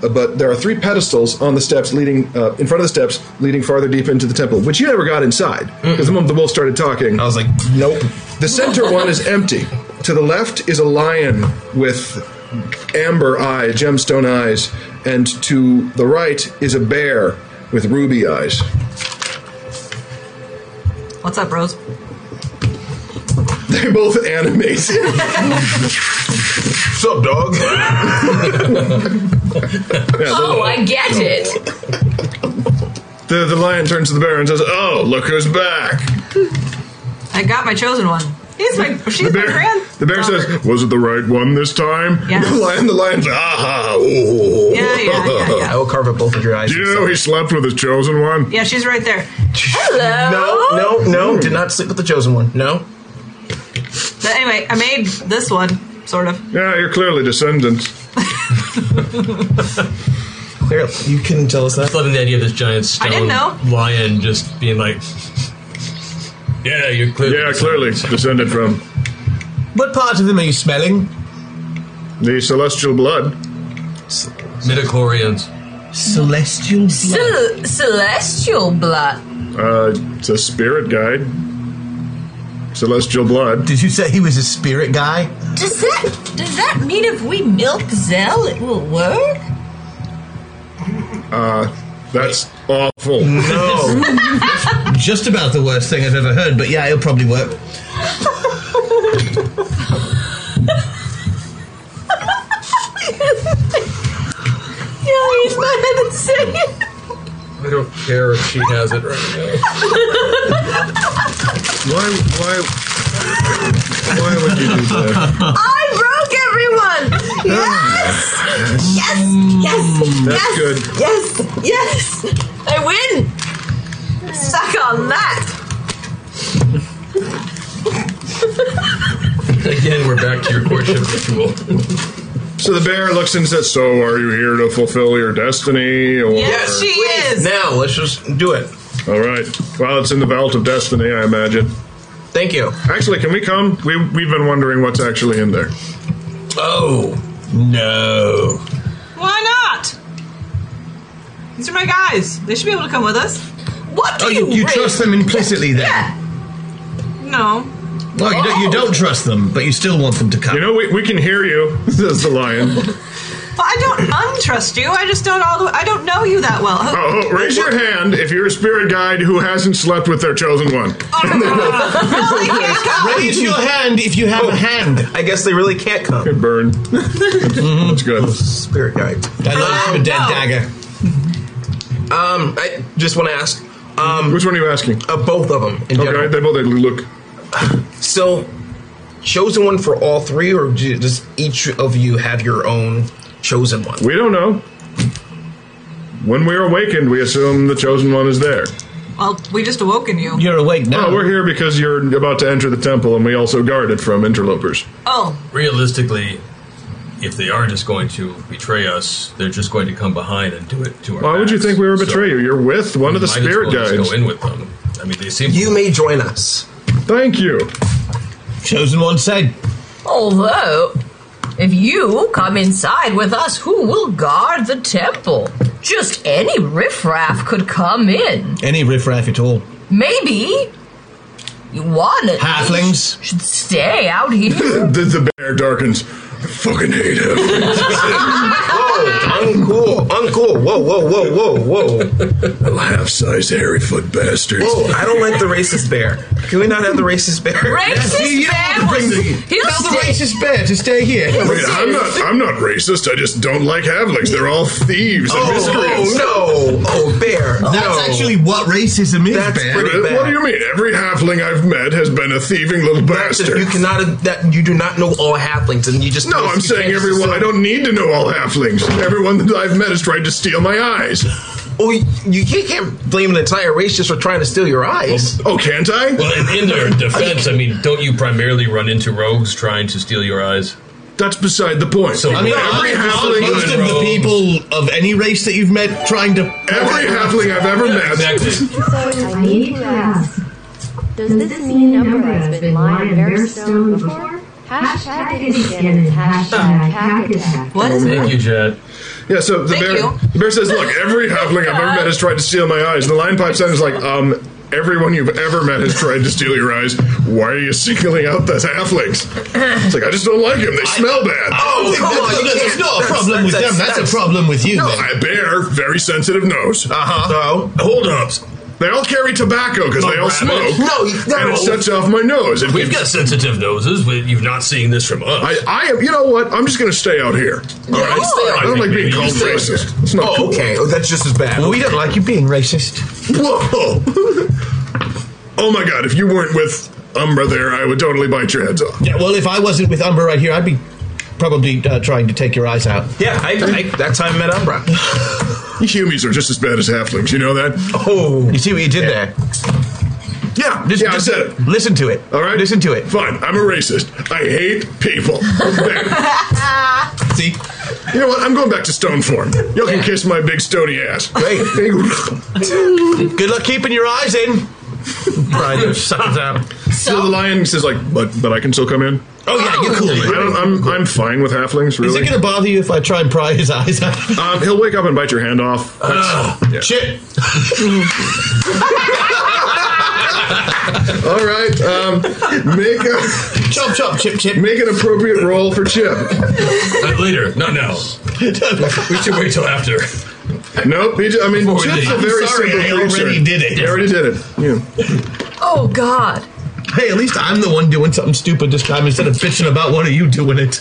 Uh, but there are three pedestals on the steps leading uh, in front of the steps, leading farther deep into the temple, which you never got inside because the moment the wolf started talking, I was like, nope. The center one is empty. To the left is a lion with amber eye, gemstone eyes, and to the right is a bear with ruby eyes. What's up, Rose? They both animate. Sup, dog? Oh, I get it. the, the lion turns to the bear and says, "Oh, look who's back!" I got my chosen one. He's my. She's my friend. The bear says, "Was it the right one this time?" Yes. The lion, the lion's, "Aha! ooh." Yeah, yeah, yeah, yeah. I will carve up both of your eyes. Do you know he slept with his chosen one? Yeah, she's right there. No, Hello. no, no. Did not sleep with the chosen one. No. But anyway, I made this one sort of. Yeah, you're clearly descendants. Clearly, you couldn't tell us that. just loving the idea of this giant I stone didn't know. lion just being like, yeah, you're clearly Yeah, clearly descended from What part of them are you smelling? the celestial blood. midichlorians. Celestial blood. Cel- celestial blood. Uh, it's a spirit guide. Celestial blood. Did you say he was a spirit guy? Does that does that mean if we milk Zell, it will work? Uh, that's awful. No. Just about the worst thing I've ever heard, but yeah, it'll probably work. No, he's not even saying. I don't care if she has it right now. Why? Why? Why would you do that? I broke everyone. Yes. Yes. Yes. That's yes. good. Yes. Yes. I win. Suck on that. Again, we're back to your courtship ritual. So the bear looks and says, "So are you here to fulfill your destiny?" Or Yes, she is. Now let's just do it. all right. Well, it's in the belt of destiny, I imagine. Thank you. Actually, can we come? We we've been wondering what's actually in there. Oh no! Why not? These are my guys. They should be able to come with us. What do Oh, you, you, you rate- trust them implicitly then? No. Well, you don't, you don't trust them, but you still want them to come. You know, we, we can hear you," says the lion. Well, I don't untrust you. I just don't all the I don't know you that well. Oh, oh, raise your hand if you're a spirit guide who hasn't slept with their chosen one. No, they can't come. Raise your hand if you have a hand. Oh. I guess they really can't come. Good burn. That's good. Spirit guide. I love you, dead dagger. Um, I just want to ask, Um, Which one are you asking? Uh, both of them. In Okay, general. they both look. So, chosen one for all three, or do- does each of you have your own chosen one? We don't know. When we are awakened, we assume the chosen one is there. Well, we just awoken you. You're awake now. Oh, No, we're here because you're about to enter the temple, and we also guard it from interlopers. Oh, Realistically, if they are just going to betray us, they're just going to come behind and do it to our. Why would you think we were betray you? You're with one of the Might as spirit well just guides. Go in with them. I mean, they seem. You may join us. Thank you. Chosen one said, Although, if you come inside with us, who will guard the temple? Just any riffraff could come in. any riffraff at all. Maybe you want it. Halflings? Should stay out here. the, the bear darkens. I fucking hate him. Oh, Uncool, uncool. Whoa, whoa, whoa, whoa, whoa. Half size hairy foot bastards. Whoa, I don't like the racist bear. Can we not have the racist bear? Racist See, you don't bear have to bring was- the- he'll Tell the stay. racist bear to stay here. Wait, I'm not. I'm not racist. I just don't like Havliks. They're all thieves and Oh, miscreants. no. Oh, bear. That's no. actually what racism is, That's bear. pretty bad. What do you mean? Every halfling I've met has been a thieving little That's bastard. you cannot that you do not know all halflings, and you just No, I'm you saying can't just everyone. assume- I don't need to know all halflings. Everyone that I've met has tried to steal my eyes. Oh, you, you can't blame an entire race just for trying to steal your eyes. Oh, can't I? Well, in, in their defense, I mean, don't you primarily run into rogues trying to steal your eyes? That's beside the point. So I mean, every honestly, halfling most is of the people of any race that you've met trying to Every halfling I've ever met. I need to ask, does this mean number has been lying bare stone before? Hashtag it again and hashtag hack attack. What is Thank you, Jet. Yeah, so the Thank bear, you. the bear says, "Look, every halfling I've ever met has tried to steal my eyes." And the lion pipes in is like, "Um, everyone you've ever met has tried to steal your eyes. Why are you singling out the halflings?" It's like I just don't like him. They smell bad. Oh, come on, you guys, it's not a problem with them. That's, a problem with you. No, man. Uh-huh. I bear very sensitive nose. Uh huh. So hold ups. They all carry tobacco because they all rabbit. smoke. No, you- no. and it sets off my nose. It We've got sensitive noses. but You've not seen this from us. I, I am. You know what? I'm just going to stay out here. All right. stay out I don't here. like being You called stay out racist. It's not oh, cool. okay. Oh, that's just as bad. Well, we don't like you being racist. Whoa! oh my god, if you weren't with Umbra there, I would totally bite your heads off. Yeah, well, if I wasn't with Umber right here, I'd be probably uh, trying to take your eyes out. Yeah, I, I, that time I met Umbra. Humies are just as bad as halflings, you know that? Oh, You see what you did there? Yeah, Listen- yeah, I said it. Listen to it. All right? Listen to it. Fine, I'm a racist. I hate people. There. See? you know what? I'm going back to stone form. Y'all can kiss my big stony ass. Great. Good luck keeping your eyes in. Brian, shut up. so the lion says like, but but I can still come in. Oh, yeah, you're cool. I man. don't, I'm I'm fine with halflings, Is really. it going to bother you if I try and pry his eyes out? um, he'll wake up and bite your hand off. That's- yeah. Shit. All right, um, make a Chop, chop, chip, chip. make an appropriate roll for Chip. Uh, later, not now. We should wait till after. Nope. He just, I mean, Before we Chip's a leave. very Sorry, simple I already creature. did it. He already did it. Yeah. Oh God. Hey, at least I'm the one doing something stupid this time instead of bitching about one of you doing it.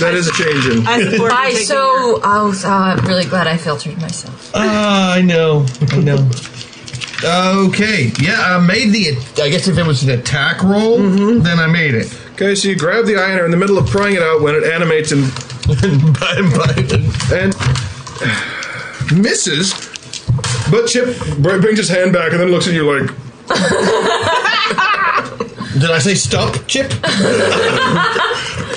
That is a change in. I support you I taking so oh, so I'm really glad I filtered myself. Ah, I know. I know. Okay. Yeah, I made the. I guess if it was an attack roll, then I made it. Okay, so you grab the eye and are in the middle of prying it out when it animates and and misses. But Chip br- brings his hand back and then looks at you like, Did I say stop, Chip?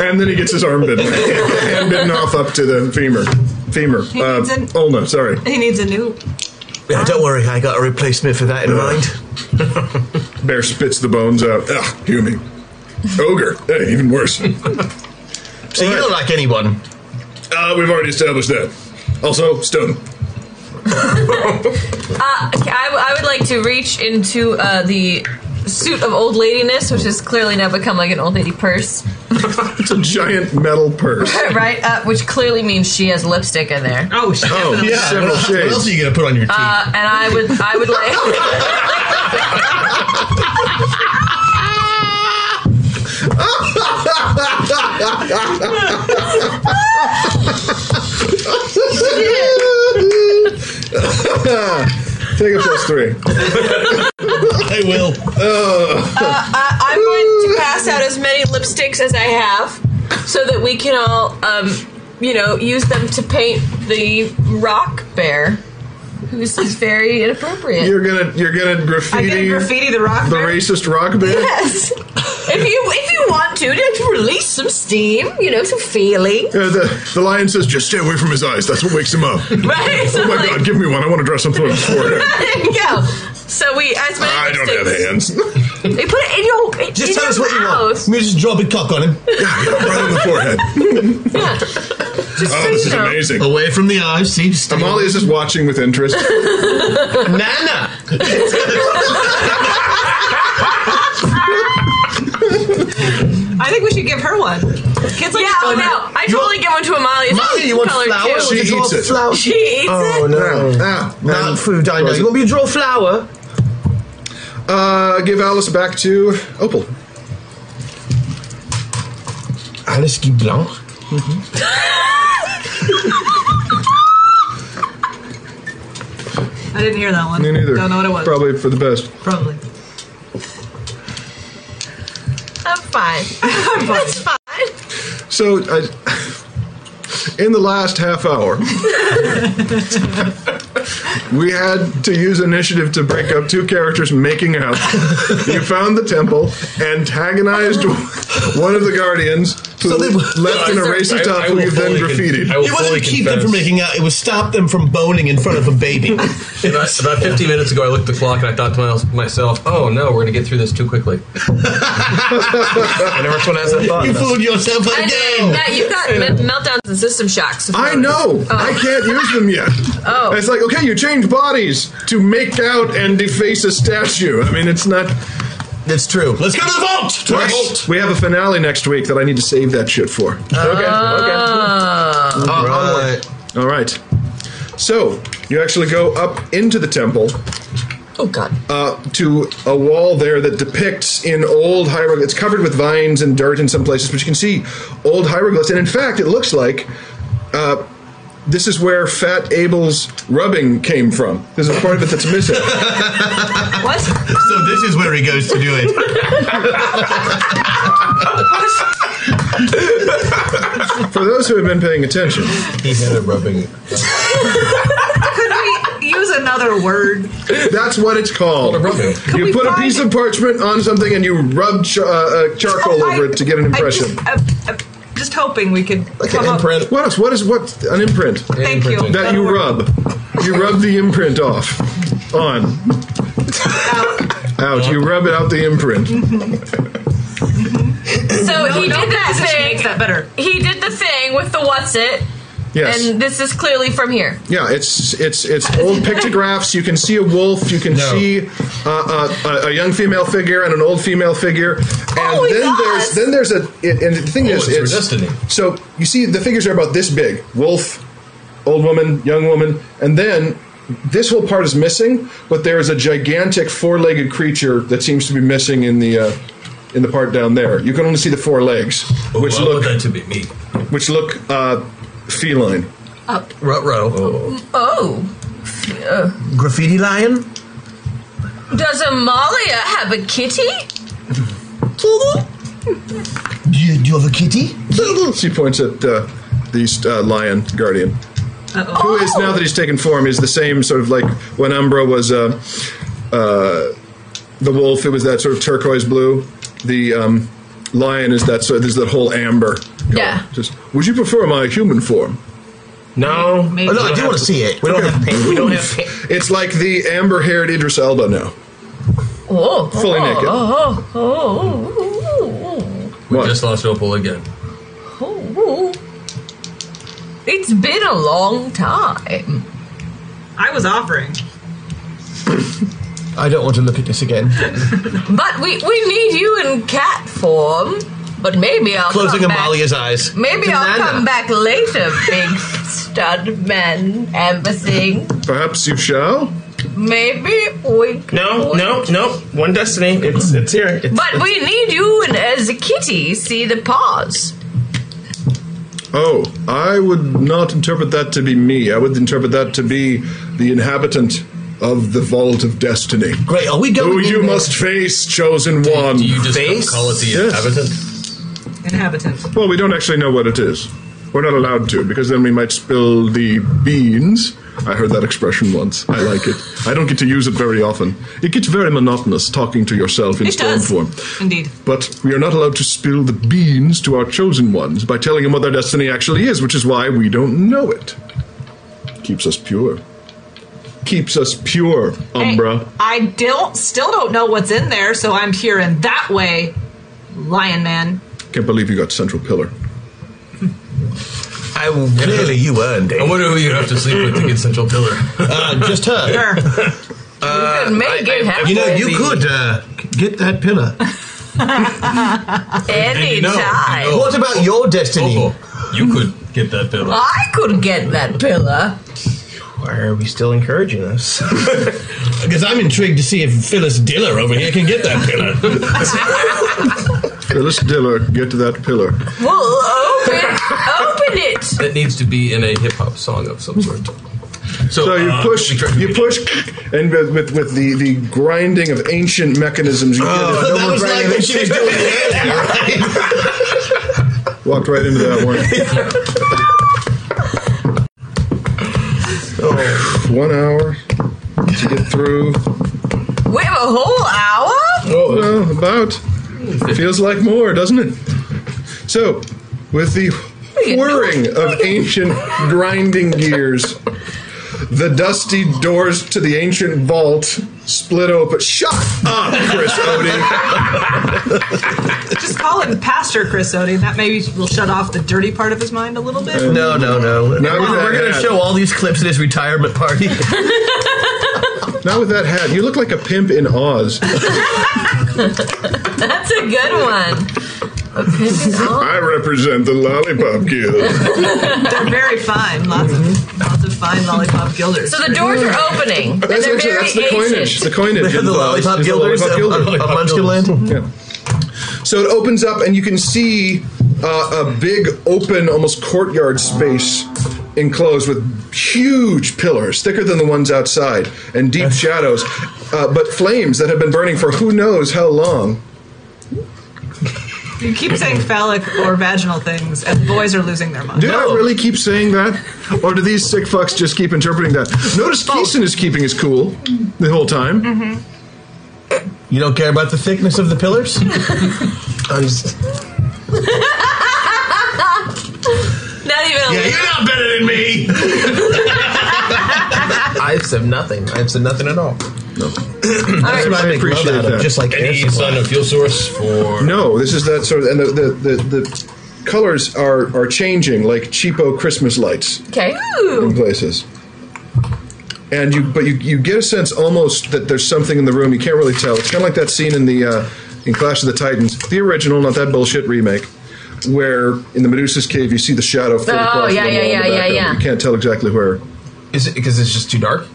and then he gets his arm bitten, hand bitten off up to the femur, femur. Uh, needs an- oh no, sorry. He needs a new. yeah, don't worry. I got a replacement for that in mind. Bear spits the bones out. Ugh, human. Ogre. Hey, even worse. So you don't like anyone. Uh, we've already established that. Also, stone. Uh, okay, I, I would like to reach into uh, the suit of old ladiness, which has clearly now become like an old lady purse, It's a giant metal purse. right? Uh, which clearly means she has lipstick in there. Oh, Oh, definitely. Yeah. several What else, what shades. else are you gonna put on your teeth? Uh, and I would, I would like. Uh, Take a plus three. I will. Uh, I, I'm going to pass out as many lipsticks as I have, so that we can all, um, you know, use them to paint the rock bear, who's is very inappropriate. You're gonna you're gonna graffiti graffiti the rock the bear? racist rock band. Yes. If you if you want to, to release some steam, you know, some feeling. Uh, the, the lion says, "Just stay away from his eyes. That's what wakes him up." Right? So oh my like- god, give me one. I want to draw something on his forehead. There you go. So we as many I don't have lipsticks- hands. They put it in your in Just tell your us what you want. mouth. Let me just drop a cock on him. right on the forehead. Oh, Yeah. Just so you know. Away from the eyes. See, just Amalia is just watching with interest. Nana. I think we should give her one. Kids like Yeah, oh no. I totally give one to Amalia. It's Molly, you want color flour? too. She eats it. Flour. She eats Oh it? no! Ah, Not food. I know. Um, You want me to draw flour? Uh, give Alice back to Opal. Alice Guy Blanc. I didn't hear that one. Me neither. Don't know what it was. Probably for the best. Probably. I'm fine. That's fine. So, I, in the last half hour, we had to use initiative to break up two characters making out. You found the temple, antagonized one of the guardians, who left in a racist top who you then graffitied. It wasn't keep them from making out. It was stop them from boning in front of a baby. About, about 15 minutes ago, I looked at the clock and I thought to my- myself, oh no, we're going to get through this too quickly. Whenever someone has that thought, You that's- fooled yourself I again. know. Now you got me- meltdowns and system shocks. I know. Oh. I can't use them yet. Oh. It's like, okay, you change bodies to make out and deface a statue. I mean, it's not. It's true. Let's go to the vault. To the vault. We have a finale next week that I need to save that shit for. Oh. Okay. Uh, Okay. Uh, All right. All right. So you actually go up into the temple Oh god. uh, to a wall there that depicts in old hieroglyphs. It's covered with vines and dirt in some places, but you can see old hieroglyphs. And in fact, it looks like uh, this is where Fat Abel's rubbing came from. There's a part of it that's missing. What? So this is where he goes to do it. For those who have been paying attention, He had a rubbing. Could we use another word? that's what it's called. A rubbing. you put a piece of parchment on something and you rub ch- uh, uh, charcoal I- over it to get an I impression. just- I'm- I'm just hoping we could come up. What else? What is what? An imprint. Thank you. that you rub. You rub the imprint off. On. Out. You rub it out the imprint. So he No did that position makes thing. that better. He did the thing with the what's it, Yes. and this is clearly from here. yeah, it's it's it's old pictographs. You can see a wolf. You can see uh, uh, a, a young female figure and an old female figure. And my then God. there's then there's a it, and the thing Oh, is it's her destiny. so you see the figures are about this big: wolf, old woman, young woman, and then this whole part is missing. But there is a gigantic four-legged creature that seems to be missing in the uh, in the part down there. You can only see the four legs, which Which Oh, I want look that to be me. which look uh, feline. Rut row. Oh, Graffiti lion. does Amalia have a kitty? Do you, do you have a kitty? She points at uh, the uh, lion guardian, who Oh! is now that he's taken form is the same sort of like when Umbra was uh, uh, the wolf. It was that sort of turquoise blue. The um, lion is that sort. There's that whole amber. color. Yeah. Just would you prefer my human form? No. Maybe. Oh, no, I do want to see it. We don't have paint. We don't have paint. It's like the amber-haired Idris Elba now. Oh, Fully oh, naked. Oh, oh, oh, We What? just lost Opal again. oh, oh, oh. It's been a long time. I was offering. I don't want to look at this again. But we, we need you in cat form. But maybe I'll Closing come back. Amalia's eyes. Maybe I'll Banana. come back later, big stud man. Embassy. Perhaps you shall. Maybe wink. No, wink. no, no. One destiny. It's it's here. It's, But we need you and as a kitty. See the paws. Oh, I would not interpret that to be me. I would interpret that to be the inhabitant of the Vault of Destiny. Great, are we Who going you in there? must face, chosen one. Do you just call it the inhabitant? Inhabitant. Well, we don't actually know what it is. We're not allowed to, because then we might spill the beans. I heard that expression once. I like it. I don't get to use it very often. It gets very monotonous talking to yourself in It storm does. form. Indeed. But we are not allowed to spill the beans to our chosen ones by telling them what their destiny actually is, which is why we don't know it. Keeps us pure. Keeps us pure, Umbra. I don't still don't know what's in there, so I'm here in that way, Lion Man. Can't believe you got Central Pillar. I really, you earned it. I wonder who you'd have to sleep with to get Central Pillar. Uh, just her. Uh, Er. could make it happen. You know, you could uh, get that pillar. Any time. What about your destiny? you could get that pillar. I could get that pillar. Why are we still encouraging this? Because I'm intrigued to see if Phyllis Diller over here can get that pillar. Phyllis Diller, get to that pillar. Well, open, open it. That needs to be in a hip hop song of some sort. So, you uh, push, you push, and with with, with the, the grinding of ancient mechanisms, you Oh, get it. that was like when she was doing Walked right into that one. Oh, one hour to get through. We have a whole hour? Oh, no, about. Feels like more, doesn't it? So, with the whirring of ancient grinding gears, the dusty doors to the ancient vault split open. Shut up, Chris Odin. Just call him Pastor Chris Odin. That maybe will shut off the dirty part of his mind a little bit. no, no, no. Now We're, with that going to hat. show all these clips at his retirement party. Not with that hat. You look like a pimp in Oz. That's a good one. I represent the Lollipop Guild. They're very fine. Lots of lots of fine lollipop guilders. So the doors are opening. and That's they're actually very that's the coinage. ancient. The coinage. The in Oz lollipop is the guilders lollipop of- guilders. of- of Munchkinland? Yeah. So it opens up, and you can see uh, a big, open, almost courtyard space enclosed with huge pillars, thicker than the ones outside, and deep shadows, uh, but flames that have been burning for who knows how long. You keep saying phallic or vaginal things, and boys are losing their mind. Do I really keep saying that? Or do these sick fucks just keep interpreting that? Notice Keeson is keeping his cool the whole time. Mm-hmm. You don't care about the thickness of the pillars? I'm just, Not even a yeah, little. you're not better than me. I've said nothing. I've said nothing at all. That's what I, make love out of, just like air any supply. sign of fuel source for No, this is that sort of, and the the, the, the colors are are changing like cheapo Christmas lights Okay. in places. And you, but you, you get a sense almost that there's something in the room. You can't really tell. It's kind of like that scene in the uh, in Clash of the Titans, the original, not that bullshit remake, where in the Medusa's cave you see the shadow. float Oh, across yeah, the yeah, wall in the yeah, back yeah, of it. yeah. You can't tell exactly where. Is it because it's just too dark?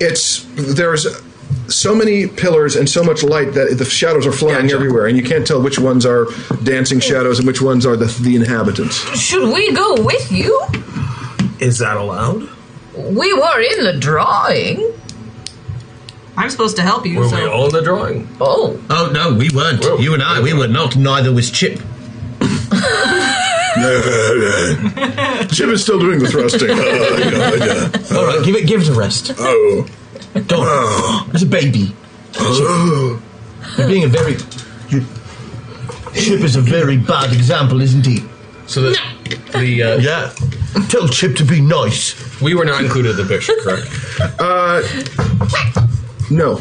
It's there's so many pillars and so much light that the shadows are flying everywhere, and you can't tell which ones are dancing shadows and which ones are the the inhabitants. Should we go with you? Is that allowed? We were in the drawing. I'm supposed to help you. Were so. we all in the drawing? Oh. Oh no, we weren't. you and I, we were not. Neither was Chip. Jim is still doing the thrusting. All right, give it, give it a rest. Oh, Don't. It's a baby. You're being a very. You, Chip is a very bad example, isn't he? So the the uh, yeah. Tell Chip to be nice. We were not included in the picture, correct? Uh, no.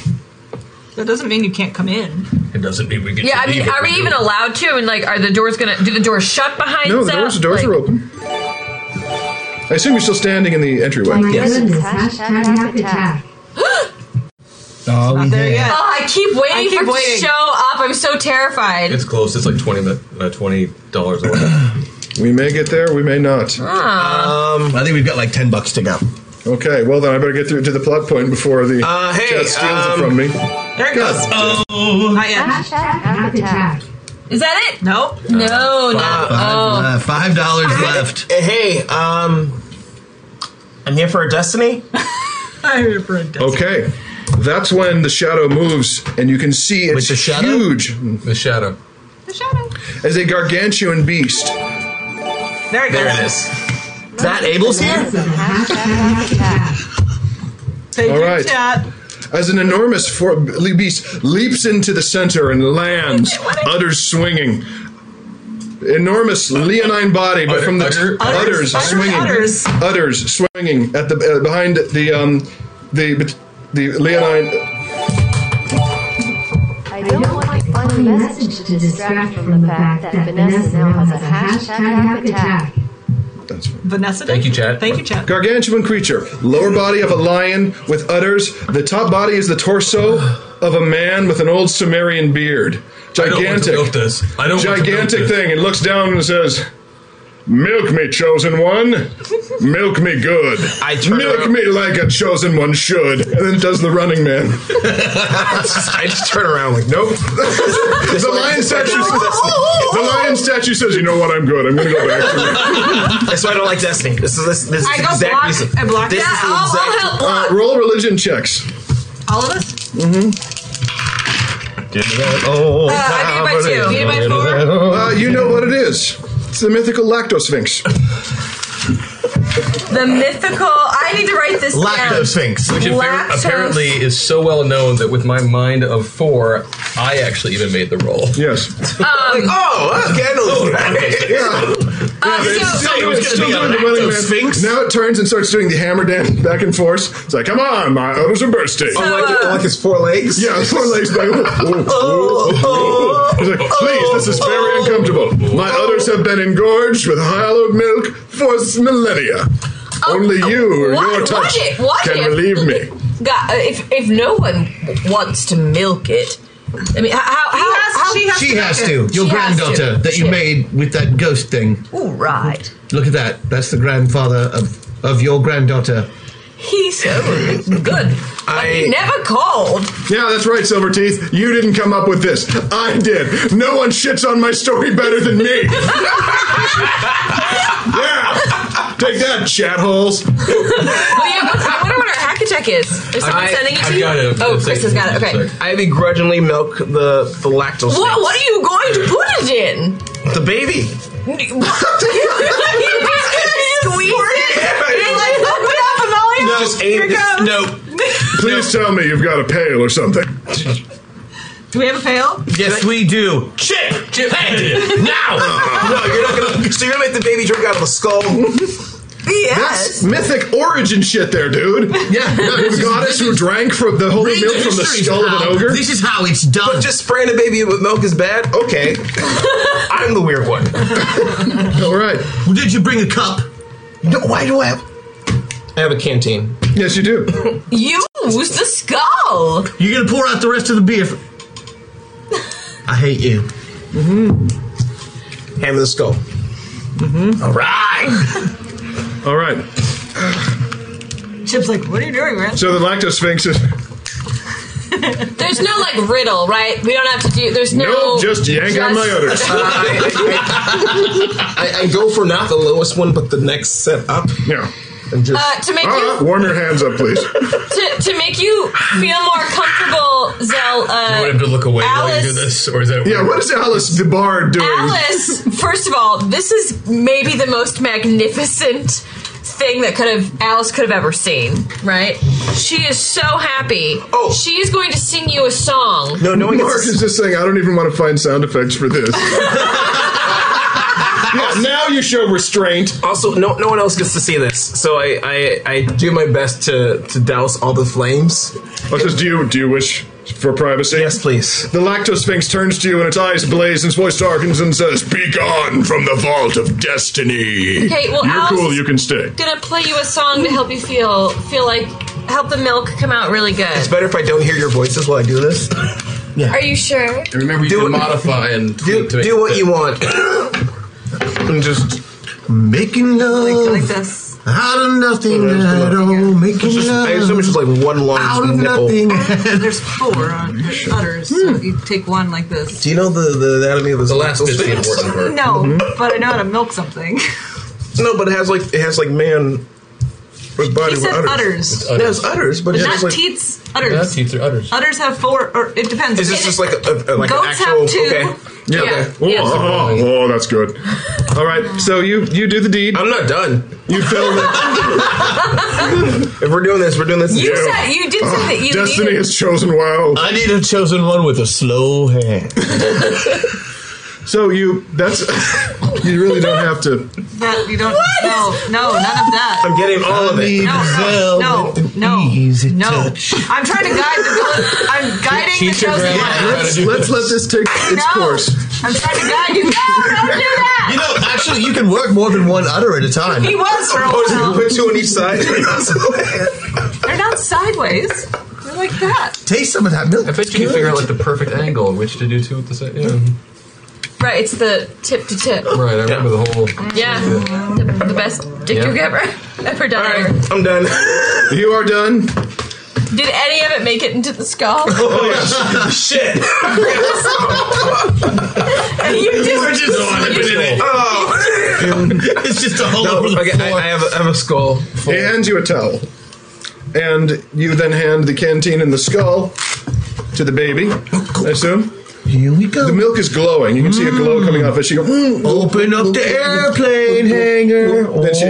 That doesn't mean you can't come in. It doesn't mean we get. Yeah, to I mean, leave if are we even do. allowed to? And like, are the doors gonna? Do the doors shut behind No, us? the doors, out? the uh, doors Like- are open. I assume you're still standing in the entryway. My goodness, hashtag hack attack. Are we there? Oh, I keep waiting I keep for it waiting. to show up. I'm so terrified. It's close. It's like twenty mi- uh, twenty dollars. We may get there, we may not. Um, I think we've got like ten bucks to go. Okay, well then I better get through to the plot point before the Uh, hey, chat steals um, it from me. There it goes. Oh, Not yet. Hashtag hack attack. Is that it? Nope. No, no. five Oh, left. Five dollars left. Hey, um, I'm here for a destiny. I'm here for a death. Okay. That's when the shadow moves, and you can see it's huge. The shadow. The shadow. As a gargantuan beast. There it There goes. it is. Is that Abel's here? Page All in right. chat. As an enormous for- le- beast leaps into the center and lands, udders swinging. Enormous leonine body, but from the Udder- udders, udders? Udders, swinging, udders. udders swinging at the uh, behind the um the the leonine. I don't want a funny message to distract from the fact that Vanessa now has a hashtag hack attack. Vanessa. Thank you, Chad. Thank you, Chad. Gargantuan creature, lower body of a lion with udders. The top body is the torso of a man with an old Sumerian beard. I don't want to Gigantic. milk this. I don't want to gigantic milk this. thing and looks down and says, Milk me, chosen one. Milk me good. I Milk me like a chosen one should. And then does the running man. I just turn around like, nope. the lion statue says, The lion statue says, You know what? I'm good. I'm going to go back to it. That's why I don't like Destiny. This is this, this I is go exact block. reason. I block. This Yeah, is the I'll- I'll exact- help Uh, roll religion checks. All of us. Oh, Uh, I beat it by two. Beat it by four. Uh, you know what it is. It's the mythical lacto sphinx. The mythical. I need to write this oh. down. Which appar- Lactose- apparently is so well known that with my mind of four, I actually even made the roll. Yes. Um, oh, okay, I know this one. Uh, Yeah, so- it's So it still, was it's gonna still be doing a the running lacto man. sphinx? Now it turns and starts doing the hammer dance back and forth. It's like, come on, my udders are bursting. Oh, like- So, uh, like his four legs? Yeah, his four legs. Like, oh, oh, oh, oh. He's like, please, this is very oh. uncomfortable. My udders have been engorged with hollowed milk for millennia. Oh, Only you or what- your what touch if- what can if- relieve me. God, uh, if if no one wants to milk it, I mean, h- how how, how she has, to. Your She has granddaughter that you Shit. made with that ghost thing. All right, Look at that. That's the grandfather of, of your granddaughter. he's so good. I He never called. Yeah, that's right, Silverteeth. You didn't come up with this. I did. No one shits on my story better than me. yeah. Take that, chat holes. Oh yeah, what's, I wonder what our hack attack is. Is someone sending it to you? oh, Chris has got it. Okay. I begrudgingly milk the the lactose. What what are you going to put it in? The baby. Squeeze it. Open up and all No, just aim. No. Please tell me you've got a pail or something. Do we have a pail? Yes, we do. Chip, chip, hey, now. no, you're not gonna. So you're gonna make the baby drink out of a skull. That's mythic origin shit, there, dude. Yeah, This the is- goddess who drank from the holy milk from the skull of an ogre. is how it's done. But just spraying a baby with milk is bad. Okay, I'm the weird one. All right. Well, did you bring a cup? No, why do I have? I have a canteen. Yes, you do. Use the skull. You're gonna pour out the rest of the beer. For- I hate you. Hammer the skull. Mm-hmm. All right. All right. Chip's like, what are you doing, man? So the lactose sphinx is There's no like riddle, right? We don't have to do. There's no. Nope, just yank on my udders. I, I go for not the lowest one, but the next set up. Yeah. And just Uh, to make Ah, warm your hands up, please. to, to make you feel more comfortable, Zell. I would Uh, have to look away while you do Alice- this, or is that? Yeah, what is Alice the Bard doing? Alice, first of all, this is maybe the most magnificent thing that could have Alice could have ever seen. Right? She is so happy. Oh, she is going to sing you a song. No, no one Mark gets. is just saying, I don't even want to find sound effects for this. yeah, now you show restraint. Also, no, no one else gets to see this, so I, I, I do my best to, to douse all the flames. I says, do you do you wish for privacy? Yes, please. The lactose sphinx turns to you and its eyes blaze and its voice darkens and says, Begone from the vault of destiny. Okay, well, You're Alice- cool, you can stay. Gonna play you a song to help you feel feel like help the milk come out really It's good. better if I don't hear your voices while I do this. Are you sure? And remember, you Do can it. modify and Do, tweak to make do what it you want. and just Making Like, like love this. out of nothing Yeah, just at go. all. it's Making just, I assume love it's just like one long out of nipple. nothing. There's four on there's udders. So you take one like this. Do you know the, the anatomy of this? The last bit's the important part. No, but I know how to milk something. No, but it has like it has like man But body He said with udders. It's udders. udders. There's udders, but it's not just like teats, udders. teeth are udders. Udders have four, or it depends. Is this just like a, a like Goats an actual? have two. Okay. Yeah. Oh, oh, oh, oh, that's good. All right, so you you do the deed. I'm not done. You fill the. If we're doing this, we're doing this. You said you did say that you needed- chosen well. I need a chosen one with a slow hand. so you that's you really don't have to. That you don't. No, no, none of that. I'm getting all of it. No, no, no, no. I'm trying to guide the. Go- I'm guiding the chosen one. Let's, let's let this take its course. I'm trying to guide you. No, don't do that. You know, actually, you can work more than one udder at a time. He was for a while. Put two on each side. They're not sideways. They're like that. Taste some of that milk. I bet you can figure out like the perfect angle at which to do two at the same. Yeah. Right, it's the tip to tip. Right. I remember the whole. Yeah, the, the best dick Yeah. you've ever ever done. I'm done. You are done. Did any of it make it into the skull? Oh yeah. Shit. you just, We're just on it. it's just a whole. I, I have a, I have a skull. Full. He hands you a towel, and you then hand the canteen and the skull to the baby. I assume. Here we go. The milk is glowing. You can see a glow coming off as she goes. Open up the airplane hangar. Then she,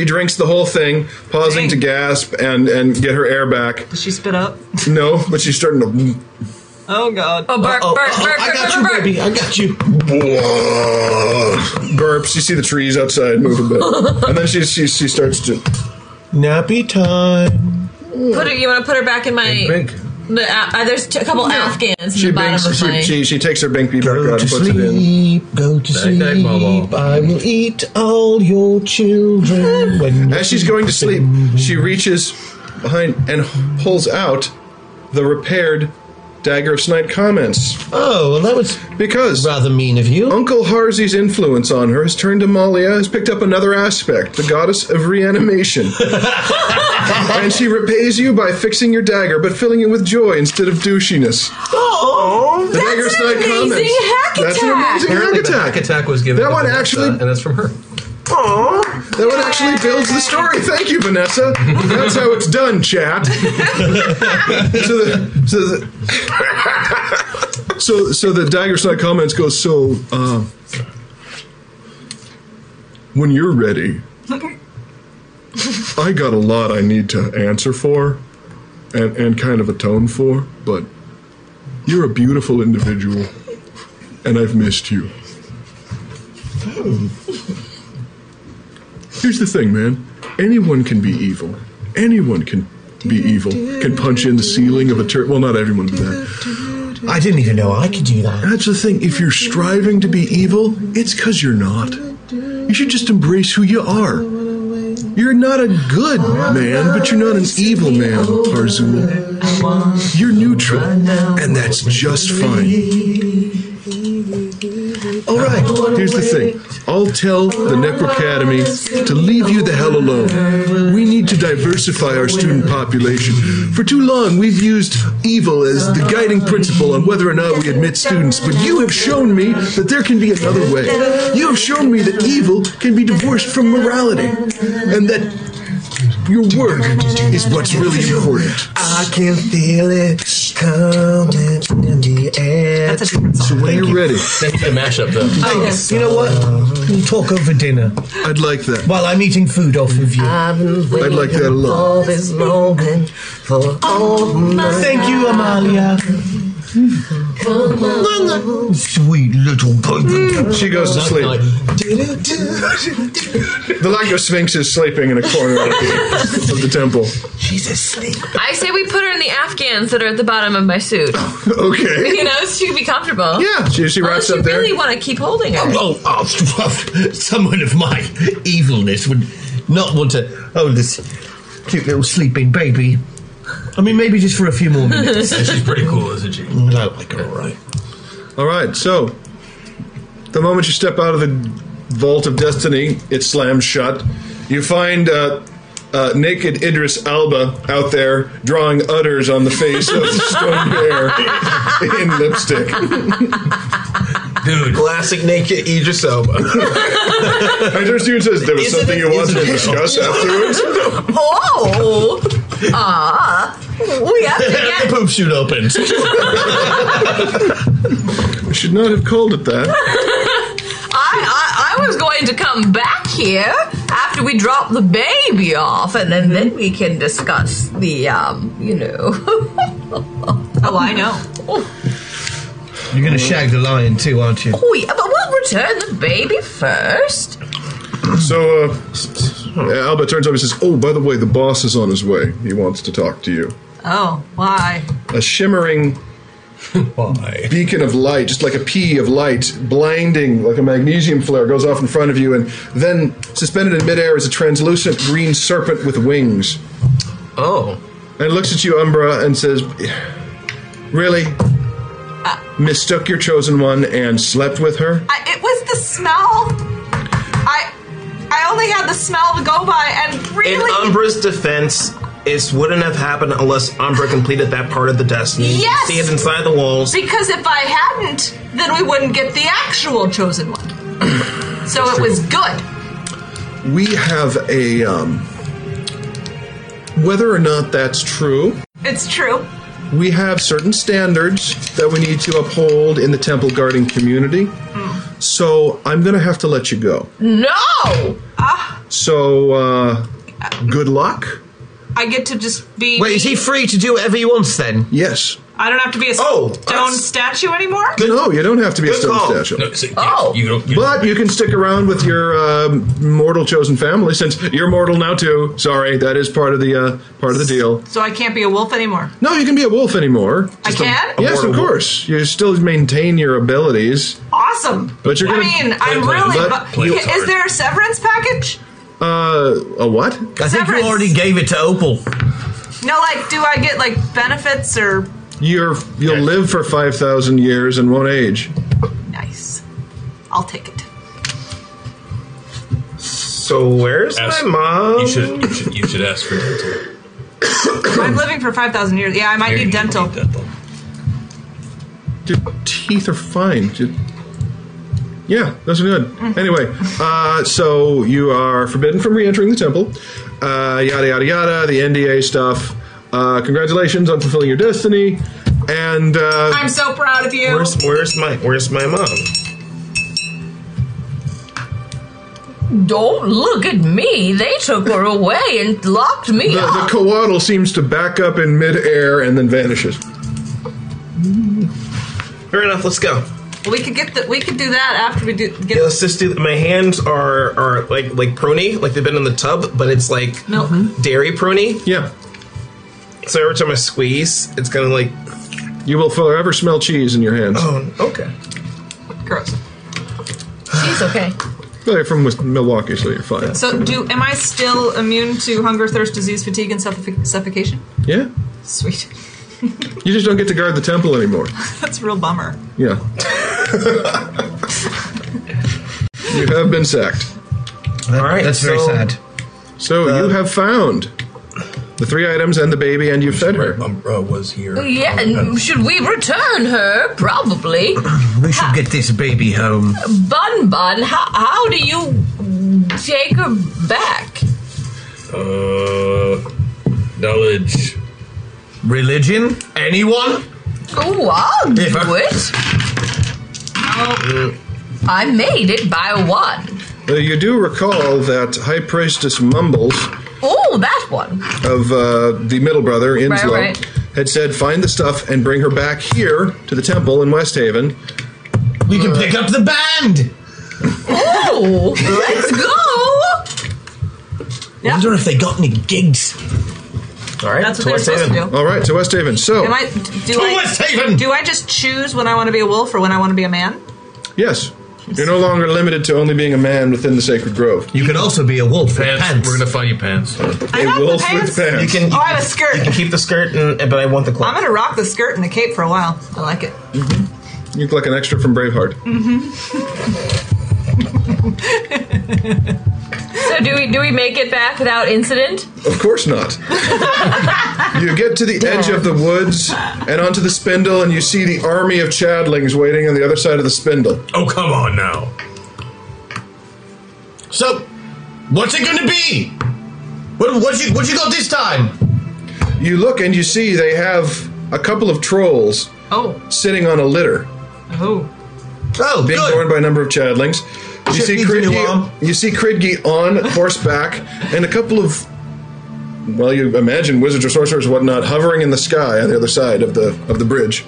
she drinks the whole thing, pausing to gasp and, and get her air back. Does she spit up? No, but she's starting to. Oh God. Oh, bark, bark, bark, I got bark, you, bark, bark. baby. I got you. burps. You see the trees outside move a bit. And then she, she, she starts to. Nappy time. Put her, you want to put her back in my. The, uh, uh, there's t- a couple Afghans in She, the bottom binks, of she, my. she, she takes her binky back Go out to and puts it in. sleep. Go to Night, sleep. night, Mama. I will eat all your children. When As she's going to sleep, she reaches behind and pulls out the repaired dagger of snide comments. Oh, well, that was Because rather mean of you. Uncle Harzy's influence on her has turned Amalia, has picked up another aspect, the goddess of reanimation. and she repays you by fixing your dagger, but filling it with joy instead of douchiness. Oh, The dagger of snide comments. That's an amazing Apparently, hack the attack. hack attack was given. That to uh, one Vanessa, actually- and that's from her. Aw. That one actually builds the story. Thank you, Vanessa. That's how it's done, chat. so, the, so, the, so, so the dagger snide comments goes so. Uh, when you're ready, I got a lot I need to answer for, and and kind of atone for. But you're a beautiful individual, and I've missed you. Here's the thing, man. Anyone can be evil. Anyone can be evil. Can punch in the ceiling of a turret. Well, not everyone can do that. I didn't even know I could do that. That's the thing. If you're striving to be evil, it's because you're not. You should just embrace who you are. You're not a good man, but you're not an evil man, Tarzul. You're neutral, and that's just fine. All right, here's the thing. I'll tell the Necrocademy to leave you the hell alone. We need to diversify our student population. For too long, we've used evil as the guiding principle on whether or not we admit students, but you have shown me that there can be another way. You have shown me that evil can be divorced from morality, and that your work is what's really important. I can feel it coming in the air. That's a different So song. when you're ready, That's a mashup though. Hey, you know what? We'll talk over dinner I'd like that. while I'm eating food off of you. I'd like that a lot. this moment for all Thank you, Amalia. Sweet little baby. Mm. She goes to sleep. The Lago Sphinx is sleeping in a corner of the, of the temple. She's asleep. I say we put her in the Afghans that are at the bottom of my suit. Okay. You know, so she can be comfortable. Yeah, she, she Unless wraps you up there. really want to keep holding her. Oh, oh, someone of my evilness would not want to hold this cute little sleeping baby. I mean, maybe just for a few more minutes. And she's pretty cool, isn't she? no, I can all right. All right, so the moment you step out of the vault of destiny, it slams shut. You find uh, uh, naked Idris Alba out there drawing udders on the face of the stone bear in lipstick. Dude. Classic naked Idris Elba. Dude says there was Isn't something it- you wanted to isn't it- discuss afterwards. Oh! Ah! We have to the get. poop chute opens. I should not have called it that. I, I, I was going to come back here after we drop the baby off, and then, then we can discuss the, um, you know. Oh, I know. You're gonna shag the lion too, aren't you? We, but we'll return the baby first. So, uh, yeah, Albert turns over and says, Oh, by the way, the boss is on his way. He wants to talk to you. Oh, why? A shimmering beacon of light, just like a pea of light, blinding like a magnesium flare, goes off in front of you, and then suspended in midair is a translucent green serpent with wings. Oh. And looks at you, Umbra, and says, Really? Mistook your chosen one and slept with her? I, it was the smell. I I only had the smell to go by, and In really, Umbra's defense, it wouldn't have happened unless Umbra completed that part of the destiny. You Yes! See it inside the walls. because if I hadn't, then we wouldn't get the actual chosen one. so it was good. We have a. Um, whether or not that's true, It's true. we have certain standards that we need to uphold in the temple guarding community. So I'm going to have to let you go. No, Ah. So, uh, good luck. I get to just be. Wait, is he free to do whatever he wants then? Yes. I don't have to be a Oh, stone statue anymore. no, you don't have to be a Good stone call. statue. Oh. You don't, but you can stick around with your um, mortal chosen family since you're mortal now too. Sorry, that is part of the uh, part of the deal. So I can't be a wolf anymore. No, you can be a wolf anymore. I can? yes, Immortal of wolf. course. You still maintain your abilities. Awesome. But you're I gonna- mean, I'm Play- really. play- But, play- play- is there a severance package? Uh, a what? I think you already gave it to Opal. No, like, do I get like benefits or You're you'll live for five thousand years and won't age. nice? I'll take it. So where's Ask- my mom? You should, you should you should ask for dental. I'm living for five thousand years. Yeah, I might need dental. Your teeth are fine. Ju- Yeah, those are good. Anyway, uh, so you are forbidden from re-entering the temple. Uh, yada yada yada. The NDA stuff. Uh, congratulations on fulfilling your destiny. And uh, I'm so proud of you. Where's, where's my Where's my mom? Don't look at me. They took her away and locked the, me the up. coatl seems to back up in midair and then vanishes. Fair enough. Let's go. We could get the. We could do that after we do. Get Yeah, let's just do. My hands are are like like prony, like they've been in the tub, but it's like Milk. Mm-hmm. dairy prony. Yeah. So every time I squeeze, it's gonna like. You will forever smell cheese in your hands. Oh, okay. Gross. She's okay. Well, you're from Wis- Milwaukee, so you're fine. So do. Am I still immune to hunger, thirst, disease, fatigue, and suffo- suffocation? yeah, Sweet. you just don't get to guard the temple anymore. That's a real bummer. Yeah. you have been sacked. All right, that's very sad. So Uh, you have found the three items and the baby, and you've fed her. Umbra uh, was here. Yeah, and should we return her? Probably. We should get this baby home. Bun Bun, how, how do you take her back? Uh, knowledge. Religion? Anyone? Oh, I'll do Yeah. it. I made it by one. Uh, you do recall that High Priestess Mumbles Oh, that one. of uh, the middle brother, Right, Inslow, right. had said, "Find the stuff and bring her back here to the temple in West Haven." We can pick up the band. Oh, let's go. I wonder if they got any gigs. All right, That's what to they're West supposed Haven. to do. All right, to West Haven. So Am I? Do I? Do I just choose when I want to be a wolf or when I want to be a man? yes, you're no longer limited to only being a man within the sacred grove. You can also be a wolf. Pants. We're gonna find you pants. a wolf with You pants. can. Oh, I have a skirt. You can keep the skirt, and, but I want the I'm cloth. gonna rock the skirt and the cape for a while. I like it. You look like an extra from Braveheart. So do we do we make it back without incident? Of course not. you get to the edge of the woods and onto the spindle, and you see the army of Chadlings waiting on the other side of the spindle. Oh, come on now. So, what's it going to be? What what you what you got this time? You look and you see they have a couple of trolls oh. sitting on a litter. Oh. Oh, being joined by a number of Chadlings. You see, Kridgi, you see Kridgi on horseback and a couple of, well, you imagine wizards or sorcerers, whatnot, hovering in the sky on the other side of the of the bridge.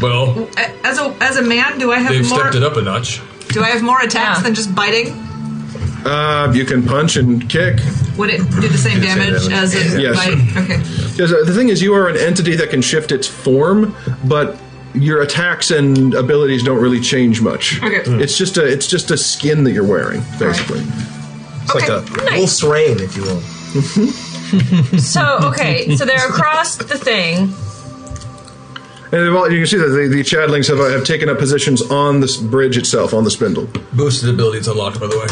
Well, A- As a as a man, do I have they've more? stepped it up a notch. Do I have more attacks than just biting? Uh, you can punch and kick. Would it Do do the same the same damage damage. as a Yes. bite? Okay. 'Cause, uh, the thing is, you are an entity that can shift its form, but your attacks and abilities don't really change much. Okay. Mm. It's just a it's just a skin that you're wearing, basically. It's like a wolf's rain, if you will. So okay, so they're across the thing. And they've all, you can see that the, the Chadlings have, uh, have taken up positions on this bridge itself, on the spindle. Boosted abilities unlocked, by the way.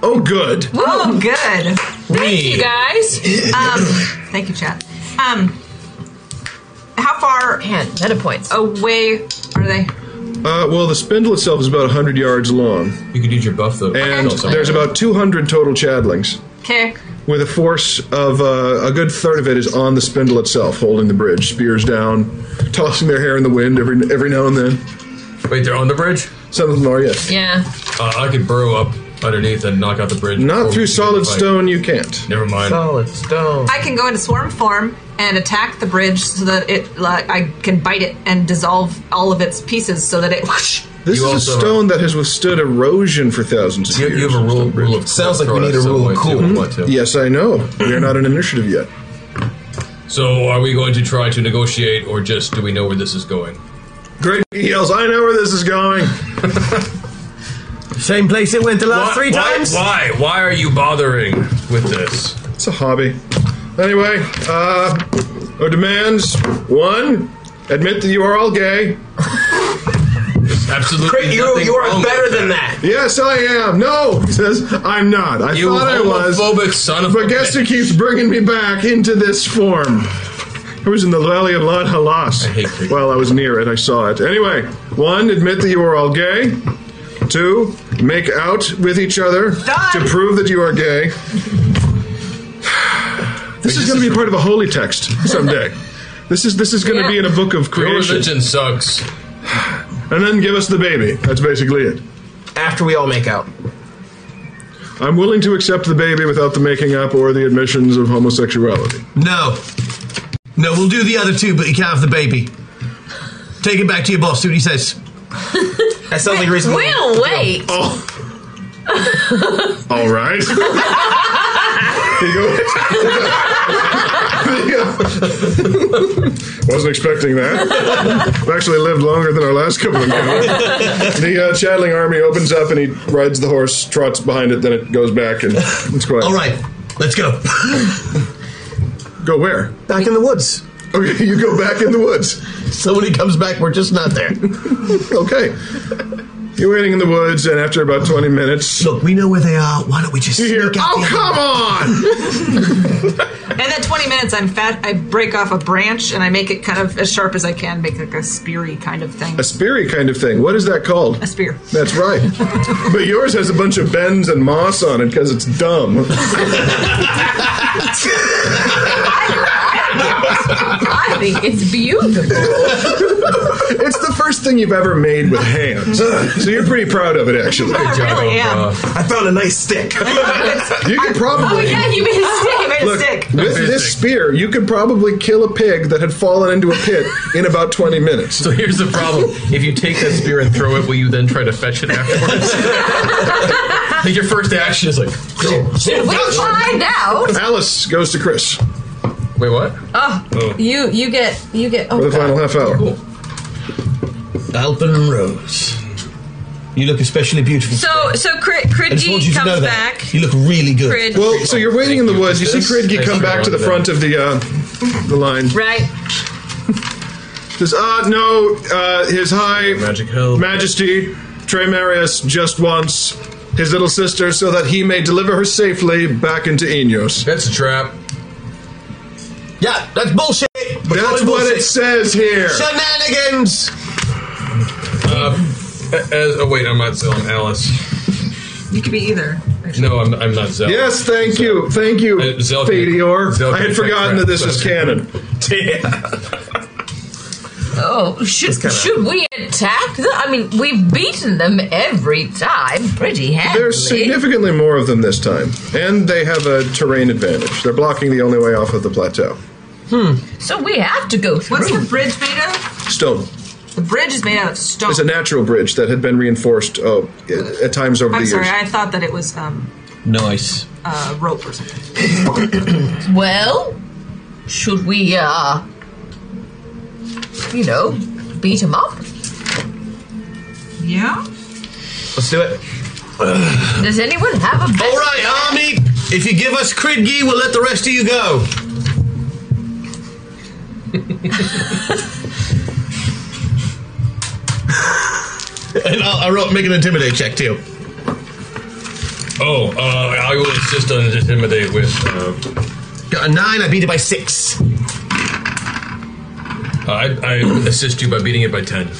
Oh, good. Oh, good. Thank you, guys. Um, thank you, chat. Um, how far? Man, meta points. Away are they? Uh, well, the spindle itself is about 100 yards long. You could use your buff, though. And Okay. there's about 200 total Chadlings, Okay. with a force of uh, a good third of it is on the spindle itself, holding the bridge, spears down, tossing their hair in the wind every, every now and then. Wait, they're on the bridge? Some of them are, yes. Yeah. Uh, I could burrow up underneath and knock out the bridge. Not through solid Oh, fight. stone, you can't. Never mind. Solid stone. I can go into swarm form and attack the bridge so that it like I can bite it and dissolve all of its pieces so that it whoosh. This You is a also- stone that has withstood erosion for thousands of You- years. you have a rule- rule of cool. Sounds like we Throw need that a rule of somewhere, too, cool. if you want to. Yes, I know. We are not an initiative yet. So, are we going to try to negotiate, or just do we know where this is going? Greg yells, I know where this is going. Same place it went the last Why- three times. Why? Why? Why are you bothering with this? It's a hobby. Anyway, uh, our demands one, admit that you are all gay. Absolutely. Craig, you- nothing you are wrong better with than that. Yes, I am. No, he says, I'm not. I You thought I was. homophobic son of But guess who keeps bringing me back into this form? I was in the Valley of Lod Halas. I hate Greek. Well, I was near it. I saw it. Anyway, one, admit that you are all gay. Two, make out with each other to prove that you are gay. this is going to be part of a holy text someday. this is this is going to be in a book of Your creation. religion sucks. And then give us the baby. That's basically it. After we all make out. I'm willing to accept the baby without the making up or the admissions of homosexuality. No, no, we'll do the other two, but you can't have the baby. Take it back to your boss. See what he says. That sounds like reasonable. We'll wait. Oh. All right. He goes- Wasn't expecting that. I've actually lived longer than our last couple of guys. The uh, Chatling army opens up and he rides the horse, trots behind it, then it goes back and it's quiet. All right, let's go. Go where? Back in the woods. Okay, you go back in the woods. So when he comes back, we're just not there. Okay. You're waiting in the woods, and after about 20 minutes, Look, we know where they are. Why don't we just you hear, sneak out? Oh, the other come on! And then 20 minutes, I'm fat. I break off a branch and I make it kind of as sharp as I can, make like a speary kind of thing. A speary kind of thing. What is that called? A spear. That's right. but yours has a bunch of bends and moss on it because it's dumb. I think it's beautiful. It's the first thing you've ever made with hands. So you're pretty proud of it, actually. really am. I found a nice stick. You could Oh, probably. yeah, you made a stick. I made a Look, stick. with this spear, you could probably kill a pig that had fallen into a pit in about 20 minutes. So here's the problem: if you take that spear and throw it, will you then try to fetch it afterwards? like your first action is like, We'll find out. Alice goes to Chris for wait, what? Oh. You you get you get. Oh the final half hour. Alpen and Rose. You look especially beautiful. So so Cri- I just want Cridgy you to know comes that. back. You look really good. Crid, Well, so you're waiting in the woods. You see Kridgi come back to the front of the uh, the line. right? Says, "Ah, no, uh, His High Magic Hill. Majesty, Trey Marius just wants his little sister so that he may deliver her safely back into Enos. That's a trap. Yeah, that's bullshit. That's what it says here. Shenanigans. Uh, as, oh, wait, I'm not selling Alice. You could be either. No, I'm, I'm not Zell. Yes, thank you, thank you, Zell can- Fedior. Zell I can had take forgotten that crap, this is so- canon. Oh, should, It's kinda- should we attack them? I mean, we've beaten them every time, pretty handily. There's significantly more of them this time, and they have a terrain advantage. They're blocking the only way off of the plateau. Hmm. So we have to go through. What's the bridge made out of? Stone. The bridge is made out of stone. It's a natural bridge that had been reinforced oh, i- at times over I'm the sorry, years. I thought that it was um, Nice. uh, rope or something. well, should we, uh, you know, beat them up? Yeah. Let's do it. Does anyone have a best All right, Omni. If you give us Kridgi, we'll let the rest of you go. and I'll, I wrote, make an intimidate check too. Oh, uh, I will insist on intimidate with. Uh, Got a nine. I beat it by six. I, I assist you by beating it by ten.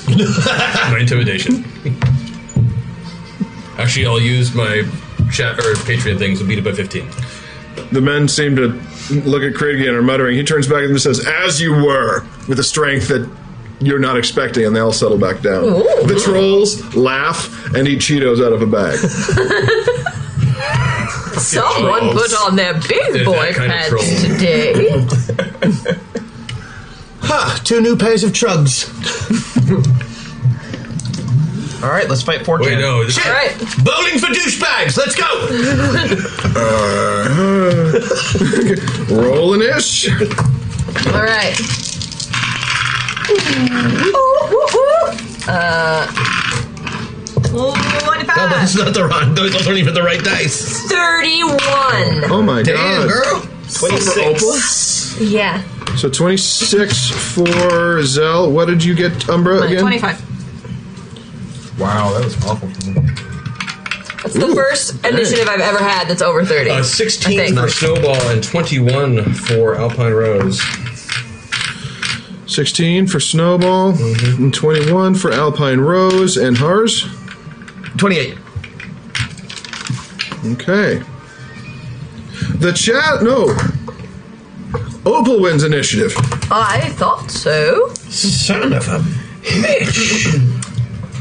my intimidation. Actually, I'll use my chat or Patreon things and beat it by fifteen. The men seem to look at Krigi and are muttering. He turns back and says, "As you were," with a strength that you're not expecting, and they all settle back down. Ooh. The trolls laugh and eat Cheetos out of a bag. Oh. Someone Trolls. put on their They're that big boy kind of pants troll. today. Ha! Two new pairs of trugs. All right, let's fight Porky. Wait, Oh, no, this- Shit. All right. Bowling for douchebags. Let's go. Uh, rolling ish. All right. Ooh, ooh, ooh. Uh, No, that's not the wrong. Those those aren't even the right dice. 31. Oh my god. Damn, girl. Twenty-six. Yeah. So 26 for Zell. What did you get, Umbra, again? 25. Wow, that was awful. That's the first initiative I've ever had that's over 30. Uh, I think. Sixteen for Snowball and twenty-one for Alpine Rose. 16 for Snowball, Mm-hmm. and 21 for Alpine Rose, and hers? 28. Okay. The chat, no. Opal wins initiative. I thought so. Son of a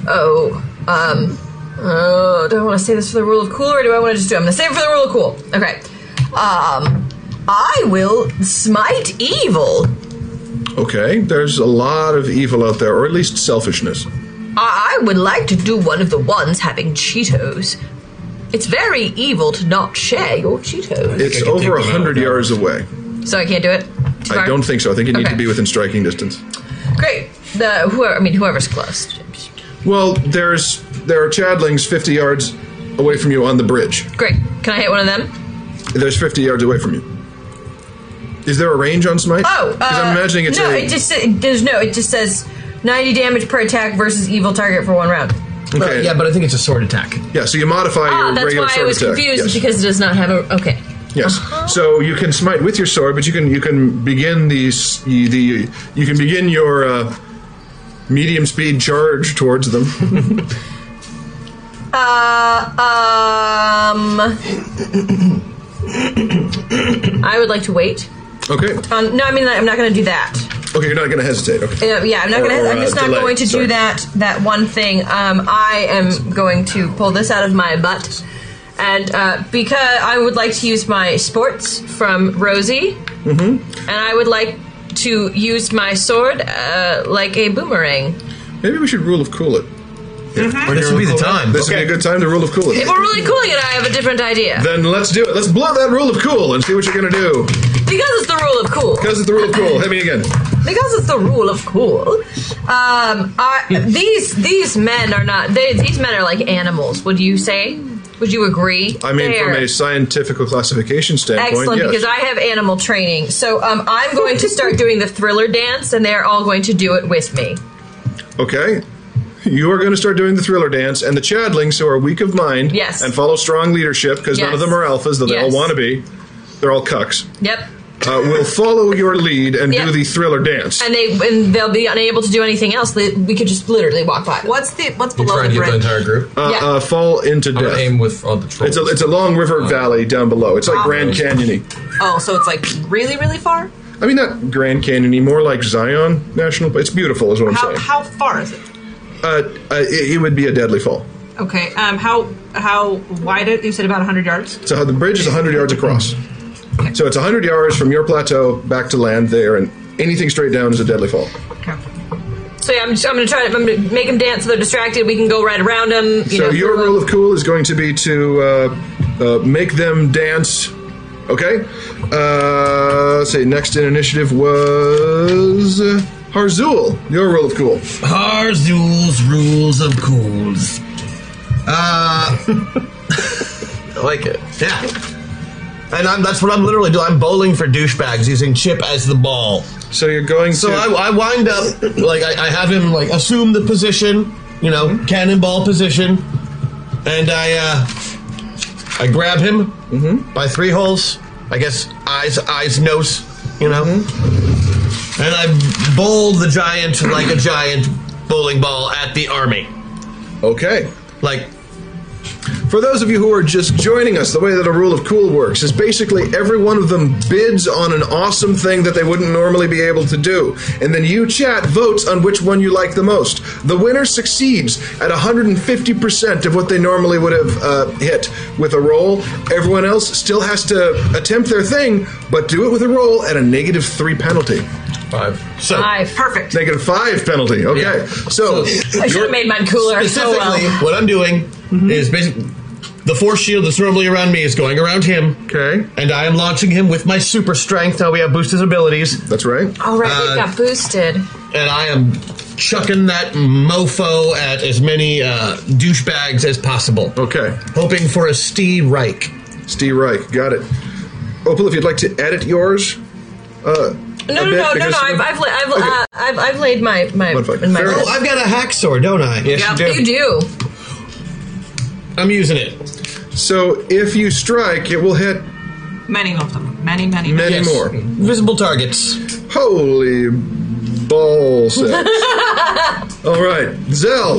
Oh, um, oh, do I want to say this for the rule of cool or do I want to just do it? I'm going to save it for the rule of cool. Okay. Um, I will smite evil. Okay, there's a lot of evil out there, or at least selfishness. I, I would like to do one of the ones having Cheetos. It's very evil to not share your Cheetos. It's over 100 yards away. So I can't do it? Too I far? don't think so. I think you need to Okay. be within striking distance. Great. The whoever, I mean, whoever's close. Well, there's there are Chadlings 50 yards away from you on the bridge. Great. Can I hit one of them? There's 50 yards away from you. Is there a range on smite? Oh, uh, 'Cause I'm imagining it's no. a, It just it, there's no. It just says 90 damage per attack versus evil target for one round. okay. yeah, but I think it's a sword attack. Yeah, so you modify Ah, your that's regular why sword I was attack. confused yes. because it does not have a. Okay. Yes. Uh-huh. So you can smite with your sword, but you can you can begin the s- you- the you can begin your uh, medium speed charge towards them. Uh, um. I would like to wait. okay. Um, no, I mean I'm not going to do that. Okay, you're not going to hesitate. Okay. Uh, yeah, I'm not Or- gonna. or, I'm just uh, not delay, going to sorry. do that. That one thing. Um, I am going to pull this out of my butt, and uh, because I would like to use my sports from Rosie, Mm-hmm. and I would like to use my sword uh, like a boomerang. Maybe we should rule of cool it. Mhm. This would be the time. This would be a good time to rule of cool it. If we're really cooling it, I have a different idea. Then let's do it. Let's blow that rule of cool and see what you're going to do. because it's the rule of cool. Because it's the rule of cool. Hit me again. Because it's the rule of cool. Um, are, these these men are not. They, these men are like animals. Would you say? Would you agree? I mean, They from a are- scientific classification standpoint, Excellent, yes. because I have animal training. So um, I'm going to start doing the thriller dance, and they're all going to do it with me. okay. You are going to start doing the thriller dance, and the Chadlings, who are weak of mind Yes. and follow strong leadership, because none of Yes. them are alphas, though they Yes. all want to be, they're all cucks, Yep. uh, will follow your lead and Yeah. do the thriller dance. And they and they'll be unable to do anything else. They- We could just literally walk by. What's the what's You below try the to get the bridge? entire group? Uh, yeah. uh, fall into I'm gonna death. aim with all the It's a, it's a long river valley down below. It's like Ah. Grand Canyony. Oh, so it's like really, really far? I mean, not Grand Canyony, more like Zion National. Park. It's beautiful, is what I'm How saying. how far is it? Uh, uh, it, it would be a deadly fall. Okay. Um. How how wide? It, you said about hundred yards. So the bridge is 100 yards across. So it's 100 yards from your plateau back to land there, and anything straight down is a deadly fall. So yeah, I'm, just, I'm gonna try to I'm gonna make them dance so they're distracted. We can go right around them. You so know, your rule of cool is going to be to uh, uh, make them dance. Okay. Uh, let's see. Next in initiative was uh, Harzul. Your rule of cool. Harzul's rules of cools. Uh, I like it. Yeah. And I'm, that's what I'm literally doing. I'm bowling for douchebags using Chip as the ball. So you're going. So to- I, I wind up like I, I have him like assume the position, you know, cannonball position, and I uh, I grab him by three holes. I guess eyes, eyes, nose, you know, and I bowl the giant like a giant bowling ball at the army. Okay. Like For those of you who are just joining us, the way that a rule of cool works is basically every one of them bids on an awesome thing that they wouldn't normally be able to do. And then you chat votes on which one you like the most. The winner succeeds at 150% of what they normally would have uh, hit with a roll. Everyone else still has to attempt their thing, but do it with a roll at a negative three penalty. Five. So, Five. Perfect. Negative five penalty. Okay. So, I should have made mine cooler. Specifically, oh well. what I'm doing is basically the force shield that's normally around me is going around him. Okay. And I am launching him with my super strength. Now we have boosted abilities. That's right. All right, uh, we got boosted. And I am chucking that mofo at as many uh, douchebags as possible. Okay. Hoping for a Steve Reich. Steve Reich. Got it. Opal, if you'd like to edit yours. Uh, No, no, no, no, no. I've, I've, la- I've, uh, I've, I've laid my my. in my Oh, list. I've got a hack sword, don't I? yeah, you do. I'm using it. So if you strike, it will hit Many of them. Many, many, many Yes. more Mm-hmm. visible targets. Holy ball sack. All right, Zell,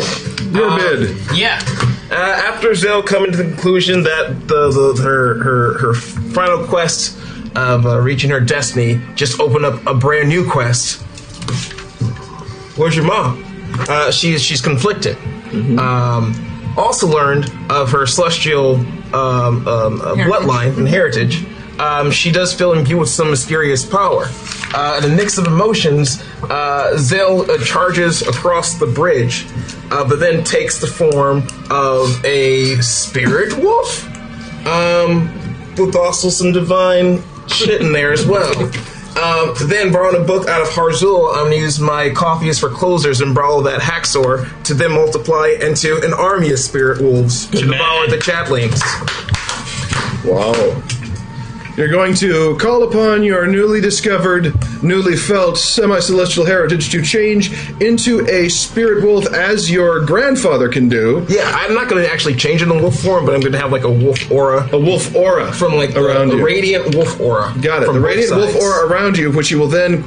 your bid. Yeah. Uh, after Zell coming to the conclusion that the, the her her her final quest of uh, reaching her destiny just opened up a brand new quest. Where's your mom? Uh, she's she's conflicted. Um, also learned of her celestial um, um, uh, bloodline and heritage. Um, she does feel imbued with some mysterious power. Uh, in the mix of emotions, uh, Zell uh, charges across the bridge, uh, but then takes the form of a spirit wolf, um, with also some divine shit in there as well. Um, then borrowing a book out of Harzul, I'm gonna use my coffee is for closers and borrow that Haxor to then multiply into an army of spirit wolves to devour the chatlings. Wow. You're going to call upon your newly discovered, newly felt semi celestial heritage to change into a spirit wolf as your grandfather can do. Yeah, I'm not gonna actually change it in wolf form, but I'm gonna have like a wolf aura. A wolf aura from like the- around the you. radiant wolf aura. Got it. from The both radiant wolf sides. aura around you, which you will then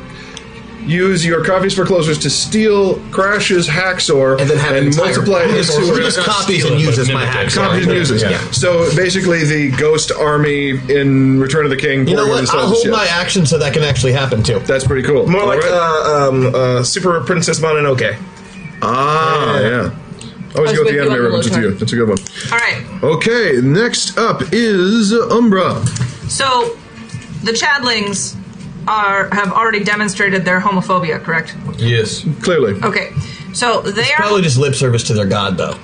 use your coffee's foreclosures to steal Crash's Haxor and, then have and entire- multiply it So into he just copies and uses my Haxor. Copies and uses. Yeah. So basically, the ghost army in Return of the King. You know Boromir what? inside I'll the hold ship. my action so that can actually happen too. That's pretty cool. More All like right. uh, um, uh, Super Princess Mononoke. uh, Ah, yeah. Always I was go with with the you on anime the references to low you. That's a good one. All right. Okay, next up is Umbra. So the Chadlings are have already demonstrated their homophobia, correct? Yes. Clearly. Okay. So they are Probably just lip service to their god, though.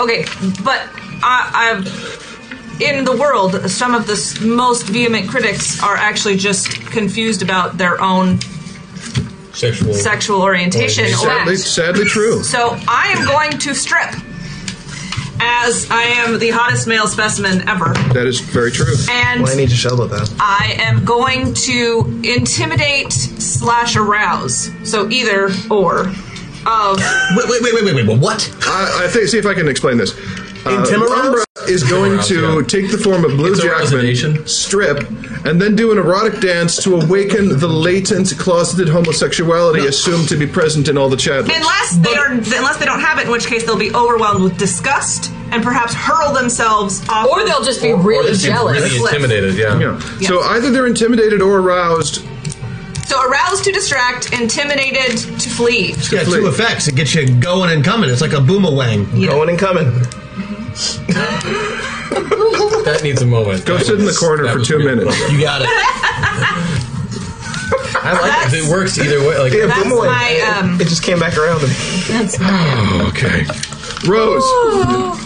Okay, but I, I've in the world, some of the s- most vehement critics are actually just confused about their own Sexual. sexual orientation. Sadly, Or sadly true. so I am going to strip, as I am the hottest male specimen ever. That is very true. And- Well, I need to shell with that. I am going to intimidate slash arouse. So either or. of Wait, wait, wait, wait, wait, wait. What? I, I think. See if I can explain this. Uh, Timuros? Umbra is going Timuros, to take the form of Blue Jackman, strip, and then do an erotic dance to awaken the latent closeted homosexuality assumed to be present in all the chat. Unless they are, unless they don't have it, in which case they'll be overwhelmed with disgust and perhaps hurl themselves off. Or they'll just be really jealous. Really intimidated, yeah. Yeah. So either they're intimidated or aroused. So aroused to distract, intimidated to flee. Yeah, two effects. It gets you going and coming. It's like a boomerang. Going and coming. That needs a moment. Go That sit in the was- corner that for was two beautiful. minutes. You got it. I like it. It works either way. Like, Yeah, That's boomerang. my, um, It just came back around. That's my. okay. Oh.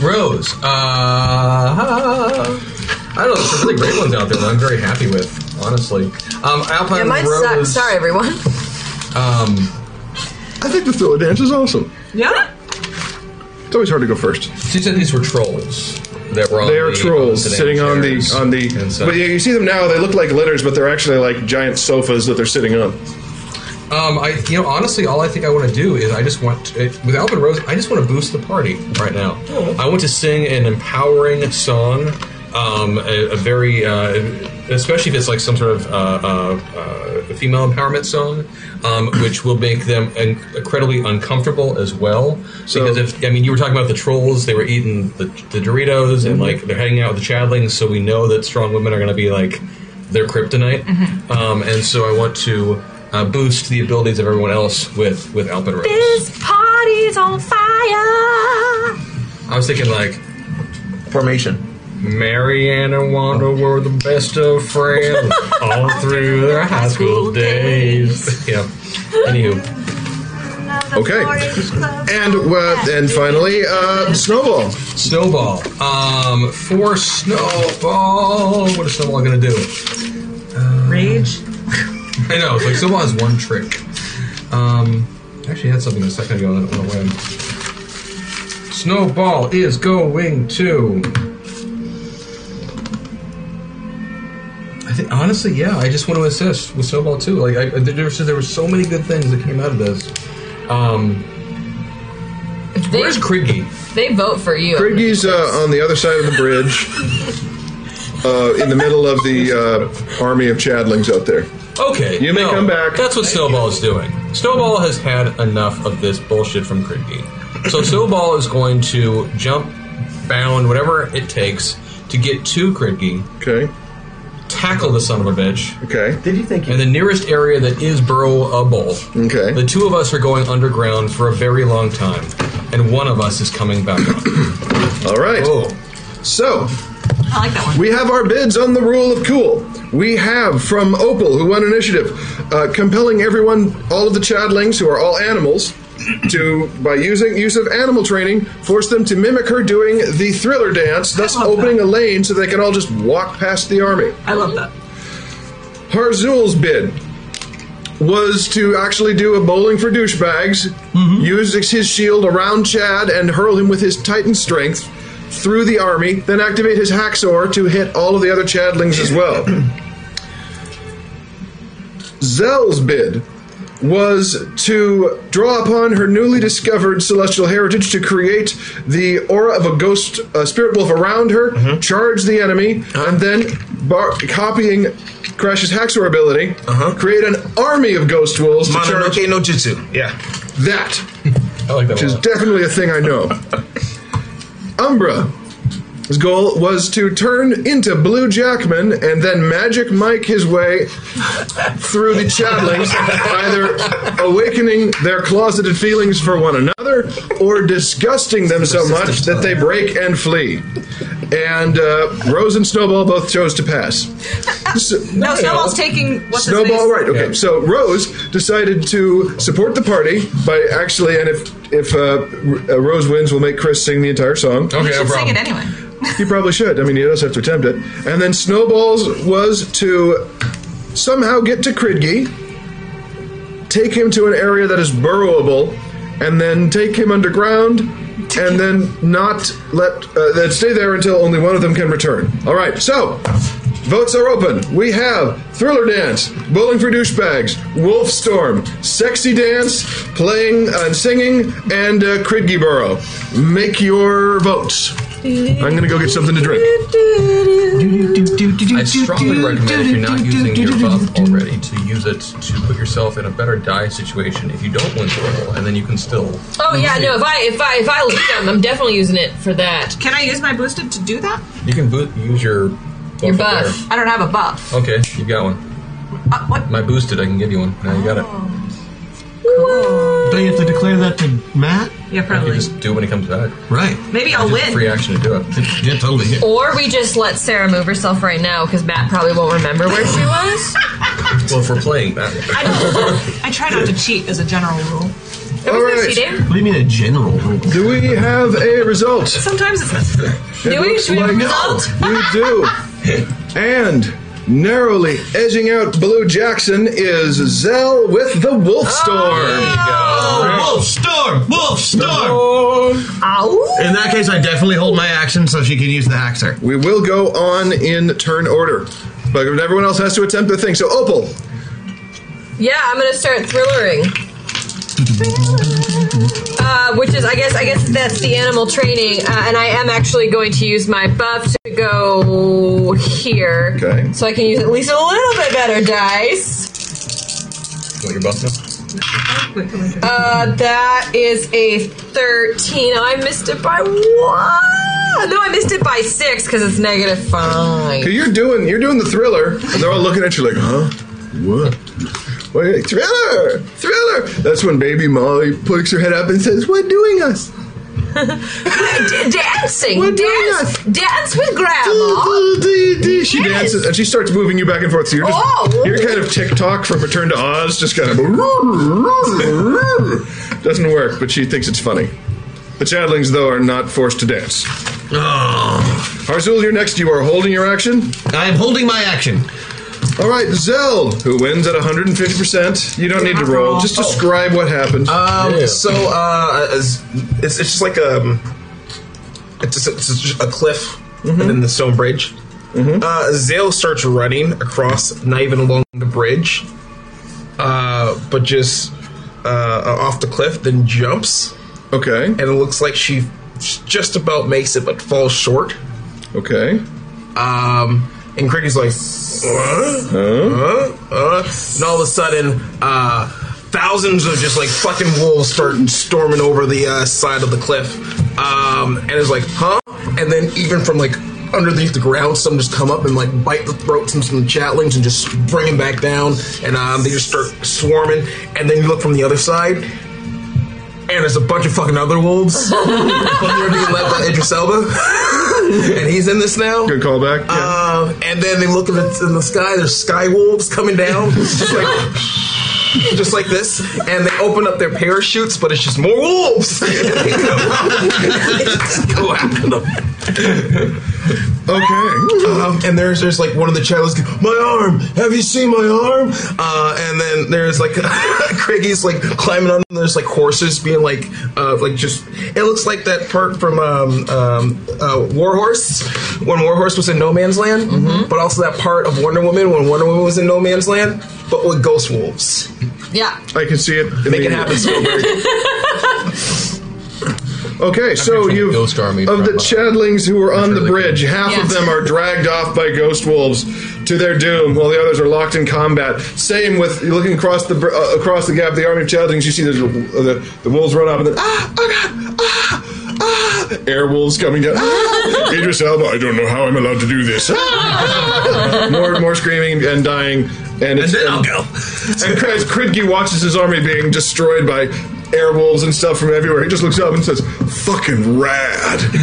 Rose. Uh, I don't know. There's some really great ones out there that I'm very happy with, honestly. Um, Alpine Yeah, mine Rose. sucks. Sorry, everyone. Um, I think the Thula dance is awesome. Yeah. It's always hard to go first. she said these were trolls that were on They are the- trolls the sitting on the Oh, chairs on the. and stuff. But yeah, you see them now. They look like litters, but they're actually like giant sofas that they're sitting on. Um, I, you know, honestly, all I think I want to do is I just want to, with Alvin Rose. I just want to boost the party right now. I want to sing an empowering song, um, a, a very, uh, especially if it's like some sort of uh, uh, uh, female empowerment song, um, which will make them in- incredibly uncomfortable as well. because if I mean, you were talking about the trolls; they were eating the, the Doritos and like they're hanging out with the Chadlings, so we know that strong women are going to be like their kryptonite. Um, and so I want to uh, boost the abilities of everyone else with with Alpin Rose. This party's on fire. I was thinking like formation. Marianne Wanda were the best of friends all through their high school days. yeah. Anywho, Okay. And uh, and finally, uh, snowball. snowball. Um, for snowball, what is snowball going to do? Rage. I know. It's like snowball has one trick. Um, I actually had something a second ago that went away. Snowball is going to. I think honestly, yeah. I just want to assist with snowball too. Like I, there, was, there were so many good things that came out of this. Um, They, where's Kriggy? they vote for you. Craiggie's uh, on the other side of the bridge, uh, in the middle of the uh, army of Chadlings out there. Okay, You may no, come back. That's what Snowball is doing. Snowball has had enough of this bullshit from Kripke. So Snowball is going to jump, bound, whatever it takes to get to Kripke. Okay. Tackle the son of a bitch. Okay. Did you think? In the nearest area that is burrowable, Okay. the two of us are going underground for a very long time, and one of us is coming back up. All right. Oh, So I like that one. We have our bids on the rule of cool. We have from Opal, who won initiative, uh, compelling everyone, all of the Chadlings, who are all animals, to by using use of animal training, force them to mimic her doing the thriller dance, thus opening a lane so they can all just walk past the army. I love that. Harzul's bid was to actually do a bowling for douchebags, use his shield around Chad and hurl him with his Titan strength through the army, then activate his Haxor to hit all of the other Chadlings as well. Zell's bid was to draw upon her newly discovered celestial heritage to create the aura of a ghost, a spirit wolf around her, charge the enemy, and then bar- copying Crash's Haxor ability, create an army of ghost wolves to charge Mononoke no Jutsu. Yeah. that, I like that which is one. definitely a thing I know. Umbra. His goal was to turn into Blue Jackman and then Magic Mike his way through the Chadlings, either awakening their closeted feelings for one another or disgusting them so much that they break and flee. And uh, Rose and Snowball both chose to pass. So- No, Snowball's taking what's his Snowball, name? right? Okay, Yeah. so Rose decided to support the party by actually, and if if uh, R- uh, Rose wins, we'll make Chris sing the entire song. Okay, no should sing problem. it anyway. He probably should. I mean, he does have to attempt it. And then Snowballs was to somehow get to Kridgi, take him to an area that is burrowable, and then take him underground, and then not let uh, then stay there until only one of them can return. All right, so Votes are open. We have Thriller Dance, Bowling for Douchebags, Wolf Storm, Sexy Dance, Playing and Singing, and uh, Kridgy Burrow. Make your votes. I'm going to go get something to drink. I strongly recommend if you're not using your buff already to use it to put yourself in a better die situation if you don't win the roll, and then you can still. Oh yeah, no. If I if I if I lose them, I'm definitely using it for that. Can I use my boosted to do that? You can boot, use your buff. Your up buff. I don't have a buff. Uh, there. Okay, you got one. My boosted, I can give you one. Now you got Oh, it. Don't you have to declare that to Matt? Yeah, You just do it when he comes back. Right. Maybe I'll Just a win. Free action to do it. Yeah, totally. Or we just let Sarah move herself right now because Matt probably won't remember where she was. Well, if we're playing that, I try not to cheat as a general rule. All right. What do you mean a general rule? Do we have a result? Sometimes it's It Do we? looks Do we have like a result? we do. And narrowly edging out Blue Jackson is Zell with the Wolf Storm. Wolf Storm! Oh, Wolf Storm! Ow! In that case, I definitely hold my action so she can use the Haxer. We will go on in turn order, but everyone else has to attempt their thing. So Opal, Yeah, I'm gonna start thrillering. Uh, which is, I guess, I guess that's the animal training, uh, and I am actually going to use my buff to go here, Okay. so I can use at least a little bit better dice. what your buff now? Uh, that is a thirteen. Oh, I missed it by one. No, I missed it by six because it's negative five. 'cause you're doing you're doing the thriller, and they're all looking at you like, huh? What? Wait, thriller, thriller. That's when Baby Molly puts her head up and says, "What doing us?" D- dancing, We're doing dance, dance with grandma. She dances and she starts moving you back and forth. So you're just Oh. you're kind of TikTok from Return to Oz, just kind of doesn't work, but she thinks it's funny. The Chadlings though are not forced to dance. Oh. Harzul, you're next. You are holding your action. I'm holding my action. All right, Zell, who wins at 150. percent You don't need to roll. Just describe what happened. Um, So uh, it's, it's it's just like a it's just, it's just a cliff Mm-hmm. and then the stone bridge. Uh, Zale starts running across, not even along the bridge, uh, but just uh, off the cliff. Then jumps, okay. and it looks like she just about makes it, but falls short. Okay. Um, and Cricky's like, "What?" Huh? uh, uh, and all of a sudden, uh, thousands of just like fucking wolves start storming over the uh, side of the cliff. Um, and it's like, huh? And then even from like underneath the ground, some just come up and like bite the throats and some chatlings and just bring them back down. And um, they just start swarming. And then you look from the other side. And there's a bunch of fucking other wolves. They're being led by Idris Elba. and he's in this now. Good callback. Yeah. Um, and then they look in the, in the sky. There's sky wolves coming down, just like just like this. And they open up their parachutes, but it's just more wolves. They go- they just go after them. okay. Um, and there's there's like one of the channels. My arm. Have you seen my arm? Uh, and then there's like Craiggie's like climbing on. Them. There's like horses being like uh, like just. It looks like that part from um, um, uh, Warhorse when Warhorse was in No Man's Land, Mm-hmm. but also that part of Wonder Woman when Wonder Woman was in No Man's Land, but with ghost wolves. Yeah. I can see it. Make it happen, Spielberg. Okay, so picturing you've Ghost Army of the from, uh, Chadlings who are on the really bridge. Half of Yeah. them are dragged off by ghost wolves to their doom, while the others are locked in combat. Same with you're looking across the br- uh, across the gap. The army of Chadlings, you see there's, uh, the the wolves run up, and then ah, oh god, ah, ah, air wolves coming down. Ah, Idris Elba, I don't know how I'm allowed to do this. Ah. more more screaming and dying, and it's, And then I'll go. and Chris Kridge watches his army being destroyed by airwolves and stuff from everywhere. He just looks up and says, "Fucking rad."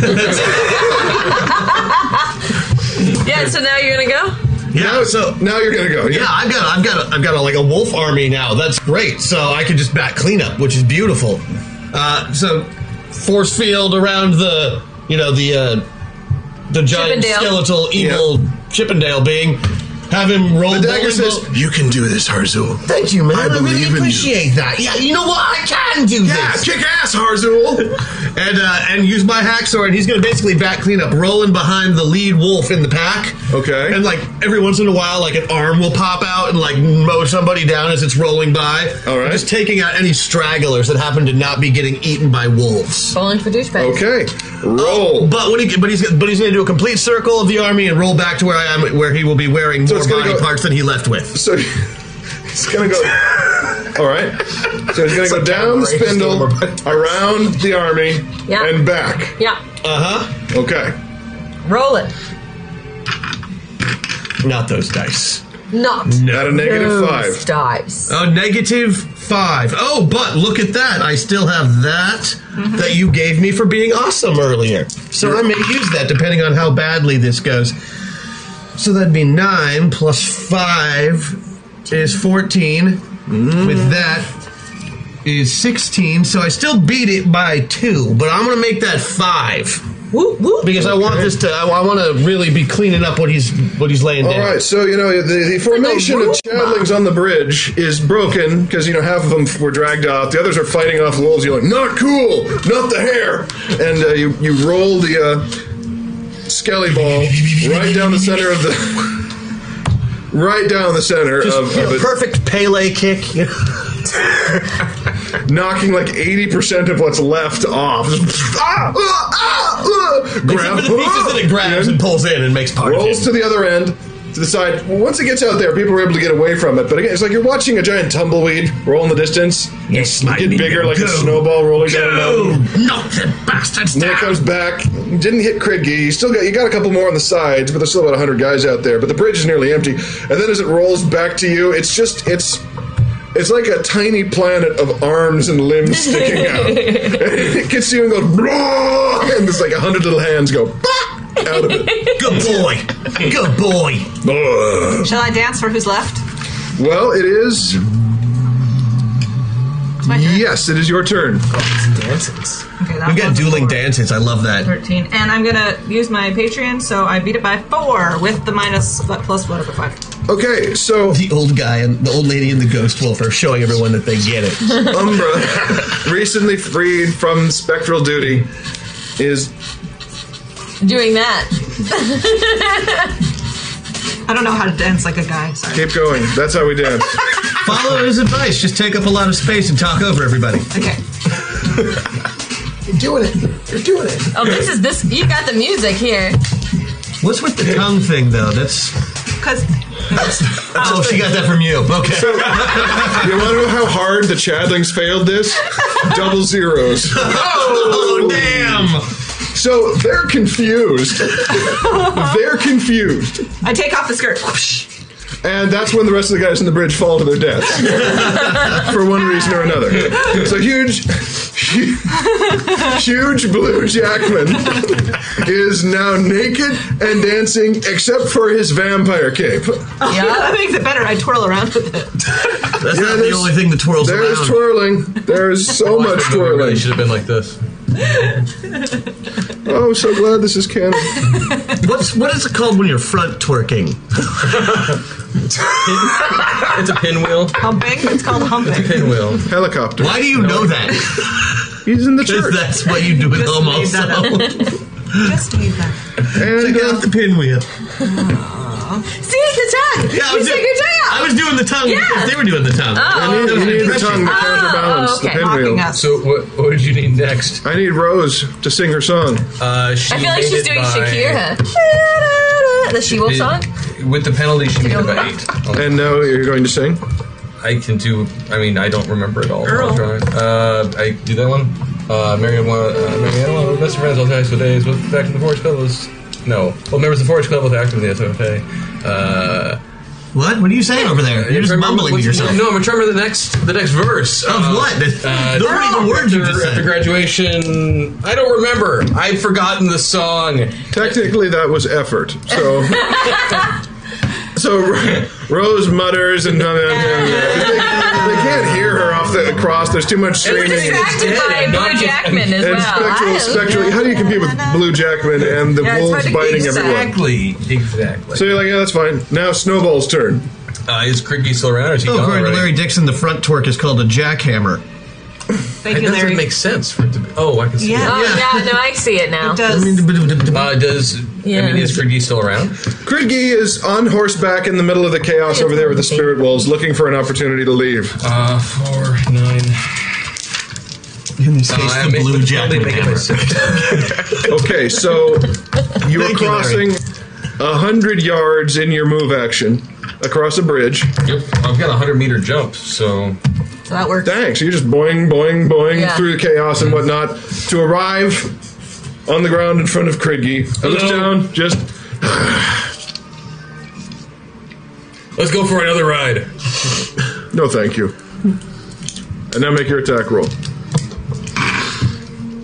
Yeah. So now you're gonna go. Yeah, so now you're gonna go. Yeah, I've got, I've got, a, I've got a, like a wolf army now. That's great. So I can just back clean up, which is beautiful. Uh, so force field around the, you know, the uh, the giant Chippendale. skeletal evil Chippendale being, Have him roll. The dagger says, "You can do this, Harzul." Thank you, man. I I believe really in you. appreciate that. Yeah, you know what? I can do Yeah, this. kick ass, Harzul. and uh, and use my hacksaw, and he's going to basically back clean up, rolling behind the lead wolf in the pack. Okay. And like every once in a while, like an arm will pop out and like mow somebody down as it's rolling by. All right. Just taking out any stragglers that happen to not be getting eaten by wolves. Falling for douchebags. Okay. Roll. Oh, but what he, but he's but he's going to do a complete circle of the army and roll back to where I am, where he will be wearing So more it's gonna body go- parts than he left with. So it's gonna go. All right. So he's gonna go down the spindle, around the army, Yeah. and back. Yeah. Uh huh. Okay. Roll it. Not those dice. Not Not a negative those five. dice. Oh, negative five. Oh, but look at that. I still have that Mm-hmm. that you gave me for being awesome earlier. So I may use that depending on how badly this goes. So that'd be nine plus five is 14. Mm-hmm. With that is 16. So I still beat it by two, but I'm going to make that five. Because I want this to, I, want to really be cleaning up what he's what he's laying All down. right, so you know the, the formation of Chadlings on the bridge is broken because you know half of them were dragged off, the others are fighting off wolves. You're like, not cool, not the hair, and uh, you you roll the uh, skelly ball right down the center of the right down the center of, of it, perfect Pele kick, knocking like eighty percent of what's left off. ah, ah, ah, ah, grab Except for the pieces that it grabs and pulls in and makes part of rolls it. to the other end to the side. Once it gets out there, people are able to get away from it. But again, it's like you're watching a giant tumbleweed roll in the distance. Yes, You get bigger like a snowball rolling down a mountain. Knock the bastards And then it comes back. Didn't hit Kriggy. You still got you got a couple more on the sides, but there's still about hundred guys out there. But the bridge is nearly empty. And then as it rolls back to you, it's just it's it's like a tiny planet of arms and limbs sticking out. it gets you and goes, "Brrrr," and there's like a hundred little hands go "Bah!" out of it. Good boy. Good boy. Ugh. Shall I dance for who's left? Well, it is. Yes, it is your turn. Dances. Okay, that We've got was a dueling dances. I love that. 13. And I'm gonna use my Patreon, so I beat it by four with the minus what, plus whatever five. Okay, so The old guy and the old lady and the ghost wolf are showing everyone that they get it. Umbra, recently freed from spectral duty, is Doing that. I don't know how to dance like a guy, sorry. keep going. That's how we dance. Follow his advice. Just take up a lot of space and talk over everybody. Okay. You're doing it. You're doing it. Oh, this is this. You got the music here. What's with the tongue thing though? That's Because oh, she got that from you. Okay. You want to know how hard the Chadlings failed this? Double zeros. oh damn! So they're confused. they're confused. I take off the skirt. Whoosh. And that's when the rest of the guys in the bridge fall to their deaths for one reason or another. So huge, huge, huge blue Jackman is now naked and dancing, except for his vampire cape. Oh, that makes it better. I twirl around with it. That's Yeah, not the there's- only thing that twirls There's around. twirling. There's so much It really twirling. should have been like this. Oh, so glad this is canon. What's what is it called when you're front twerking? It's a pinwheel. Humping? It's called humping. Pinwheel. Helicopter. Why do you know that? He's in the 'Cause church. that's what you do with Just them made that also. Just need that. And, uh, Check out the pinwheel. See the tongue. Yeah, I was, took your tongue out. I was doing the tongue because they were doing the tongue. I need, you need the tongue to Oh, counterbalance okay. the Locking pinwheel. up. So what, what did you need next? I need Rose to sing her song. Uh, she I feel like made she's it doing by- Shakira. The she wolf song. With the penalty, she made it by eight. And now you're going to sing. I can do. I mean, I don't remember it all. Earl. I'll try. Uh, I do that one. Uh, Mary, one, uh, Marianne, one of my best friends, all times for days with back in the Forge Club was no. Well, members of the Forge Club with active in the SFA. Uh, What? What are you saying over there? You're just remember- mumbling to what's- yourself. No, I'm trying to remember the next the next verse uh, Of what? Those were even words you after- just said. After graduation, I don't remember. I've forgotten the song. Technically, that was effort. So, so Rose mutters and they, they can't can't hear her off the across. There's too much We're streaming. distracted by Blue Jackman as and well. spectral, spectral. How do you compete with Blue Jackman and the Yeah, it's hard wolves to biting keep everyone? Exactly. Exactly. So you're like, yeah, that's fine. Now Snowball's turn. Uh, is Cricky still around? Or is he Oh, gone according to already? Larry Dixon, the front torque is called a jackhammer. Thank it you, doesn't Larry. make sense for it to be. Oh, I can see Yeah. it. Oh, yeah, no, I see it now. It does. Uh, does I mean is Cricky still around? Gridgi is on horseback in the middle of the chaos over there with the spirit wolves, looking for an opportunity to leave. Uh, four nine. In this case, Uh, I the make- blue probably jackhammer. make it a six. okay, so you were Thank you, crossing Larry. a hundred yards in your move action across a bridge. Yep, I've got a hundred meter jump, so So that works. Thanks. You're just boing, boing, boing Yeah. through the chaos and whatnot to arrive on the ground in front of Kridgi. I look down, just let's go for another ride. no, thank you. And now make your attack roll.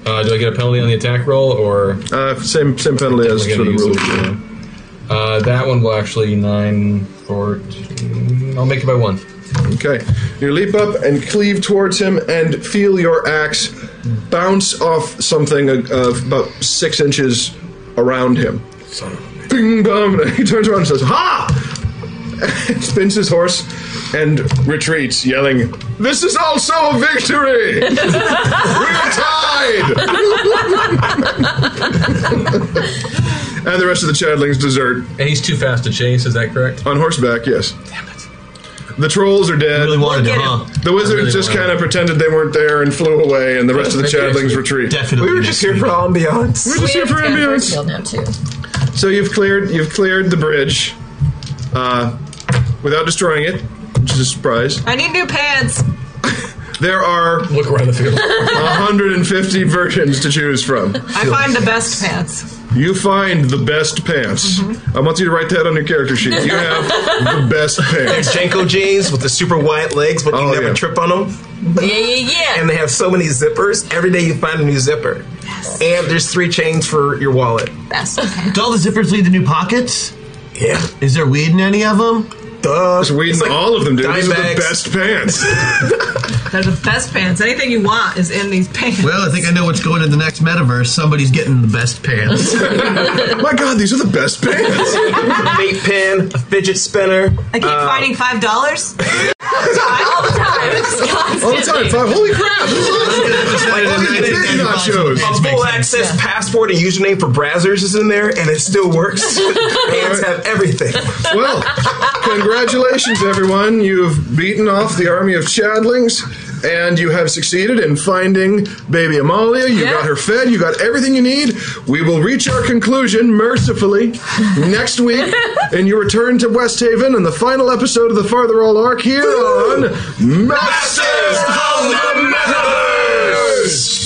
Uh, do I get a penalty on the attack roll, or Uh, same same penalty as We're for the gonna rule. use the- Uh, that one will actually 9, 14. I'll make it by one. Okay. You leap up and cleave towards him and feel your axe bounce off something of- of about six inches around him. Son of a Bing bong. He turns around and says, Ha! And spins his horse and retreats, yelling, This is also a victory! We're tied! and the rest of the Chadlings desert. And he's too fast to chase, is that correct? On horseback, yes. Damn it. The trolls are dead. really wanted Look it, at huh? him. The wizards really just wanted kind of pretended they weren't there and flew away, and the rest of the Maybe Chadlings actually- retreat. Definitely. We were next just here week. for ambiance. We're just here for ambience. Kill now too. So you've cleared you've cleared the bridge, uh, without destroying it, which is a surprise. I need new pants. There are Look around the field. 150 versions to choose from. I find the best pants. You find the best pants. I want you to write that on your character sheet. You have the best pants. Jenko jeans with the super wide legs, but you Oh, never yeah. trip on them. Yeah, yeah, And yeah. they have so many zippers. Every day you find a new zipper. And there's three chains for your wallet. Best pants. Do all the zippers lead to new pockets? Yeah. Is there weed in any of them? Duh. There's weed in It's like all of them, dude. These are the Dimex. best pants. They're the best pants. Anything you want is in these pants. Well, I think I know what's going in the next metaverse. Somebody's getting the best pants. My God, these are the best pants. a vape pen, a fidget spinner. I keep uh, finding five dollars. All the time. It's constant. All the time. Five. Holy crap! This is awesome. Holy big nachos. A full access password and username for browsers is in there, and it still works. Pants have everything. Well, congratulations, everyone. You've beaten off the army of Chadlings, and you have succeeded in finding baby Amalia. You got her fed, you got everything you need. We will reach our conclusion, mercifully, next week in your return to West Haven and the final episode of the Farther All Arc here on Masters Masters of the Metaverse!